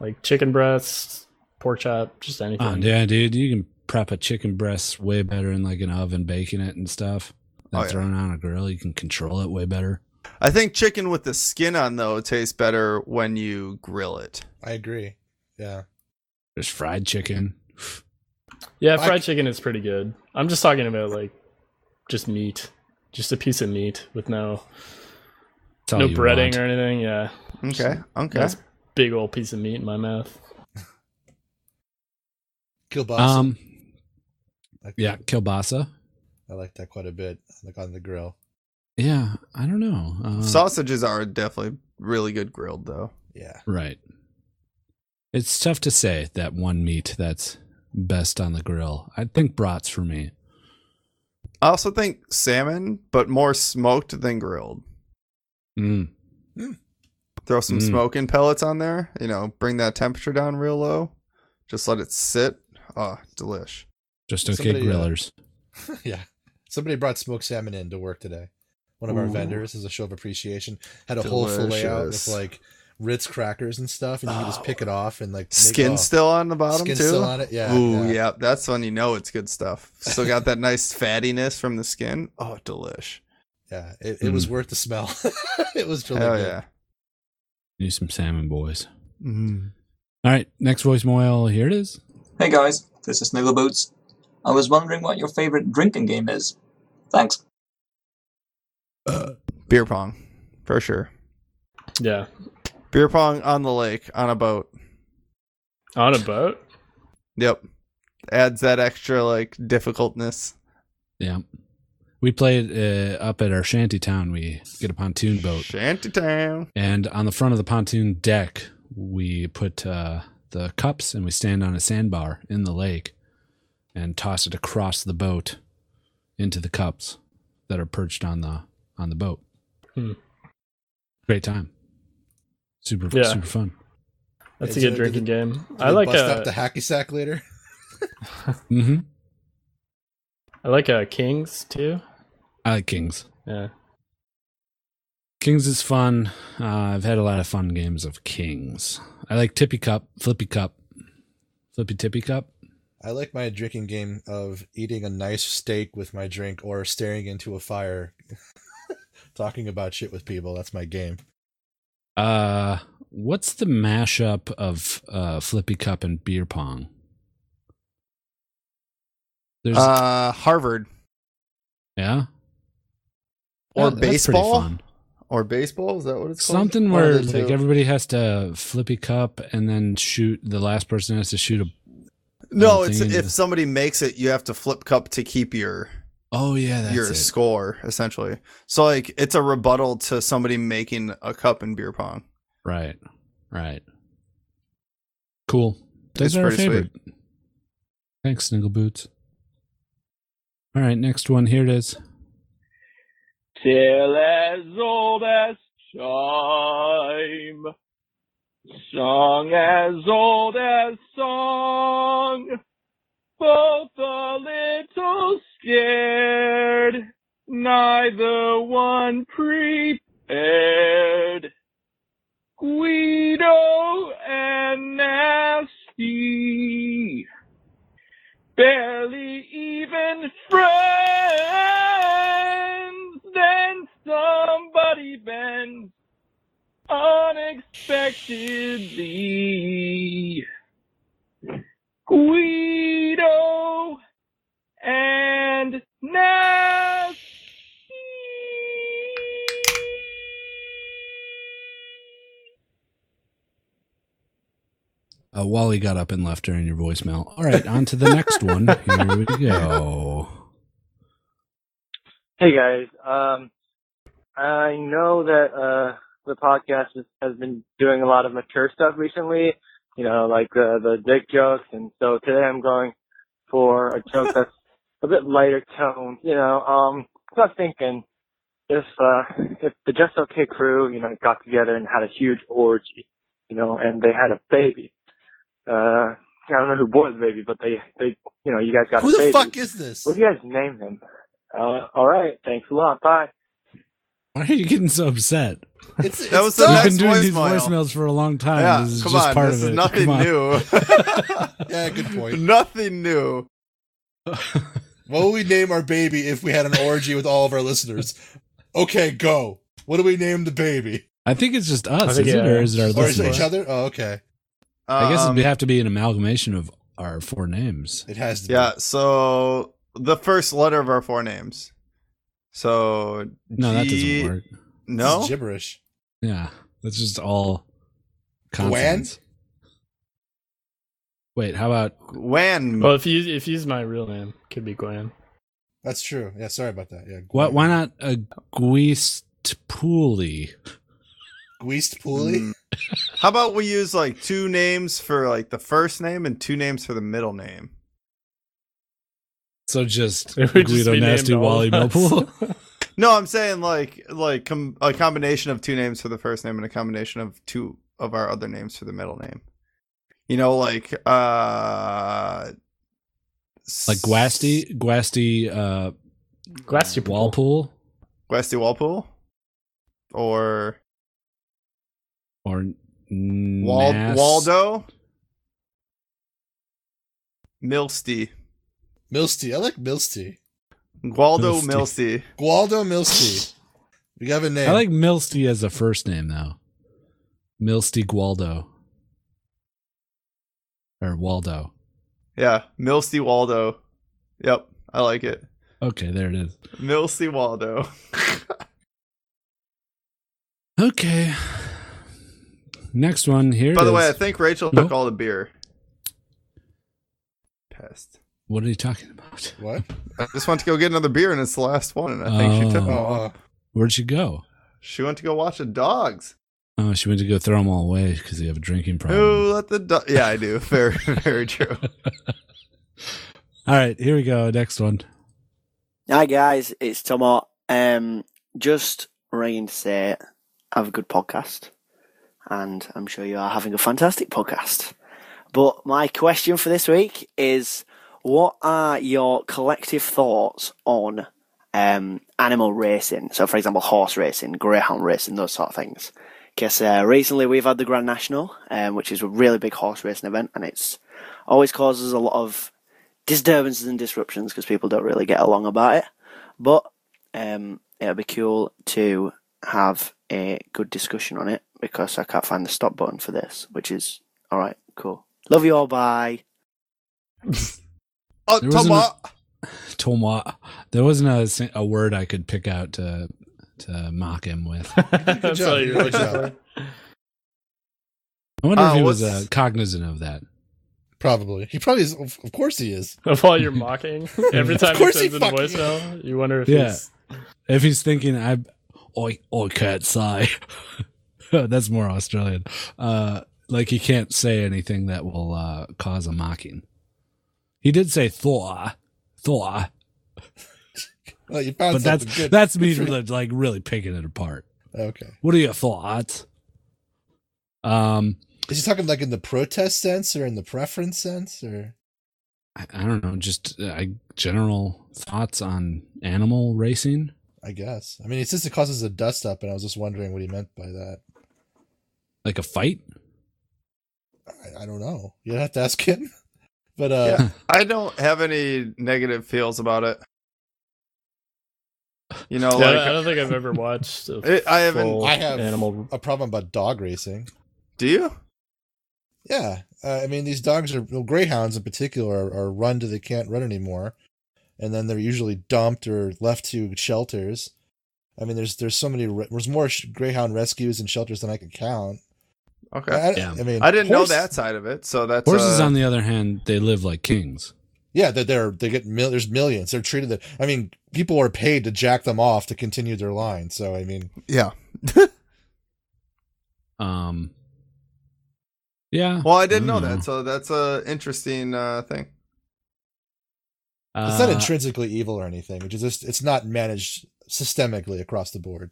[SPEAKER 4] like chicken breasts, pork chop, just anything.
[SPEAKER 1] oh, yeah, dude, you can prep a chicken breast way better in like an oven, baking it and stuff. Then
[SPEAKER 2] Oh, yeah.
[SPEAKER 1] throwing it on a grill, you can control it way better.
[SPEAKER 2] I think chicken with the skin on though tastes better when you grill it.
[SPEAKER 3] I agree. Yeah.
[SPEAKER 1] There's fried chicken.
[SPEAKER 4] Yeah,
[SPEAKER 3] I
[SPEAKER 4] fried
[SPEAKER 3] c-
[SPEAKER 4] chicken is pretty good. I'm just talking about like just meat, just a piece of meat with no
[SPEAKER 1] It's all
[SPEAKER 4] no
[SPEAKER 1] you
[SPEAKER 4] breading
[SPEAKER 1] want.
[SPEAKER 4] or anything. Yeah,
[SPEAKER 2] Okay. Okay.
[SPEAKER 4] Nice big old piece of meat in my mouth.
[SPEAKER 3] Kielbasa.
[SPEAKER 1] Um,
[SPEAKER 3] I think-
[SPEAKER 1] yeah, kielbasa.
[SPEAKER 3] I like that quite a bit, like on the grill.
[SPEAKER 1] Yeah, I don't know.
[SPEAKER 3] Mm.
[SPEAKER 1] Uh,
[SPEAKER 2] Sausages are definitely really good grilled though.
[SPEAKER 3] Yeah.
[SPEAKER 1] Right. It's tough to say that one meat that's best on the grill. I think brats for me.
[SPEAKER 2] I also think salmon, but more smoked than grilled.
[SPEAKER 1] Mm.
[SPEAKER 2] Throw some
[SPEAKER 1] Mm.
[SPEAKER 2] smoking pellets on there, you know, bring that temperature down real low. Just let it sit. Oh, delish.
[SPEAKER 1] Just okay
[SPEAKER 3] Somebody, uh,
[SPEAKER 1] grillers.
[SPEAKER 3] yeah. Somebody brought smoked salmon in to work today. One of our
[SPEAKER 2] Ooh.
[SPEAKER 3] vendors, as a show of appreciation, had a whole fillet out with
[SPEAKER 2] Delicious. Oh.
[SPEAKER 3] like Ritz crackers and stuff, and you could just pick it off and like make-
[SPEAKER 2] Skin
[SPEAKER 3] oh,
[SPEAKER 2] still on the bottom
[SPEAKER 3] skin
[SPEAKER 2] too.
[SPEAKER 3] still on it. Yeah.
[SPEAKER 2] Ooh, yeah. that's when you know it's good stuff. Still got that nice fattiness from the skin. Oh, delish.
[SPEAKER 3] Yeah, It, it was worth the smell. it was really
[SPEAKER 2] Mm. Hell
[SPEAKER 3] good.
[SPEAKER 2] yeah.
[SPEAKER 1] Do some salmon boys.
[SPEAKER 2] Mm.
[SPEAKER 1] All right, next voicemail. Here it is.
[SPEAKER 12] Hey guys, this is Snuggle Boots. I was wondering what your favorite drinking game is. Thanks.
[SPEAKER 2] Beer pong, for sure.
[SPEAKER 4] Yeah,
[SPEAKER 2] Beer pong on the lake on a boat.
[SPEAKER 4] on a boat.
[SPEAKER 2] Yep. Adds that extra like difficultness.
[SPEAKER 1] Yeah. We played uh, up at our shanty town. We get a pontoon boat,
[SPEAKER 2] Shantytown.
[SPEAKER 1] and on the front of the pontoon deck, we put uh, the cups and we stand on a sandbar in the lake and toss it across the boat into the cups that are perched on the on the boat.
[SPEAKER 4] Hmm.
[SPEAKER 1] Great time. Super
[SPEAKER 4] Yeah.
[SPEAKER 1] super fun.
[SPEAKER 4] That's
[SPEAKER 3] It's
[SPEAKER 4] a
[SPEAKER 3] a-
[SPEAKER 4] good drinking game.
[SPEAKER 3] Did
[SPEAKER 4] I
[SPEAKER 3] they
[SPEAKER 4] like uh,
[SPEAKER 3] bust out
[SPEAKER 4] a
[SPEAKER 3] the hacky sack later.
[SPEAKER 1] hmm
[SPEAKER 4] I like a Kings too.
[SPEAKER 1] I like Kings.
[SPEAKER 4] Yeah,
[SPEAKER 1] Kings is fun. Uh, I've had a lot of fun games of Kings. I like Tippy Cup, Flippy Cup, Flippy Tippy Cup.
[SPEAKER 3] I like my drinking game of eating a nice steak with my drink or staring into a fire, talking about shit with people. That's my game.
[SPEAKER 1] Uh, what's the mashup of uh, Flippy Cup and beer pong? There's
[SPEAKER 2] Uh, Harvard
[SPEAKER 1] yeah,
[SPEAKER 2] or
[SPEAKER 1] That- that's pretty
[SPEAKER 2] baseball
[SPEAKER 1] fun.
[SPEAKER 2] or baseball? Is that what it's called?
[SPEAKER 1] Something
[SPEAKER 2] One of
[SPEAKER 1] where
[SPEAKER 2] the
[SPEAKER 1] like
[SPEAKER 2] two.
[SPEAKER 1] everybody has to flippy cup and then shoot. The last person has to shoot a.
[SPEAKER 2] No, it's
[SPEAKER 1] thing.
[SPEAKER 2] if somebody makes it, you have to flip cup to keep your
[SPEAKER 1] Oh yeah, that's
[SPEAKER 2] your
[SPEAKER 1] it.
[SPEAKER 2] score essentially. So like it's a rebuttal to somebody making a cup in beer pong.
[SPEAKER 1] Right. Right. Cool.
[SPEAKER 2] It's
[SPEAKER 1] Those are our
[SPEAKER 2] pretty sweet.
[SPEAKER 1] favorite. Thanks, Sniggle Boots. All right, next one. Here it is.
[SPEAKER 13] Till as old as time. Song as old as song. Both a little scared. Neither one prepared. Guido and Nasty. Barely even friends. Then somebody bends unexpectedly. Guido and Nasty.
[SPEAKER 1] Uh, Wally got up and left during your voicemail. All right, on to the next one. Here we go.
[SPEAKER 14] Hey guys, um, I know that uh, the podcast has, has been doing a lot of mature stuff recently, you know, like uh, the dick jokes, and so today I'm going for a joke that's a bit lighter tone, you know. Um, I was thinking if uh, if the Just Okay crew, you know, got together and had a huge orgy, you know, and they had a baby. Uh, I don't know who bore the baby, but they they you know you guys got
[SPEAKER 3] Who
[SPEAKER 14] a
[SPEAKER 3] the
[SPEAKER 14] baby.
[SPEAKER 3] fuck is this?
[SPEAKER 14] What do you guys name him? Uh, all right, thanks a lot. Bye.
[SPEAKER 1] Why are you getting so upset?
[SPEAKER 3] It's,
[SPEAKER 2] That was the
[SPEAKER 1] You've
[SPEAKER 2] next
[SPEAKER 1] been doing these
[SPEAKER 2] voicemail.
[SPEAKER 1] voicemails for a long time.
[SPEAKER 2] Yeah,
[SPEAKER 1] this is
[SPEAKER 2] come
[SPEAKER 1] just
[SPEAKER 2] on,
[SPEAKER 1] part
[SPEAKER 2] this
[SPEAKER 1] of
[SPEAKER 2] is
[SPEAKER 1] it.
[SPEAKER 2] nothing
[SPEAKER 1] Come on.
[SPEAKER 2] new.
[SPEAKER 3] yeah, good point.
[SPEAKER 2] Nothing new.
[SPEAKER 3] What would we name our baby if we had an orgy with all of our listeners? Okay, go. What do we name the baby?
[SPEAKER 1] I think it's just us,
[SPEAKER 3] think,
[SPEAKER 1] is it,
[SPEAKER 3] yeah.
[SPEAKER 1] or is it our
[SPEAKER 3] Or is it
[SPEAKER 1] listeners?
[SPEAKER 3] each other? Oh, okay.
[SPEAKER 1] I guess
[SPEAKER 2] Um,
[SPEAKER 1] it'd have to be an amalgamation of our four names.
[SPEAKER 3] It has to.
[SPEAKER 2] Yeah, so the first letter of our four names. So
[SPEAKER 1] No, that
[SPEAKER 2] G-
[SPEAKER 1] doesn't work.
[SPEAKER 2] No,
[SPEAKER 3] It's gibberish.
[SPEAKER 1] Yeah, that's just all consonants. Wait, how about
[SPEAKER 3] Mm.
[SPEAKER 2] Wan?
[SPEAKER 4] Well, if you if you use my real name, could be Gwan.
[SPEAKER 3] That's true. Yeah, sorry about that. Yeah.
[SPEAKER 1] what? Why not a Guistpuli?
[SPEAKER 3] Guist Pooley?
[SPEAKER 2] Mm. How about we use like two names for like the first name and two names for the middle name?
[SPEAKER 1] So just
[SPEAKER 4] It would just
[SPEAKER 1] Guido
[SPEAKER 4] be named
[SPEAKER 1] Nasty
[SPEAKER 4] all
[SPEAKER 1] Wally
[SPEAKER 4] of us.
[SPEAKER 1] Millpool.
[SPEAKER 2] No, I'm saying like like com- a combination of two names for the first name and a combination of two of our other names for the middle name. You know, like uh
[SPEAKER 1] like Guasti, Guasti, uh,
[SPEAKER 4] Guasti
[SPEAKER 1] Walpool,
[SPEAKER 2] Westy Walpole or
[SPEAKER 1] or
[SPEAKER 2] Wal-
[SPEAKER 1] Nas-
[SPEAKER 2] Waldo Milsty.
[SPEAKER 3] Milsty. I like Milsty.
[SPEAKER 2] Gualdo
[SPEAKER 1] Milsty.
[SPEAKER 2] Milsty.
[SPEAKER 3] Gualdo Milsty. We have a name.
[SPEAKER 1] I like Milsty as a first name though. Milsty Gualdo or Waldo.
[SPEAKER 2] Yeah, Milsty Waldo. Yep, I like it.
[SPEAKER 1] Okay, there it is.
[SPEAKER 2] Milsty Waldo.
[SPEAKER 1] Okay. Next one here.
[SPEAKER 2] By the
[SPEAKER 1] it
[SPEAKER 2] way, I
[SPEAKER 1] is.
[SPEAKER 2] think Rachel
[SPEAKER 1] Nope.
[SPEAKER 2] took all the beer. Pest.
[SPEAKER 1] what are you talking about?
[SPEAKER 3] What?
[SPEAKER 2] I just went to go get another beer, and it's the last one. And I think she took.
[SPEAKER 1] Oh.
[SPEAKER 2] them
[SPEAKER 3] Oh,
[SPEAKER 2] all.
[SPEAKER 3] uh,
[SPEAKER 1] Where'd she go?
[SPEAKER 2] She went to go watch the dogs.
[SPEAKER 1] Oh, she went to go throw them all away because you have a drinking problem.
[SPEAKER 2] Who let the dog? Yeah, I do. Very, very true.
[SPEAKER 1] All right, here we go. Next one.
[SPEAKER 8] Hi guys, it's Tomo. Um, just ringing to say, have a good podcast, and I'm sure you are having a fantastic podcast. But my question for this week is, what are your collective thoughts on um, animal racing? So, for example, horse racing, greyhound racing, those sort of things. Because uh, recently we've had the Grand National, um, which is a really big horse racing event, and it's always causes a lot of disturbances and disruptions because people don't really get along about it. But um, it'll be cool to have a good discussion on it because I can't find the stop button for this, which is all right. Cool. Love you all. Bye.
[SPEAKER 2] Oh,
[SPEAKER 1] There wasn't
[SPEAKER 2] Tomo-
[SPEAKER 1] Toma. There wasn't a, sa- a word I could pick out to to mock him with.
[SPEAKER 4] Good
[SPEAKER 3] job, good
[SPEAKER 4] you're looking
[SPEAKER 3] job.
[SPEAKER 1] I wonder
[SPEAKER 2] Ah,
[SPEAKER 3] Uh,
[SPEAKER 1] if he was uh,
[SPEAKER 3] what's-
[SPEAKER 1] cognizant of that.
[SPEAKER 3] Probably. He probably is. Of of course he is.
[SPEAKER 4] Of all your mocking, every
[SPEAKER 3] Of
[SPEAKER 4] time he
[SPEAKER 3] course he
[SPEAKER 4] sends in a
[SPEAKER 3] fucking-
[SPEAKER 4] voicemail, you wonder if
[SPEAKER 1] yeah.
[SPEAKER 4] he's
[SPEAKER 1] If he's thinking, I, I, I can't say. That's more Australian. Uh, like he can't say anything that will uh, cause a mocking. He did say Thor, Thor,
[SPEAKER 3] Well, you found
[SPEAKER 1] but that's
[SPEAKER 3] something good.
[SPEAKER 1] that's me
[SPEAKER 3] Good for you.
[SPEAKER 1] like, like really picking it apart.
[SPEAKER 3] Okay.
[SPEAKER 1] What are your thoughts? Um,
[SPEAKER 3] Is he talking like in the protest sense or in the preference sense or?
[SPEAKER 1] I, I don't know, just uh, I- general thoughts on animal racing.
[SPEAKER 3] I guess. I mean, it's just it causes a dust up, and I was just wondering what he meant by that.
[SPEAKER 1] Like a fight?
[SPEAKER 3] I, I don't know. You'd have to ask him. But uh,
[SPEAKER 2] yeah, I don't have any negative feels about it. You know,
[SPEAKER 4] Yeah,
[SPEAKER 2] like
[SPEAKER 4] I don't think I've ever watched. A
[SPEAKER 2] It- I haven't-
[SPEAKER 4] full
[SPEAKER 3] I have
[SPEAKER 4] animal.
[SPEAKER 3] a problem about dog racing.
[SPEAKER 2] do you?
[SPEAKER 3] Yeah, uh, I mean these dogs are well, greyhounds in particular are, are run to they can't run anymore, and then they're usually dumped or left to shelters. I mean, there's there's so many re- there's more sh- greyhound rescues and shelters than I can count.
[SPEAKER 2] Okay.
[SPEAKER 3] I, I-
[SPEAKER 1] Yeah.
[SPEAKER 3] I mean,
[SPEAKER 2] I didn't
[SPEAKER 3] horse-
[SPEAKER 2] know that side of it, so that's
[SPEAKER 1] Horses,
[SPEAKER 2] uh,
[SPEAKER 1] on the other hand, they live like kings.
[SPEAKER 3] Yeah, that they're they get mil- there's millions. They're treated that I mean, people are paid to jack them off to continue their line. So I mean,
[SPEAKER 2] yeah.
[SPEAKER 1] Um, yeah.
[SPEAKER 2] Well, I didn't know
[SPEAKER 1] don't
[SPEAKER 2] that, so that's a interesting uh, thing.
[SPEAKER 3] it's not
[SPEAKER 1] Uh,
[SPEAKER 3] intrinsically evil or anything. It's just it's not managed systemically across the board.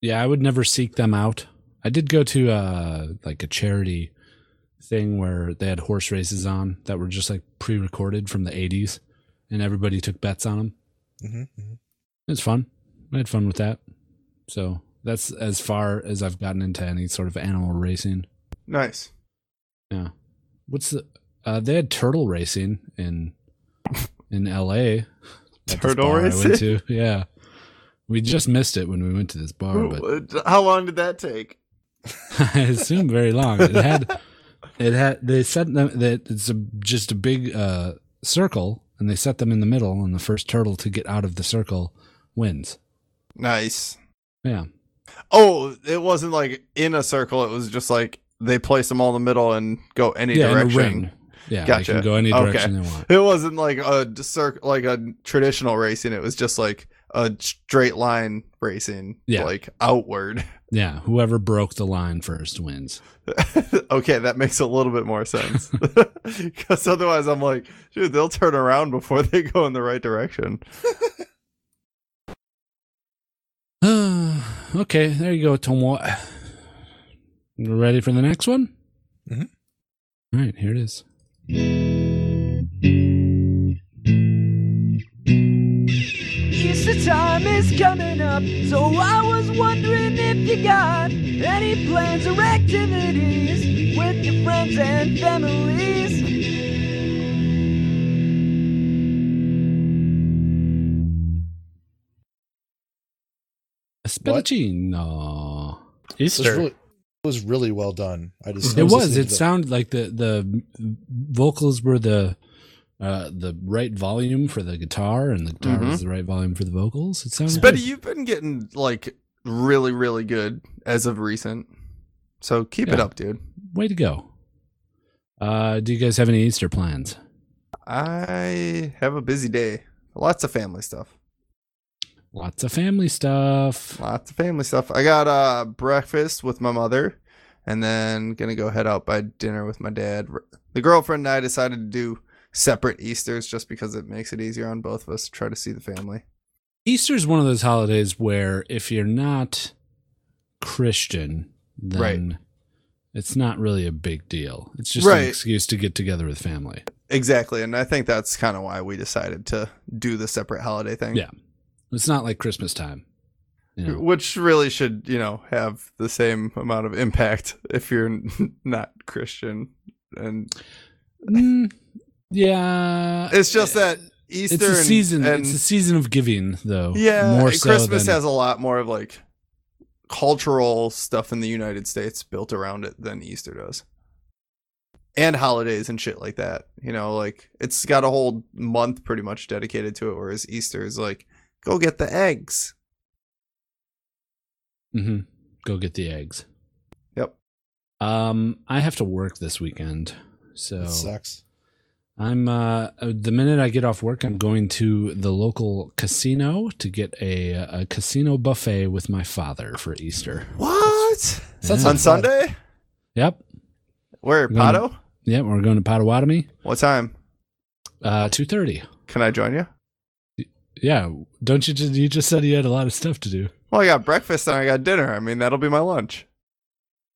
[SPEAKER 1] yeah, I would never seek them out. I did go to uh like a charity thing where they had horse races on that were just like pre-recorded from the 80s and everybody took bets on them.
[SPEAKER 3] hmm
[SPEAKER 1] It's fun. I had fun with that. So, that's as far as I've gotten into any sort of animal racing.
[SPEAKER 2] Nice.
[SPEAKER 1] Yeah. What's the uh they had turtle racing in in LA. at this
[SPEAKER 2] Turtle
[SPEAKER 1] bar I went
[SPEAKER 2] racing?
[SPEAKER 1] to. Yeah. We just missed it when we went to this bar, but
[SPEAKER 2] uh, How long did that take?
[SPEAKER 1] I assume very long. It had, it had. They set them that it's a, just a big uh, circle, and they set them in the middle, and the first turtle to get out of the circle wins.
[SPEAKER 2] Nice.
[SPEAKER 1] Yeah,
[SPEAKER 2] Oh, it wasn't like in a circle. It was just like they place them all in the middle and go any
[SPEAKER 1] yeah, in a
[SPEAKER 2] direction.
[SPEAKER 1] ring. Yeah,
[SPEAKER 2] gotcha.
[SPEAKER 1] they can go any
[SPEAKER 2] Okay.
[SPEAKER 1] direction they want.
[SPEAKER 2] It wasn't like a circ- like a traditional racing. It was just like a straight line racing,
[SPEAKER 1] Yeah.
[SPEAKER 2] like outward.
[SPEAKER 1] Yeah, whoever broke the line first wins.
[SPEAKER 2] okay, that makes a little bit more sense. Because otherwise, I'm like, dude, they'll turn around before they go in the right direction.
[SPEAKER 1] okay, there you go, Tomo. You Ready for the next one?
[SPEAKER 3] Mhm.
[SPEAKER 1] All right, here it is.
[SPEAKER 15] Guess the time is coming up, so I was wondering if you got any plans or activities with your friends and families.
[SPEAKER 1] Spettuccino.
[SPEAKER 3] It was, really, it was really well done. I just I
[SPEAKER 1] It was.
[SPEAKER 3] listening
[SPEAKER 1] It
[SPEAKER 3] to the-
[SPEAKER 1] sounded like the the vocals were the uh the right volume for the guitar, and the guitar was
[SPEAKER 2] Mhm.
[SPEAKER 1] the right volume for the vocals. It sounded.
[SPEAKER 2] Spetty,
[SPEAKER 1] good.
[SPEAKER 2] you've been getting like really, really good as of recent. So keep it
[SPEAKER 1] Yeah.
[SPEAKER 2] up, dude.
[SPEAKER 1] Way to go. Uh, do you guys have any Easter plans?
[SPEAKER 2] I have a busy day. Lots of family stuff.
[SPEAKER 1] Lots of family stuff.
[SPEAKER 2] Lots of family stuff. I got uh breakfast with my mother and then gonna go head out by dinner with my dad. The girlfriend and I decided to do separate Easters just because it makes it easier on both of us to try to see the family.
[SPEAKER 1] Easter is one of those holidays where if you're not Christian, then
[SPEAKER 2] Right.
[SPEAKER 1] it's not really a big deal. It's just an
[SPEAKER 2] Right.
[SPEAKER 1] excuse to get together with family.
[SPEAKER 2] Exactly, and I think that's kind of why we decided to do the separate holiday thing.
[SPEAKER 1] Yeah. It's not like Christmas time. You know?
[SPEAKER 2] Which really should, you know, have the same amount of impact if you're not Christian. And
[SPEAKER 1] Mm, yeah.
[SPEAKER 2] it's just that Easter
[SPEAKER 1] Uh, it's a
[SPEAKER 2] and-
[SPEAKER 1] season.
[SPEAKER 2] and
[SPEAKER 1] it's a season of giving, though.
[SPEAKER 2] Yeah,
[SPEAKER 1] more
[SPEAKER 2] and
[SPEAKER 1] so
[SPEAKER 2] Christmas
[SPEAKER 1] than,
[SPEAKER 2] has a lot more of like cultural stuff in the United States built around it than Easter does. And holidays and shit like that. You know, like it's got a whole month pretty much dedicated to it, whereas Easter is like Go get the eggs.
[SPEAKER 1] Mm-hmm. Go get the eggs.
[SPEAKER 2] Yep.
[SPEAKER 1] Um, I have to work this weekend, so
[SPEAKER 3] That sucks.
[SPEAKER 1] I'm uh the minute I get off work, I'm going to the local casino to get a a casino buffet with my father for Easter.
[SPEAKER 2] What?
[SPEAKER 1] Sounds
[SPEAKER 2] on
[SPEAKER 1] like fun.
[SPEAKER 2] Sunday?
[SPEAKER 1] Yep.
[SPEAKER 2] Where Pato?
[SPEAKER 1] Yep, we're going to Potawatomi.
[SPEAKER 2] What time?
[SPEAKER 1] Uh, two thirty.
[SPEAKER 2] Can I join you?
[SPEAKER 1] Yeah, don't you? Just, you just said you had a lot of stuff to do.
[SPEAKER 2] Well, I got breakfast and I got dinner. I mean, that'll be my lunch.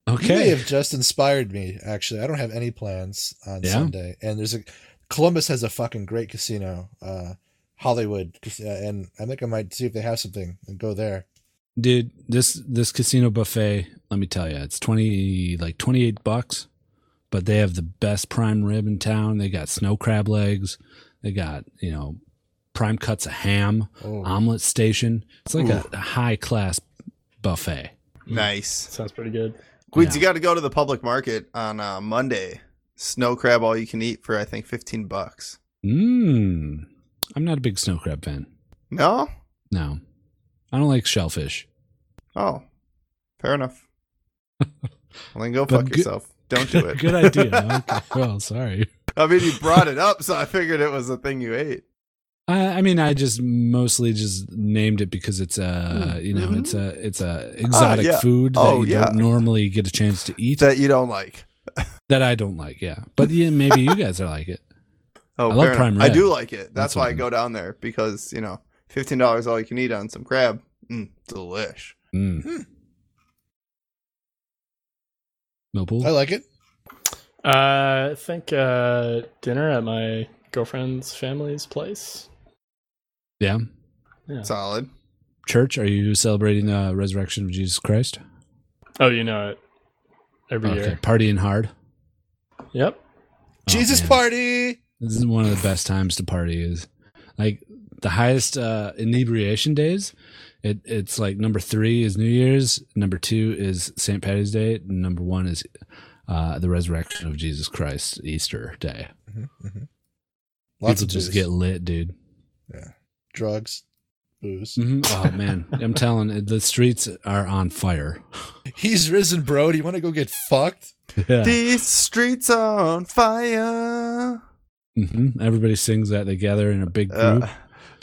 [SPEAKER 3] You may
[SPEAKER 1] Okay.
[SPEAKER 3] have just inspired me. Actually, I don't have any plans on
[SPEAKER 1] Yeah.
[SPEAKER 3] Sunday, and there's a Columbus has a fucking great casino, uh, Hollywood, cas- uh, and I think I might see if they have something and go there.
[SPEAKER 1] dude this this casino buffet let me tell you it's 20 like 28 bucks but they have the best prime rib in town they got snow crab legs they got you know prime cuts of ham
[SPEAKER 3] Oh.
[SPEAKER 1] omelet station it's like a high class buffet
[SPEAKER 2] Nice.
[SPEAKER 4] Sounds pretty good.
[SPEAKER 2] Quids, you got to go to the public market on uh, Monday. Snow crab all you can eat for I think 15 bucks.
[SPEAKER 1] mmm i'm not a big snow crab fan
[SPEAKER 2] No?
[SPEAKER 1] no i don't like shellfish
[SPEAKER 2] Oh. Fair enough. well, then go
[SPEAKER 1] But
[SPEAKER 2] fuck
[SPEAKER 1] good-
[SPEAKER 2] yourself. Don't do it.
[SPEAKER 1] good idea okay well sorry
[SPEAKER 2] I mean, you brought it up, so I figured it was the thing you ate.
[SPEAKER 1] I, I mean, I just mostly just named it because it's a you know it's a it's a exotic
[SPEAKER 2] Mm. Mm-hmm. Ah, yeah.
[SPEAKER 1] food
[SPEAKER 2] Oh,
[SPEAKER 1] that you don't
[SPEAKER 2] yeah.
[SPEAKER 1] normally get a chance to eat
[SPEAKER 2] That you don't like.
[SPEAKER 1] that I don't like. Yeah, but yeah, maybe you guys are like it.
[SPEAKER 2] Oh,
[SPEAKER 1] I love
[SPEAKER 2] fair enough.
[SPEAKER 1] prime
[SPEAKER 2] I
[SPEAKER 1] rib.
[SPEAKER 2] do like it. That's,
[SPEAKER 1] That's what
[SPEAKER 2] why I
[SPEAKER 1] I'm-
[SPEAKER 2] go down there because, you know, $15 all you can eat on some crab. Mm, delish.
[SPEAKER 1] Mm.
[SPEAKER 2] Hmm.
[SPEAKER 1] Millpool.
[SPEAKER 2] Oh.
[SPEAKER 3] I like it.
[SPEAKER 1] Oh,
[SPEAKER 4] Uh, I think uh, dinner at my girlfriend's family's place.
[SPEAKER 1] Yeah.
[SPEAKER 4] Yeah.
[SPEAKER 2] Solid.
[SPEAKER 1] Church, are you celebrating the resurrection of Jesus Christ?
[SPEAKER 4] Oh, you know it. Every year.
[SPEAKER 1] Partying hard. Oh,
[SPEAKER 4] Yep.
[SPEAKER 3] Jesus party.
[SPEAKER 1] This is one of the best times to party is like the highest uh inebriation days. It it's like number three is New Year's, number two is St. Patty's Day, and number one is uh the resurrection of Jesus Christ, Easter Day.
[SPEAKER 3] Mm-hmm, Lots
[SPEAKER 1] People
[SPEAKER 3] of booze.
[SPEAKER 1] just get lit, dude.
[SPEAKER 3] Yeah, drugs, booze.
[SPEAKER 1] Mhm. Oh man, I'm telling you, the streets are on fire.
[SPEAKER 3] He's risen, bro. Do you want to go get fucked?
[SPEAKER 1] Yeah.
[SPEAKER 2] These streets are on fire.
[SPEAKER 1] hmm Everybody sings that. They gather in a big group.
[SPEAKER 2] Uh,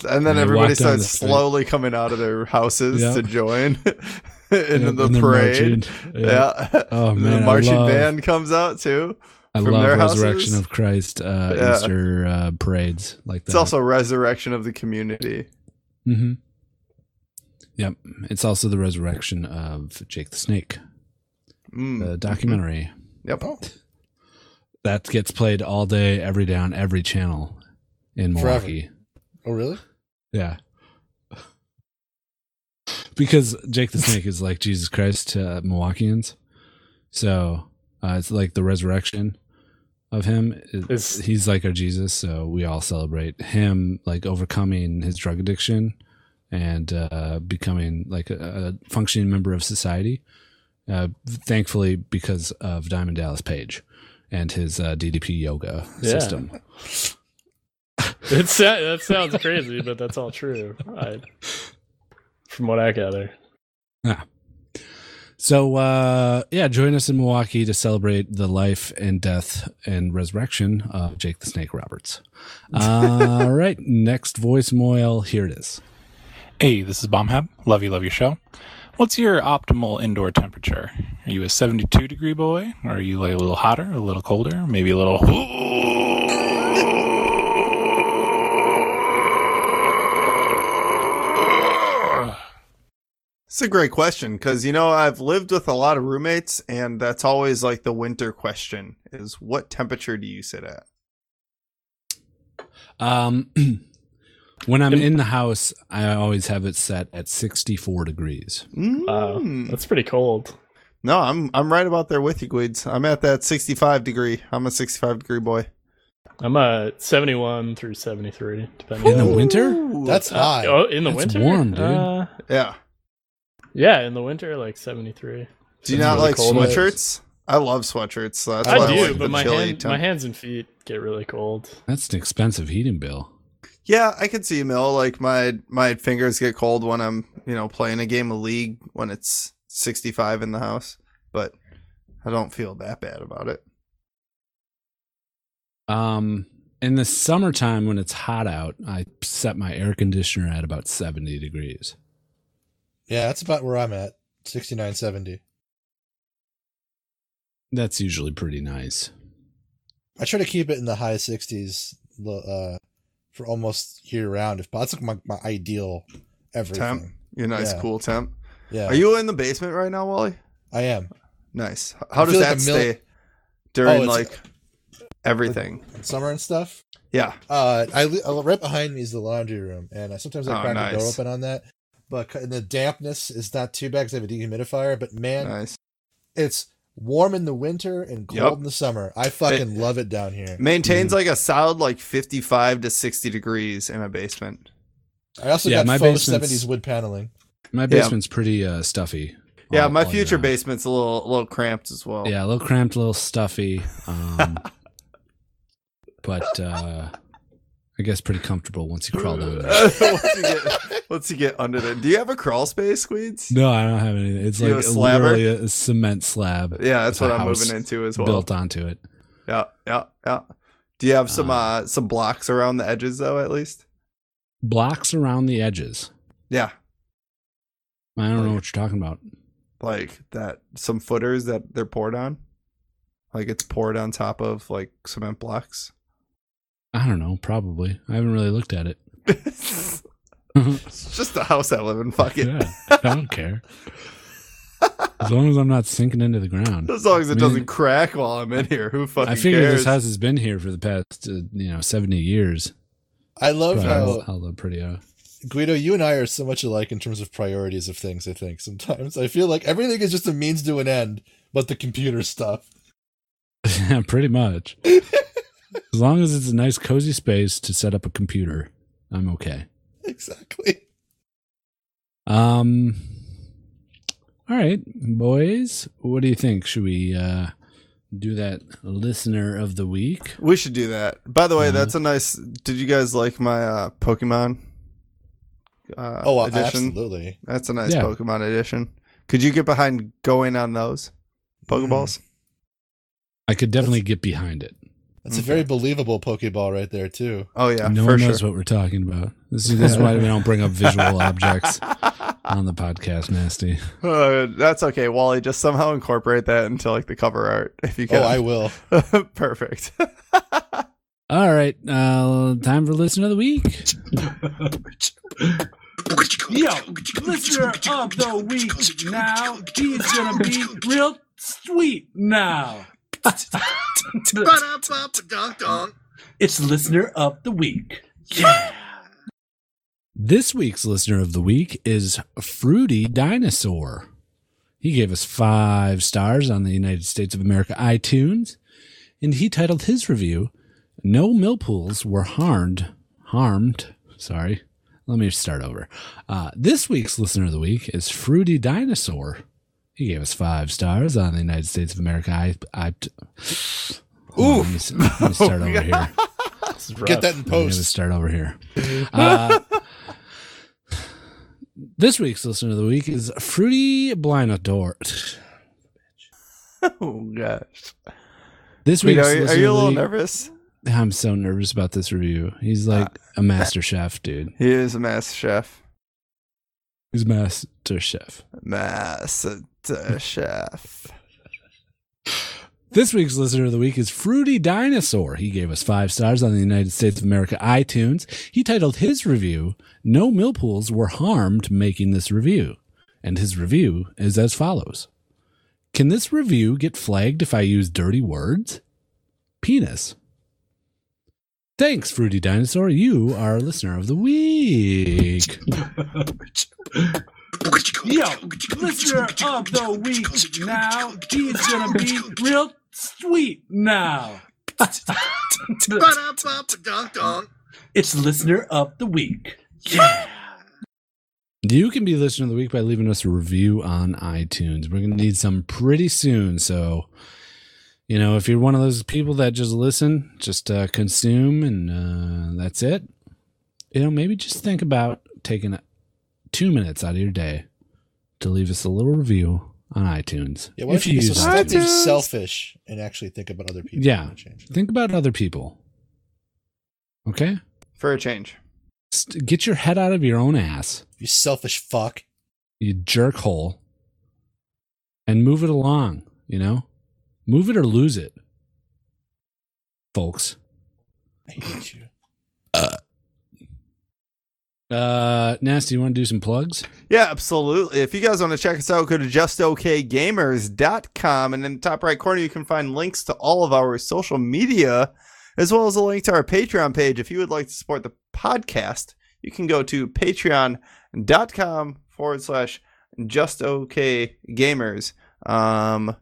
[SPEAKER 2] and then
[SPEAKER 1] they
[SPEAKER 2] everybody
[SPEAKER 1] walk down
[SPEAKER 2] starts
[SPEAKER 1] the street.
[SPEAKER 2] slowly coming out of their houses
[SPEAKER 1] Yeah.
[SPEAKER 2] to join into
[SPEAKER 1] Yeah,
[SPEAKER 2] the
[SPEAKER 1] and they're
[SPEAKER 2] parade.
[SPEAKER 1] marching.
[SPEAKER 2] Yeah.
[SPEAKER 1] Yeah. Oh,
[SPEAKER 2] And
[SPEAKER 1] man,
[SPEAKER 2] the
[SPEAKER 1] I
[SPEAKER 2] marching
[SPEAKER 1] love-
[SPEAKER 2] band comes out too.
[SPEAKER 1] I
[SPEAKER 2] from
[SPEAKER 1] love
[SPEAKER 2] their
[SPEAKER 1] Resurrection
[SPEAKER 2] houses.
[SPEAKER 1] of Christ uh,
[SPEAKER 2] Yeah.
[SPEAKER 1] Easter uh, parades like that.
[SPEAKER 2] It's also resurrection of the community.
[SPEAKER 1] Mm-hmm. Yep. It's also the resurrection of Jake the Snake,
[SPEAKER 2] Mm.
[SPEAKER 1] the documentary
[SPEAKER 2] Yep.
[SPEAKER 1] that gets played all day, every day on every channel in
[SPEAKER 3] Forever.
[SPEAKER 1] Milwaukee.
[SPEAKER 3] Oh, really?
[SPEAKER 1] Yeah. Because Jake the Snake is like Jesus Christ to Milwaukeeans. So uh, it's like the resurrection of him. It-
[SPEAKER 4] It's-
[SPEAKER 1] he's like our Jesus. So we all celebrate him, like overcoming his drug addiction and uh, becoming like a, a functioning member of society. Uh, thankfully, because of Diamond Dallas Page and his uh, DDP yoga
[SPEAKER 4] Yeah.
[SPEAKER 1] system.
[SPEAKER 4] It sa- that sounds crazy, but that's all true. I, from what I gather.
[SPEAKER 1] So uh, yeah, join us in Milwaukee to celebrate the life and death and resurrection of Jake the Snake Roberts. All right, next voicemail. Here it is.
[SPEAKER 16] Hey, this is Bombhab. Love you, love your show. What's your optimal indoor temperature? Are you a 72 degree boy? Or are you like a little hotter, a little colder, maybe a little.
[SPEAKER 2] It's a great question because you know I've lived with a lot of roommates, and that's always like the winter question: is what temperature do you sit at?
[SPEAKER 1] Um, when I'm in the house, I always have it set at 64 degrees.
[SPEAKER 4] Wow,
[SPEAKER 2] Hmm.
[SPEAKER 4] that's pretty cold.
[SPEAKER 2] No, I'm I'm right about there with you, Guides. I'm at that 65 degree. I'm a 65 degree boy.
[SPEAKER 4] I'm a 71 through 73, depending
[SPEAKER 1] In the
[SPEAKER 4] on-
[SPEAKER 1] winter?
[SPEAKER 3] That's
[SPEAKER 4] Uh,
[SPEAKER 3] high.
[SPEAKER 4] oh, in the
[SPEAKER 1] That's
[SPEAKER 4] winter?
[SPEAKER 1] warm, dude.
[SPEAKER 4] Uh,
[SPEAKER 2] Yeah.
[SPEAKER 4] yeah, in the winter, like 73.
[SPEAKER 2] Do you
[SPEAKER 4] It's
[SPEAKER 2] not
[SPEAKER 4] really
[SPEAKER 2] like
[SPEAKER 4] cold.
[SPEAKER 2] sweatshirts? I love sweatshirts. So that's why
[SPEAKER 4] I
[SPEAKER 2] I
[SPEAKER 4] do,
[SPEAKER 2] like the
[SPEAKER 4] but my,
[SPEAKER 2] chilly
[SPEAKER 4] hand,
[SPEAKER 2] temp-
[SPEAKER 4] my hands and feet get really cold.
[SPEAKER 1] That's an expensive heating bill.
[SPEAKER 2] Yeah, I could see you, Mill. Like my my fingers get cold when I'm you know playing a game of League when it's 65 in the house, but I don't feel that bad about it.
[SPEAKER 1] Um, in the summertime when it's hot out, I set my air conditioner at about 70 degrees.
[SPEAKER 3] Yeah, that's about where I'm at. 69, 70.
[SPEAKER 1] That's usually pretty nice.
[SPEAKER 3] I try to keep it in the high 60s lo- uh, for almost year round. If That's like my, my ideal everything.
[SPEAKER 2] Temp, your nice
[SPEAKER 3] Yeah.
[SPEAKER 2] cool temp.
[SPEAKER 3] Yeah.
[SPEAKER 2] Are you in the basement right now, Wally?
[SPEAKER 3] I am.
[SPEAKER 2] Nice. H- How
[SPEAKER 3] I
[SPEAKER 2] does
[SPEAKER 3] feel
[SPEAKER 2] that
[SPEAKER 3] like a mil-
[SPEAKER 2] stay during
[SPEAKER 3] Oh, it's-
[SPEAKER 2] like everything?
[SPEAKER 3] in summer and stuff?
[SPEAKER 2] Yeah.
[SPEAKER 3] Uh, I li- uh, right behind me is the laundry room, and I, sometimes I
[SPEAKER 2] Oh,
[SPEAKER 3] crack the door
[SPEAKER 2] nice.
[SPEAKER 3] open on that. But c- and the dampness is not too bad because I have a dehumidifier. But man,
[SPEAKER 2] Nice.
[SPEAKER 3] it's warm in the winter and cold
[SPEAKER 2] Yep.
[SPEAKER 3] in the summer. I fucking love it down here.
[SPEAKER 2] Maintains like a solid like 55 to 60 degrees in my basement.
[SPEAKER 3] I also
[SPEAKER 1] Yeah,
[SPEAKER 3] got
[SPEAKER 1] my
[SPEAKER 3] faux
[SPEAKER 1] basement's-
[SPEAKER 3] seventies wood paneling.
[SPEAKER 1] My basement's pretty uh, stuffy.
[SPEAKER 2] Yeah,
[SPEAKER 1] all-
[SPEAKER 2] my
[SPEAKER 1] all year
[SPEAKER 2] future
[SPEAKER 1] round.
[SPEAKER 2] basement's a little a little cramped as well.
[SPEAKER 1] Yeah, a little cramped, a little stuffy. Um, but uh, I guess pretty comfortable once you crawl down there.
[SPEAKER 2] once, you get, once you get under there, do you have a crawl space, Squeeds?
[SPEAKER 1] No, I don't have anything. It's
[SPEAKER 2] You
[SPEAKER 1] like
[SPEAKER 2] have a slabber?
[SPEAKER 1] literally a cement slab.
[SPEAKER 2] Yeah, that's
[SPEAKER 1] with
[SPEAKER 2] what
[SPEAKER 1] a
[SPEAKER 2] I'm
[SPEAKER 1] house
[SPEAKER 2] moving into as well.
[SPEAKER 1] Built onto it.
[SPEAKER 2] Yeah, yeah, yeah. Do you have some uh,
[SPEAKER 1] Um,
[SPEAKER 2] some blocks around the edges though, at least?
[SPEAKER 1] Blocks around the edges.
[SPEAKER 2] Yeah,
[SPEAKER 1] I don't know what you're talking about.
[SPEAKER 2] like that. Some footers that they're poured on, like it's poured on top of like cement blocks.
[SPEAKER 1] I don't know. Probably. I haven't really looked at it.
[SPEAKER 2] It's just the house I live in. Fuck it.
[SPEAKER 1] Yeah, I don't care. As long as I'm not sinking into the ground.
[SPEAKER 2] As long as it
[SPEAKER 1] I mean,
[SPEAKER 2] doesn't crack while I'm in here, who fucking
[SPEAKER 1] I figure
[SPEAKER 2] cares?
[SPEAKER 1] this house has been here for the past, uh, you know, 70 years.
[SPEAKER 3] I love
[SPEAKER 1] Probably
[SPEAKER 3] how
[SPEAKER 1] how the pretty are.
[SPEAKER 3] Guido, you and I are so much alike in terms of priorities of things. I think sometimes I feel like everything is just a means to an end, but the computer stuff.
[SPEAKER 1] Yeah, uh, pretty much. as long as it's a nice, cozy space to set up a computer, I'm okay.
[SPEAKER 3] Exactly.
[SPEAKER 1] Um. All right, boys. What do you think? Should we uh, do that listener of the week?
[SPEAKER 2] we should do that. By the way,
[SPEAKER 1] Mm-hmm.
[SPEAKER 2] that's a nice. Did you guys like my uh, Pokemon? Uh,
[SPEAKER 3] Oh, absolutely.
[SPEAKER 2] That's a nice
[SPEAKER 1] Yeah.
[SPEAKER 2] Pokemon edition. Could you get behind going on those Pokeballs?
[SPEAKER 3] Mm.
[SPEAKER 1] I could definitely get behind it.
[SPEAKER 3] That's a very believable Pokeball right there too.
[SPEAKER 2] Oh yeah,
[SPEAKER 1] no
[SPEAKER 2] for
[SPEAKER 1] one
[SPEAKER 2] sure.
[SPEAKER 1] knows what we're talking about. This is, this is why we don't bring up visual objects on the podcast, Nasty.
[SPEAKER 2] Uh, that's okay, Wally. Just somehow incorporate that into like the cover art if you can.
[SPEAKER 3] Oh, I will.
[SPEAKER 2] Perfect.
[SPEAKER 1] All right, uh, time for listener of the week.
[SPEAKER 5] Yo, listener of the week now. He's gonna be real sweet now. It's listener of the week.
[SPEAKER 1] This week's listener of the week is Fruity Dinosaur. He gave us five stars on the United States of America iTunes, and he titled his review, No Millpools Were Harmed. Harmed. Sorry. Let me start over. Uh, this week's listener of the week is Fruity Dinosaur. He gave us five stars on the United States of America. I, I, Hold on, let me s- let me start over here.
[SPEAKER 3] Get that in
[SPEAKER 1] I'm going to
[SPEAKER 3] post.
[SPEAKER 1] start over here. Uh, this week's listener of the week is Fruity Blinador.
[SPEAKER 2] oh gosh.
[SPEAKER 1] This
[SPEAKER 2] Wait,
[SPEAKER 1] week's
[SPEAKER 2] are, you- are you
[SPEAKER 1] listener
[SPEAKER 2] a
[SPEAKER 1] of the
[SPEAKER 2] little
[SPEAKER 1] week-
[SPEAKER 2] nervous?
[SPEAKER 1] I'm so nervous about this review. He's like
[SPEAKER 2] Uh,
[SPEAKER 1] a master chef, dude.
[SPEAKER 2] He is a master chef.
[SPEAKER 1] He's master chef.
[SPEAKER 2] Master chef.
[SPEAKER 1] This week's listener of the week is Fruity Dinosaur. He gave us five stars on the United States of America iTunes. He titled his review, No Millpools Were Harmed Making This Review. And his review is as follows Can this review get flagged if I use dirty words? Penis. Thanks, Fruity Dinosaur. You are listener of the week.
[SPEAKER 5] Yo, listener of the week now. He's gonna be real sweet now. It's listener of the week.
[SPEAKER 1] You can be listener of the week by leaving us a review on iTunes. We're going to need some pretty soon. So, you know, if you're one of those people that just listen, just uh, consume, and uh, that's it. you know, maybe just think about taking two minutes out of your day to leave us a little review on iTunes.
[SPEAKER 3] Yeah, why
[SPEAKER 1] if
[SPEAKER 3] don't you be so
[SPEAKER 1] use
[SPEAKER 3] stupid and
[SPEAKER 1] iTunes.
[SPEAKER 3] selfish and actually think about other people?
[SPEAKER 1] Yeah. Think about other people. Okay?
[SPEAKER 2] For a change.
[SPEAKER 1] Get your head out of your own ass.
[SPEAKER 3] You selfish fuck.
[SPEAKER 1] You jerk hole. And move it along, you know? Move it or lose it. Folks.
[SPEAKER 3] I hate you.
[SPEAKER 1] Uh Nasty, you want to do some plugs?
[SPEAKER 2] Yeah, absolutely. If you guys want to check us out, go to justokgamers.com. And in the top right corner, you can find links to all of our social media, as well as a link to our Patreon page. If you would like to support the podcast, you can go to patreon.com forward slash justokgamers. Um,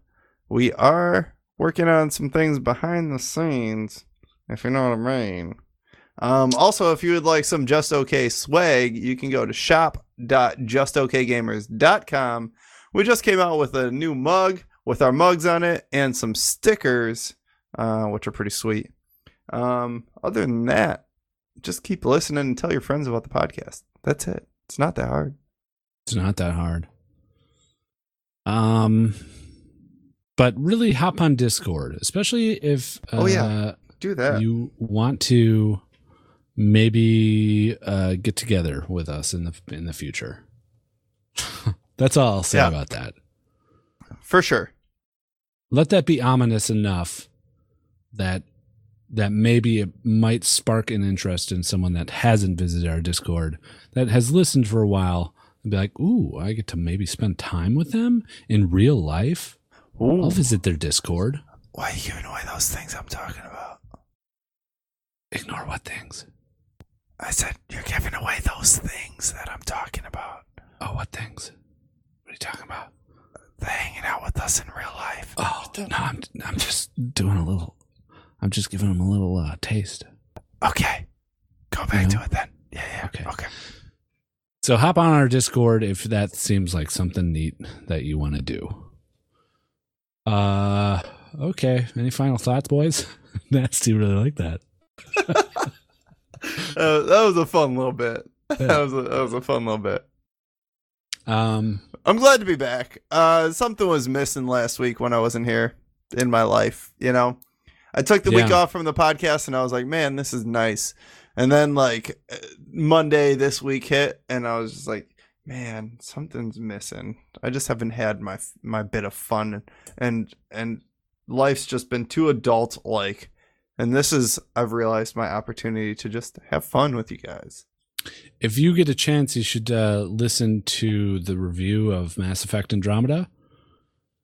[SPEAKER 2] we are working on some things behind the scenes, if you know what I mean. Um, also, if you would like some Just Okay swag, you can go to shop.justokgamers.com. We just came out with a new mug with our mugs on it and some stickers, uh, which are pretty sweet. Um, other than that, just keep listening and tell your friends about the podcast. That's it. It's not that hard.
[SPEAKER 1] It's not that hard. Um but really hop on Discord, especially if uh,
[SPEAKER 2] Oh, yeah. Do that.
[SPEAKER 1] You want to maybe uh get together with us in the in the future. That's all I'll say
[SPEAKER 2] Yeah.
[SPEAKER 1] about that.
[SPEAKER 2] For sure.
[SPEAKER 1] Let that be ominous enough that that maybe it might spark an interest in someone that hasn't visited our Discord, that has listened for a while, and be like, ooh, I get to maybe spend time with them in real life. I'll visit their Discord.
[SPEAKER 2] Why are you giving away those things I'm talking about?
[SPEAKER 1] Ignore what things?
[SPEAKER 2] I said you're giving away those things that I'm talking about.
[SPEAKER 1] Oh, what things? What are you talking about?
[SPEAKER 2] The hanging out with us in real life.
[SPEAKER 1] Oh, no, I'm, I'm just doing a little, I'm just giving them a little uh, taste.
[SPEAKER 2] Okay. Go back to it then. Yeah, yeah.
[SPEAKER 1] Okay. So hop on our Discord if that seems like something neat that you want to do. Uh, okay. Any final thoughts, boys? Nasty really like that.
[SPEAKER 2] Uh, that was a fun little bit.
[SPEAKER 1] Yeah.
[SPEAKER 2] That was a, that was a fun little bit.
[SPEAKER 1] Um,
[SPEAKER 2] I'm glad to be back. Uh, something was missing last week when I wasn't here in my life. You know, I took the week
[SPEAKER 1] Yeah.
[SPEAKER 2] off from the podcast and I was like, man, this is nice. And then like uh, Monday this week hit, and I was just like, man, something's missing. I just haven't had my my bit of fun, and and life's just been too adult like. And this is I've realized my opportunity to just have fun with you guys.
[SPEAKER 1] if you get a chance, you should uh, listen to the review of Mass Effect Andromeda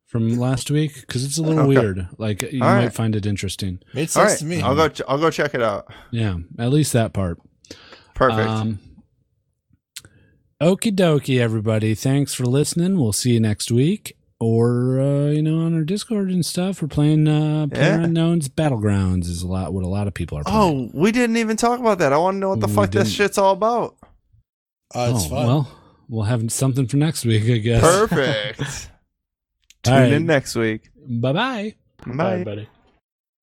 [SPEAKER 1] from last week because it's a little
[SPEAKER 2] Okay.
[SPEAKER 1] weird. Like you
[SPEAKER 2] All
[SPEAKER 1] might
[SPEAKER 2] right.
[SPEAKER 1] find it interesting.
[SPEAKER 3] Made sense
[SPEAKER 2] All right,
[SPEAKER 3] to me.
[SPEAKER 2] I'll go. ch- I'll go check it out.
[SPEAKER 1] Yeah, at least that part.
[SPEAKER 2] Perfect.
[SPEAKER 3] Uh,
[SPEAKER 1] Um, Okie dokie, everybody. Thanks for listening. We'll see you next week, or uh, you know, on our Discord and stuff. We're playing uh, Player
[SPEAKER 2] Yeah.
[SPEAKER 1] Unknown's Battlegrounds is a lot what a lot of people are playing.
[SPEAKER 2] Oh, we didn't even talk about that. I want to know what the
[SPEAKER 1] We
[SPEAKER 2] fuck
[SPEAKER 1] didn't.
[SPEAKER 2] this shit's all about.
[SPEAKER 3] Uh, it's
[SPEAKER 1] Oh,
[SPEAKER 3] fun.
[SPEAKER 1] Well, we'll have something for next week, I guess.
[SPEAKER 2] Perfect.
[SPEAKER 1] All
[SPEAKER 2] Tune
[SPEAKER 1] right.
[SPEAKER 2] in next week.
[SPEAKER 1] Bye bye.
[SPEAKER 2] Bye.
[SPEAKER 4] buddy.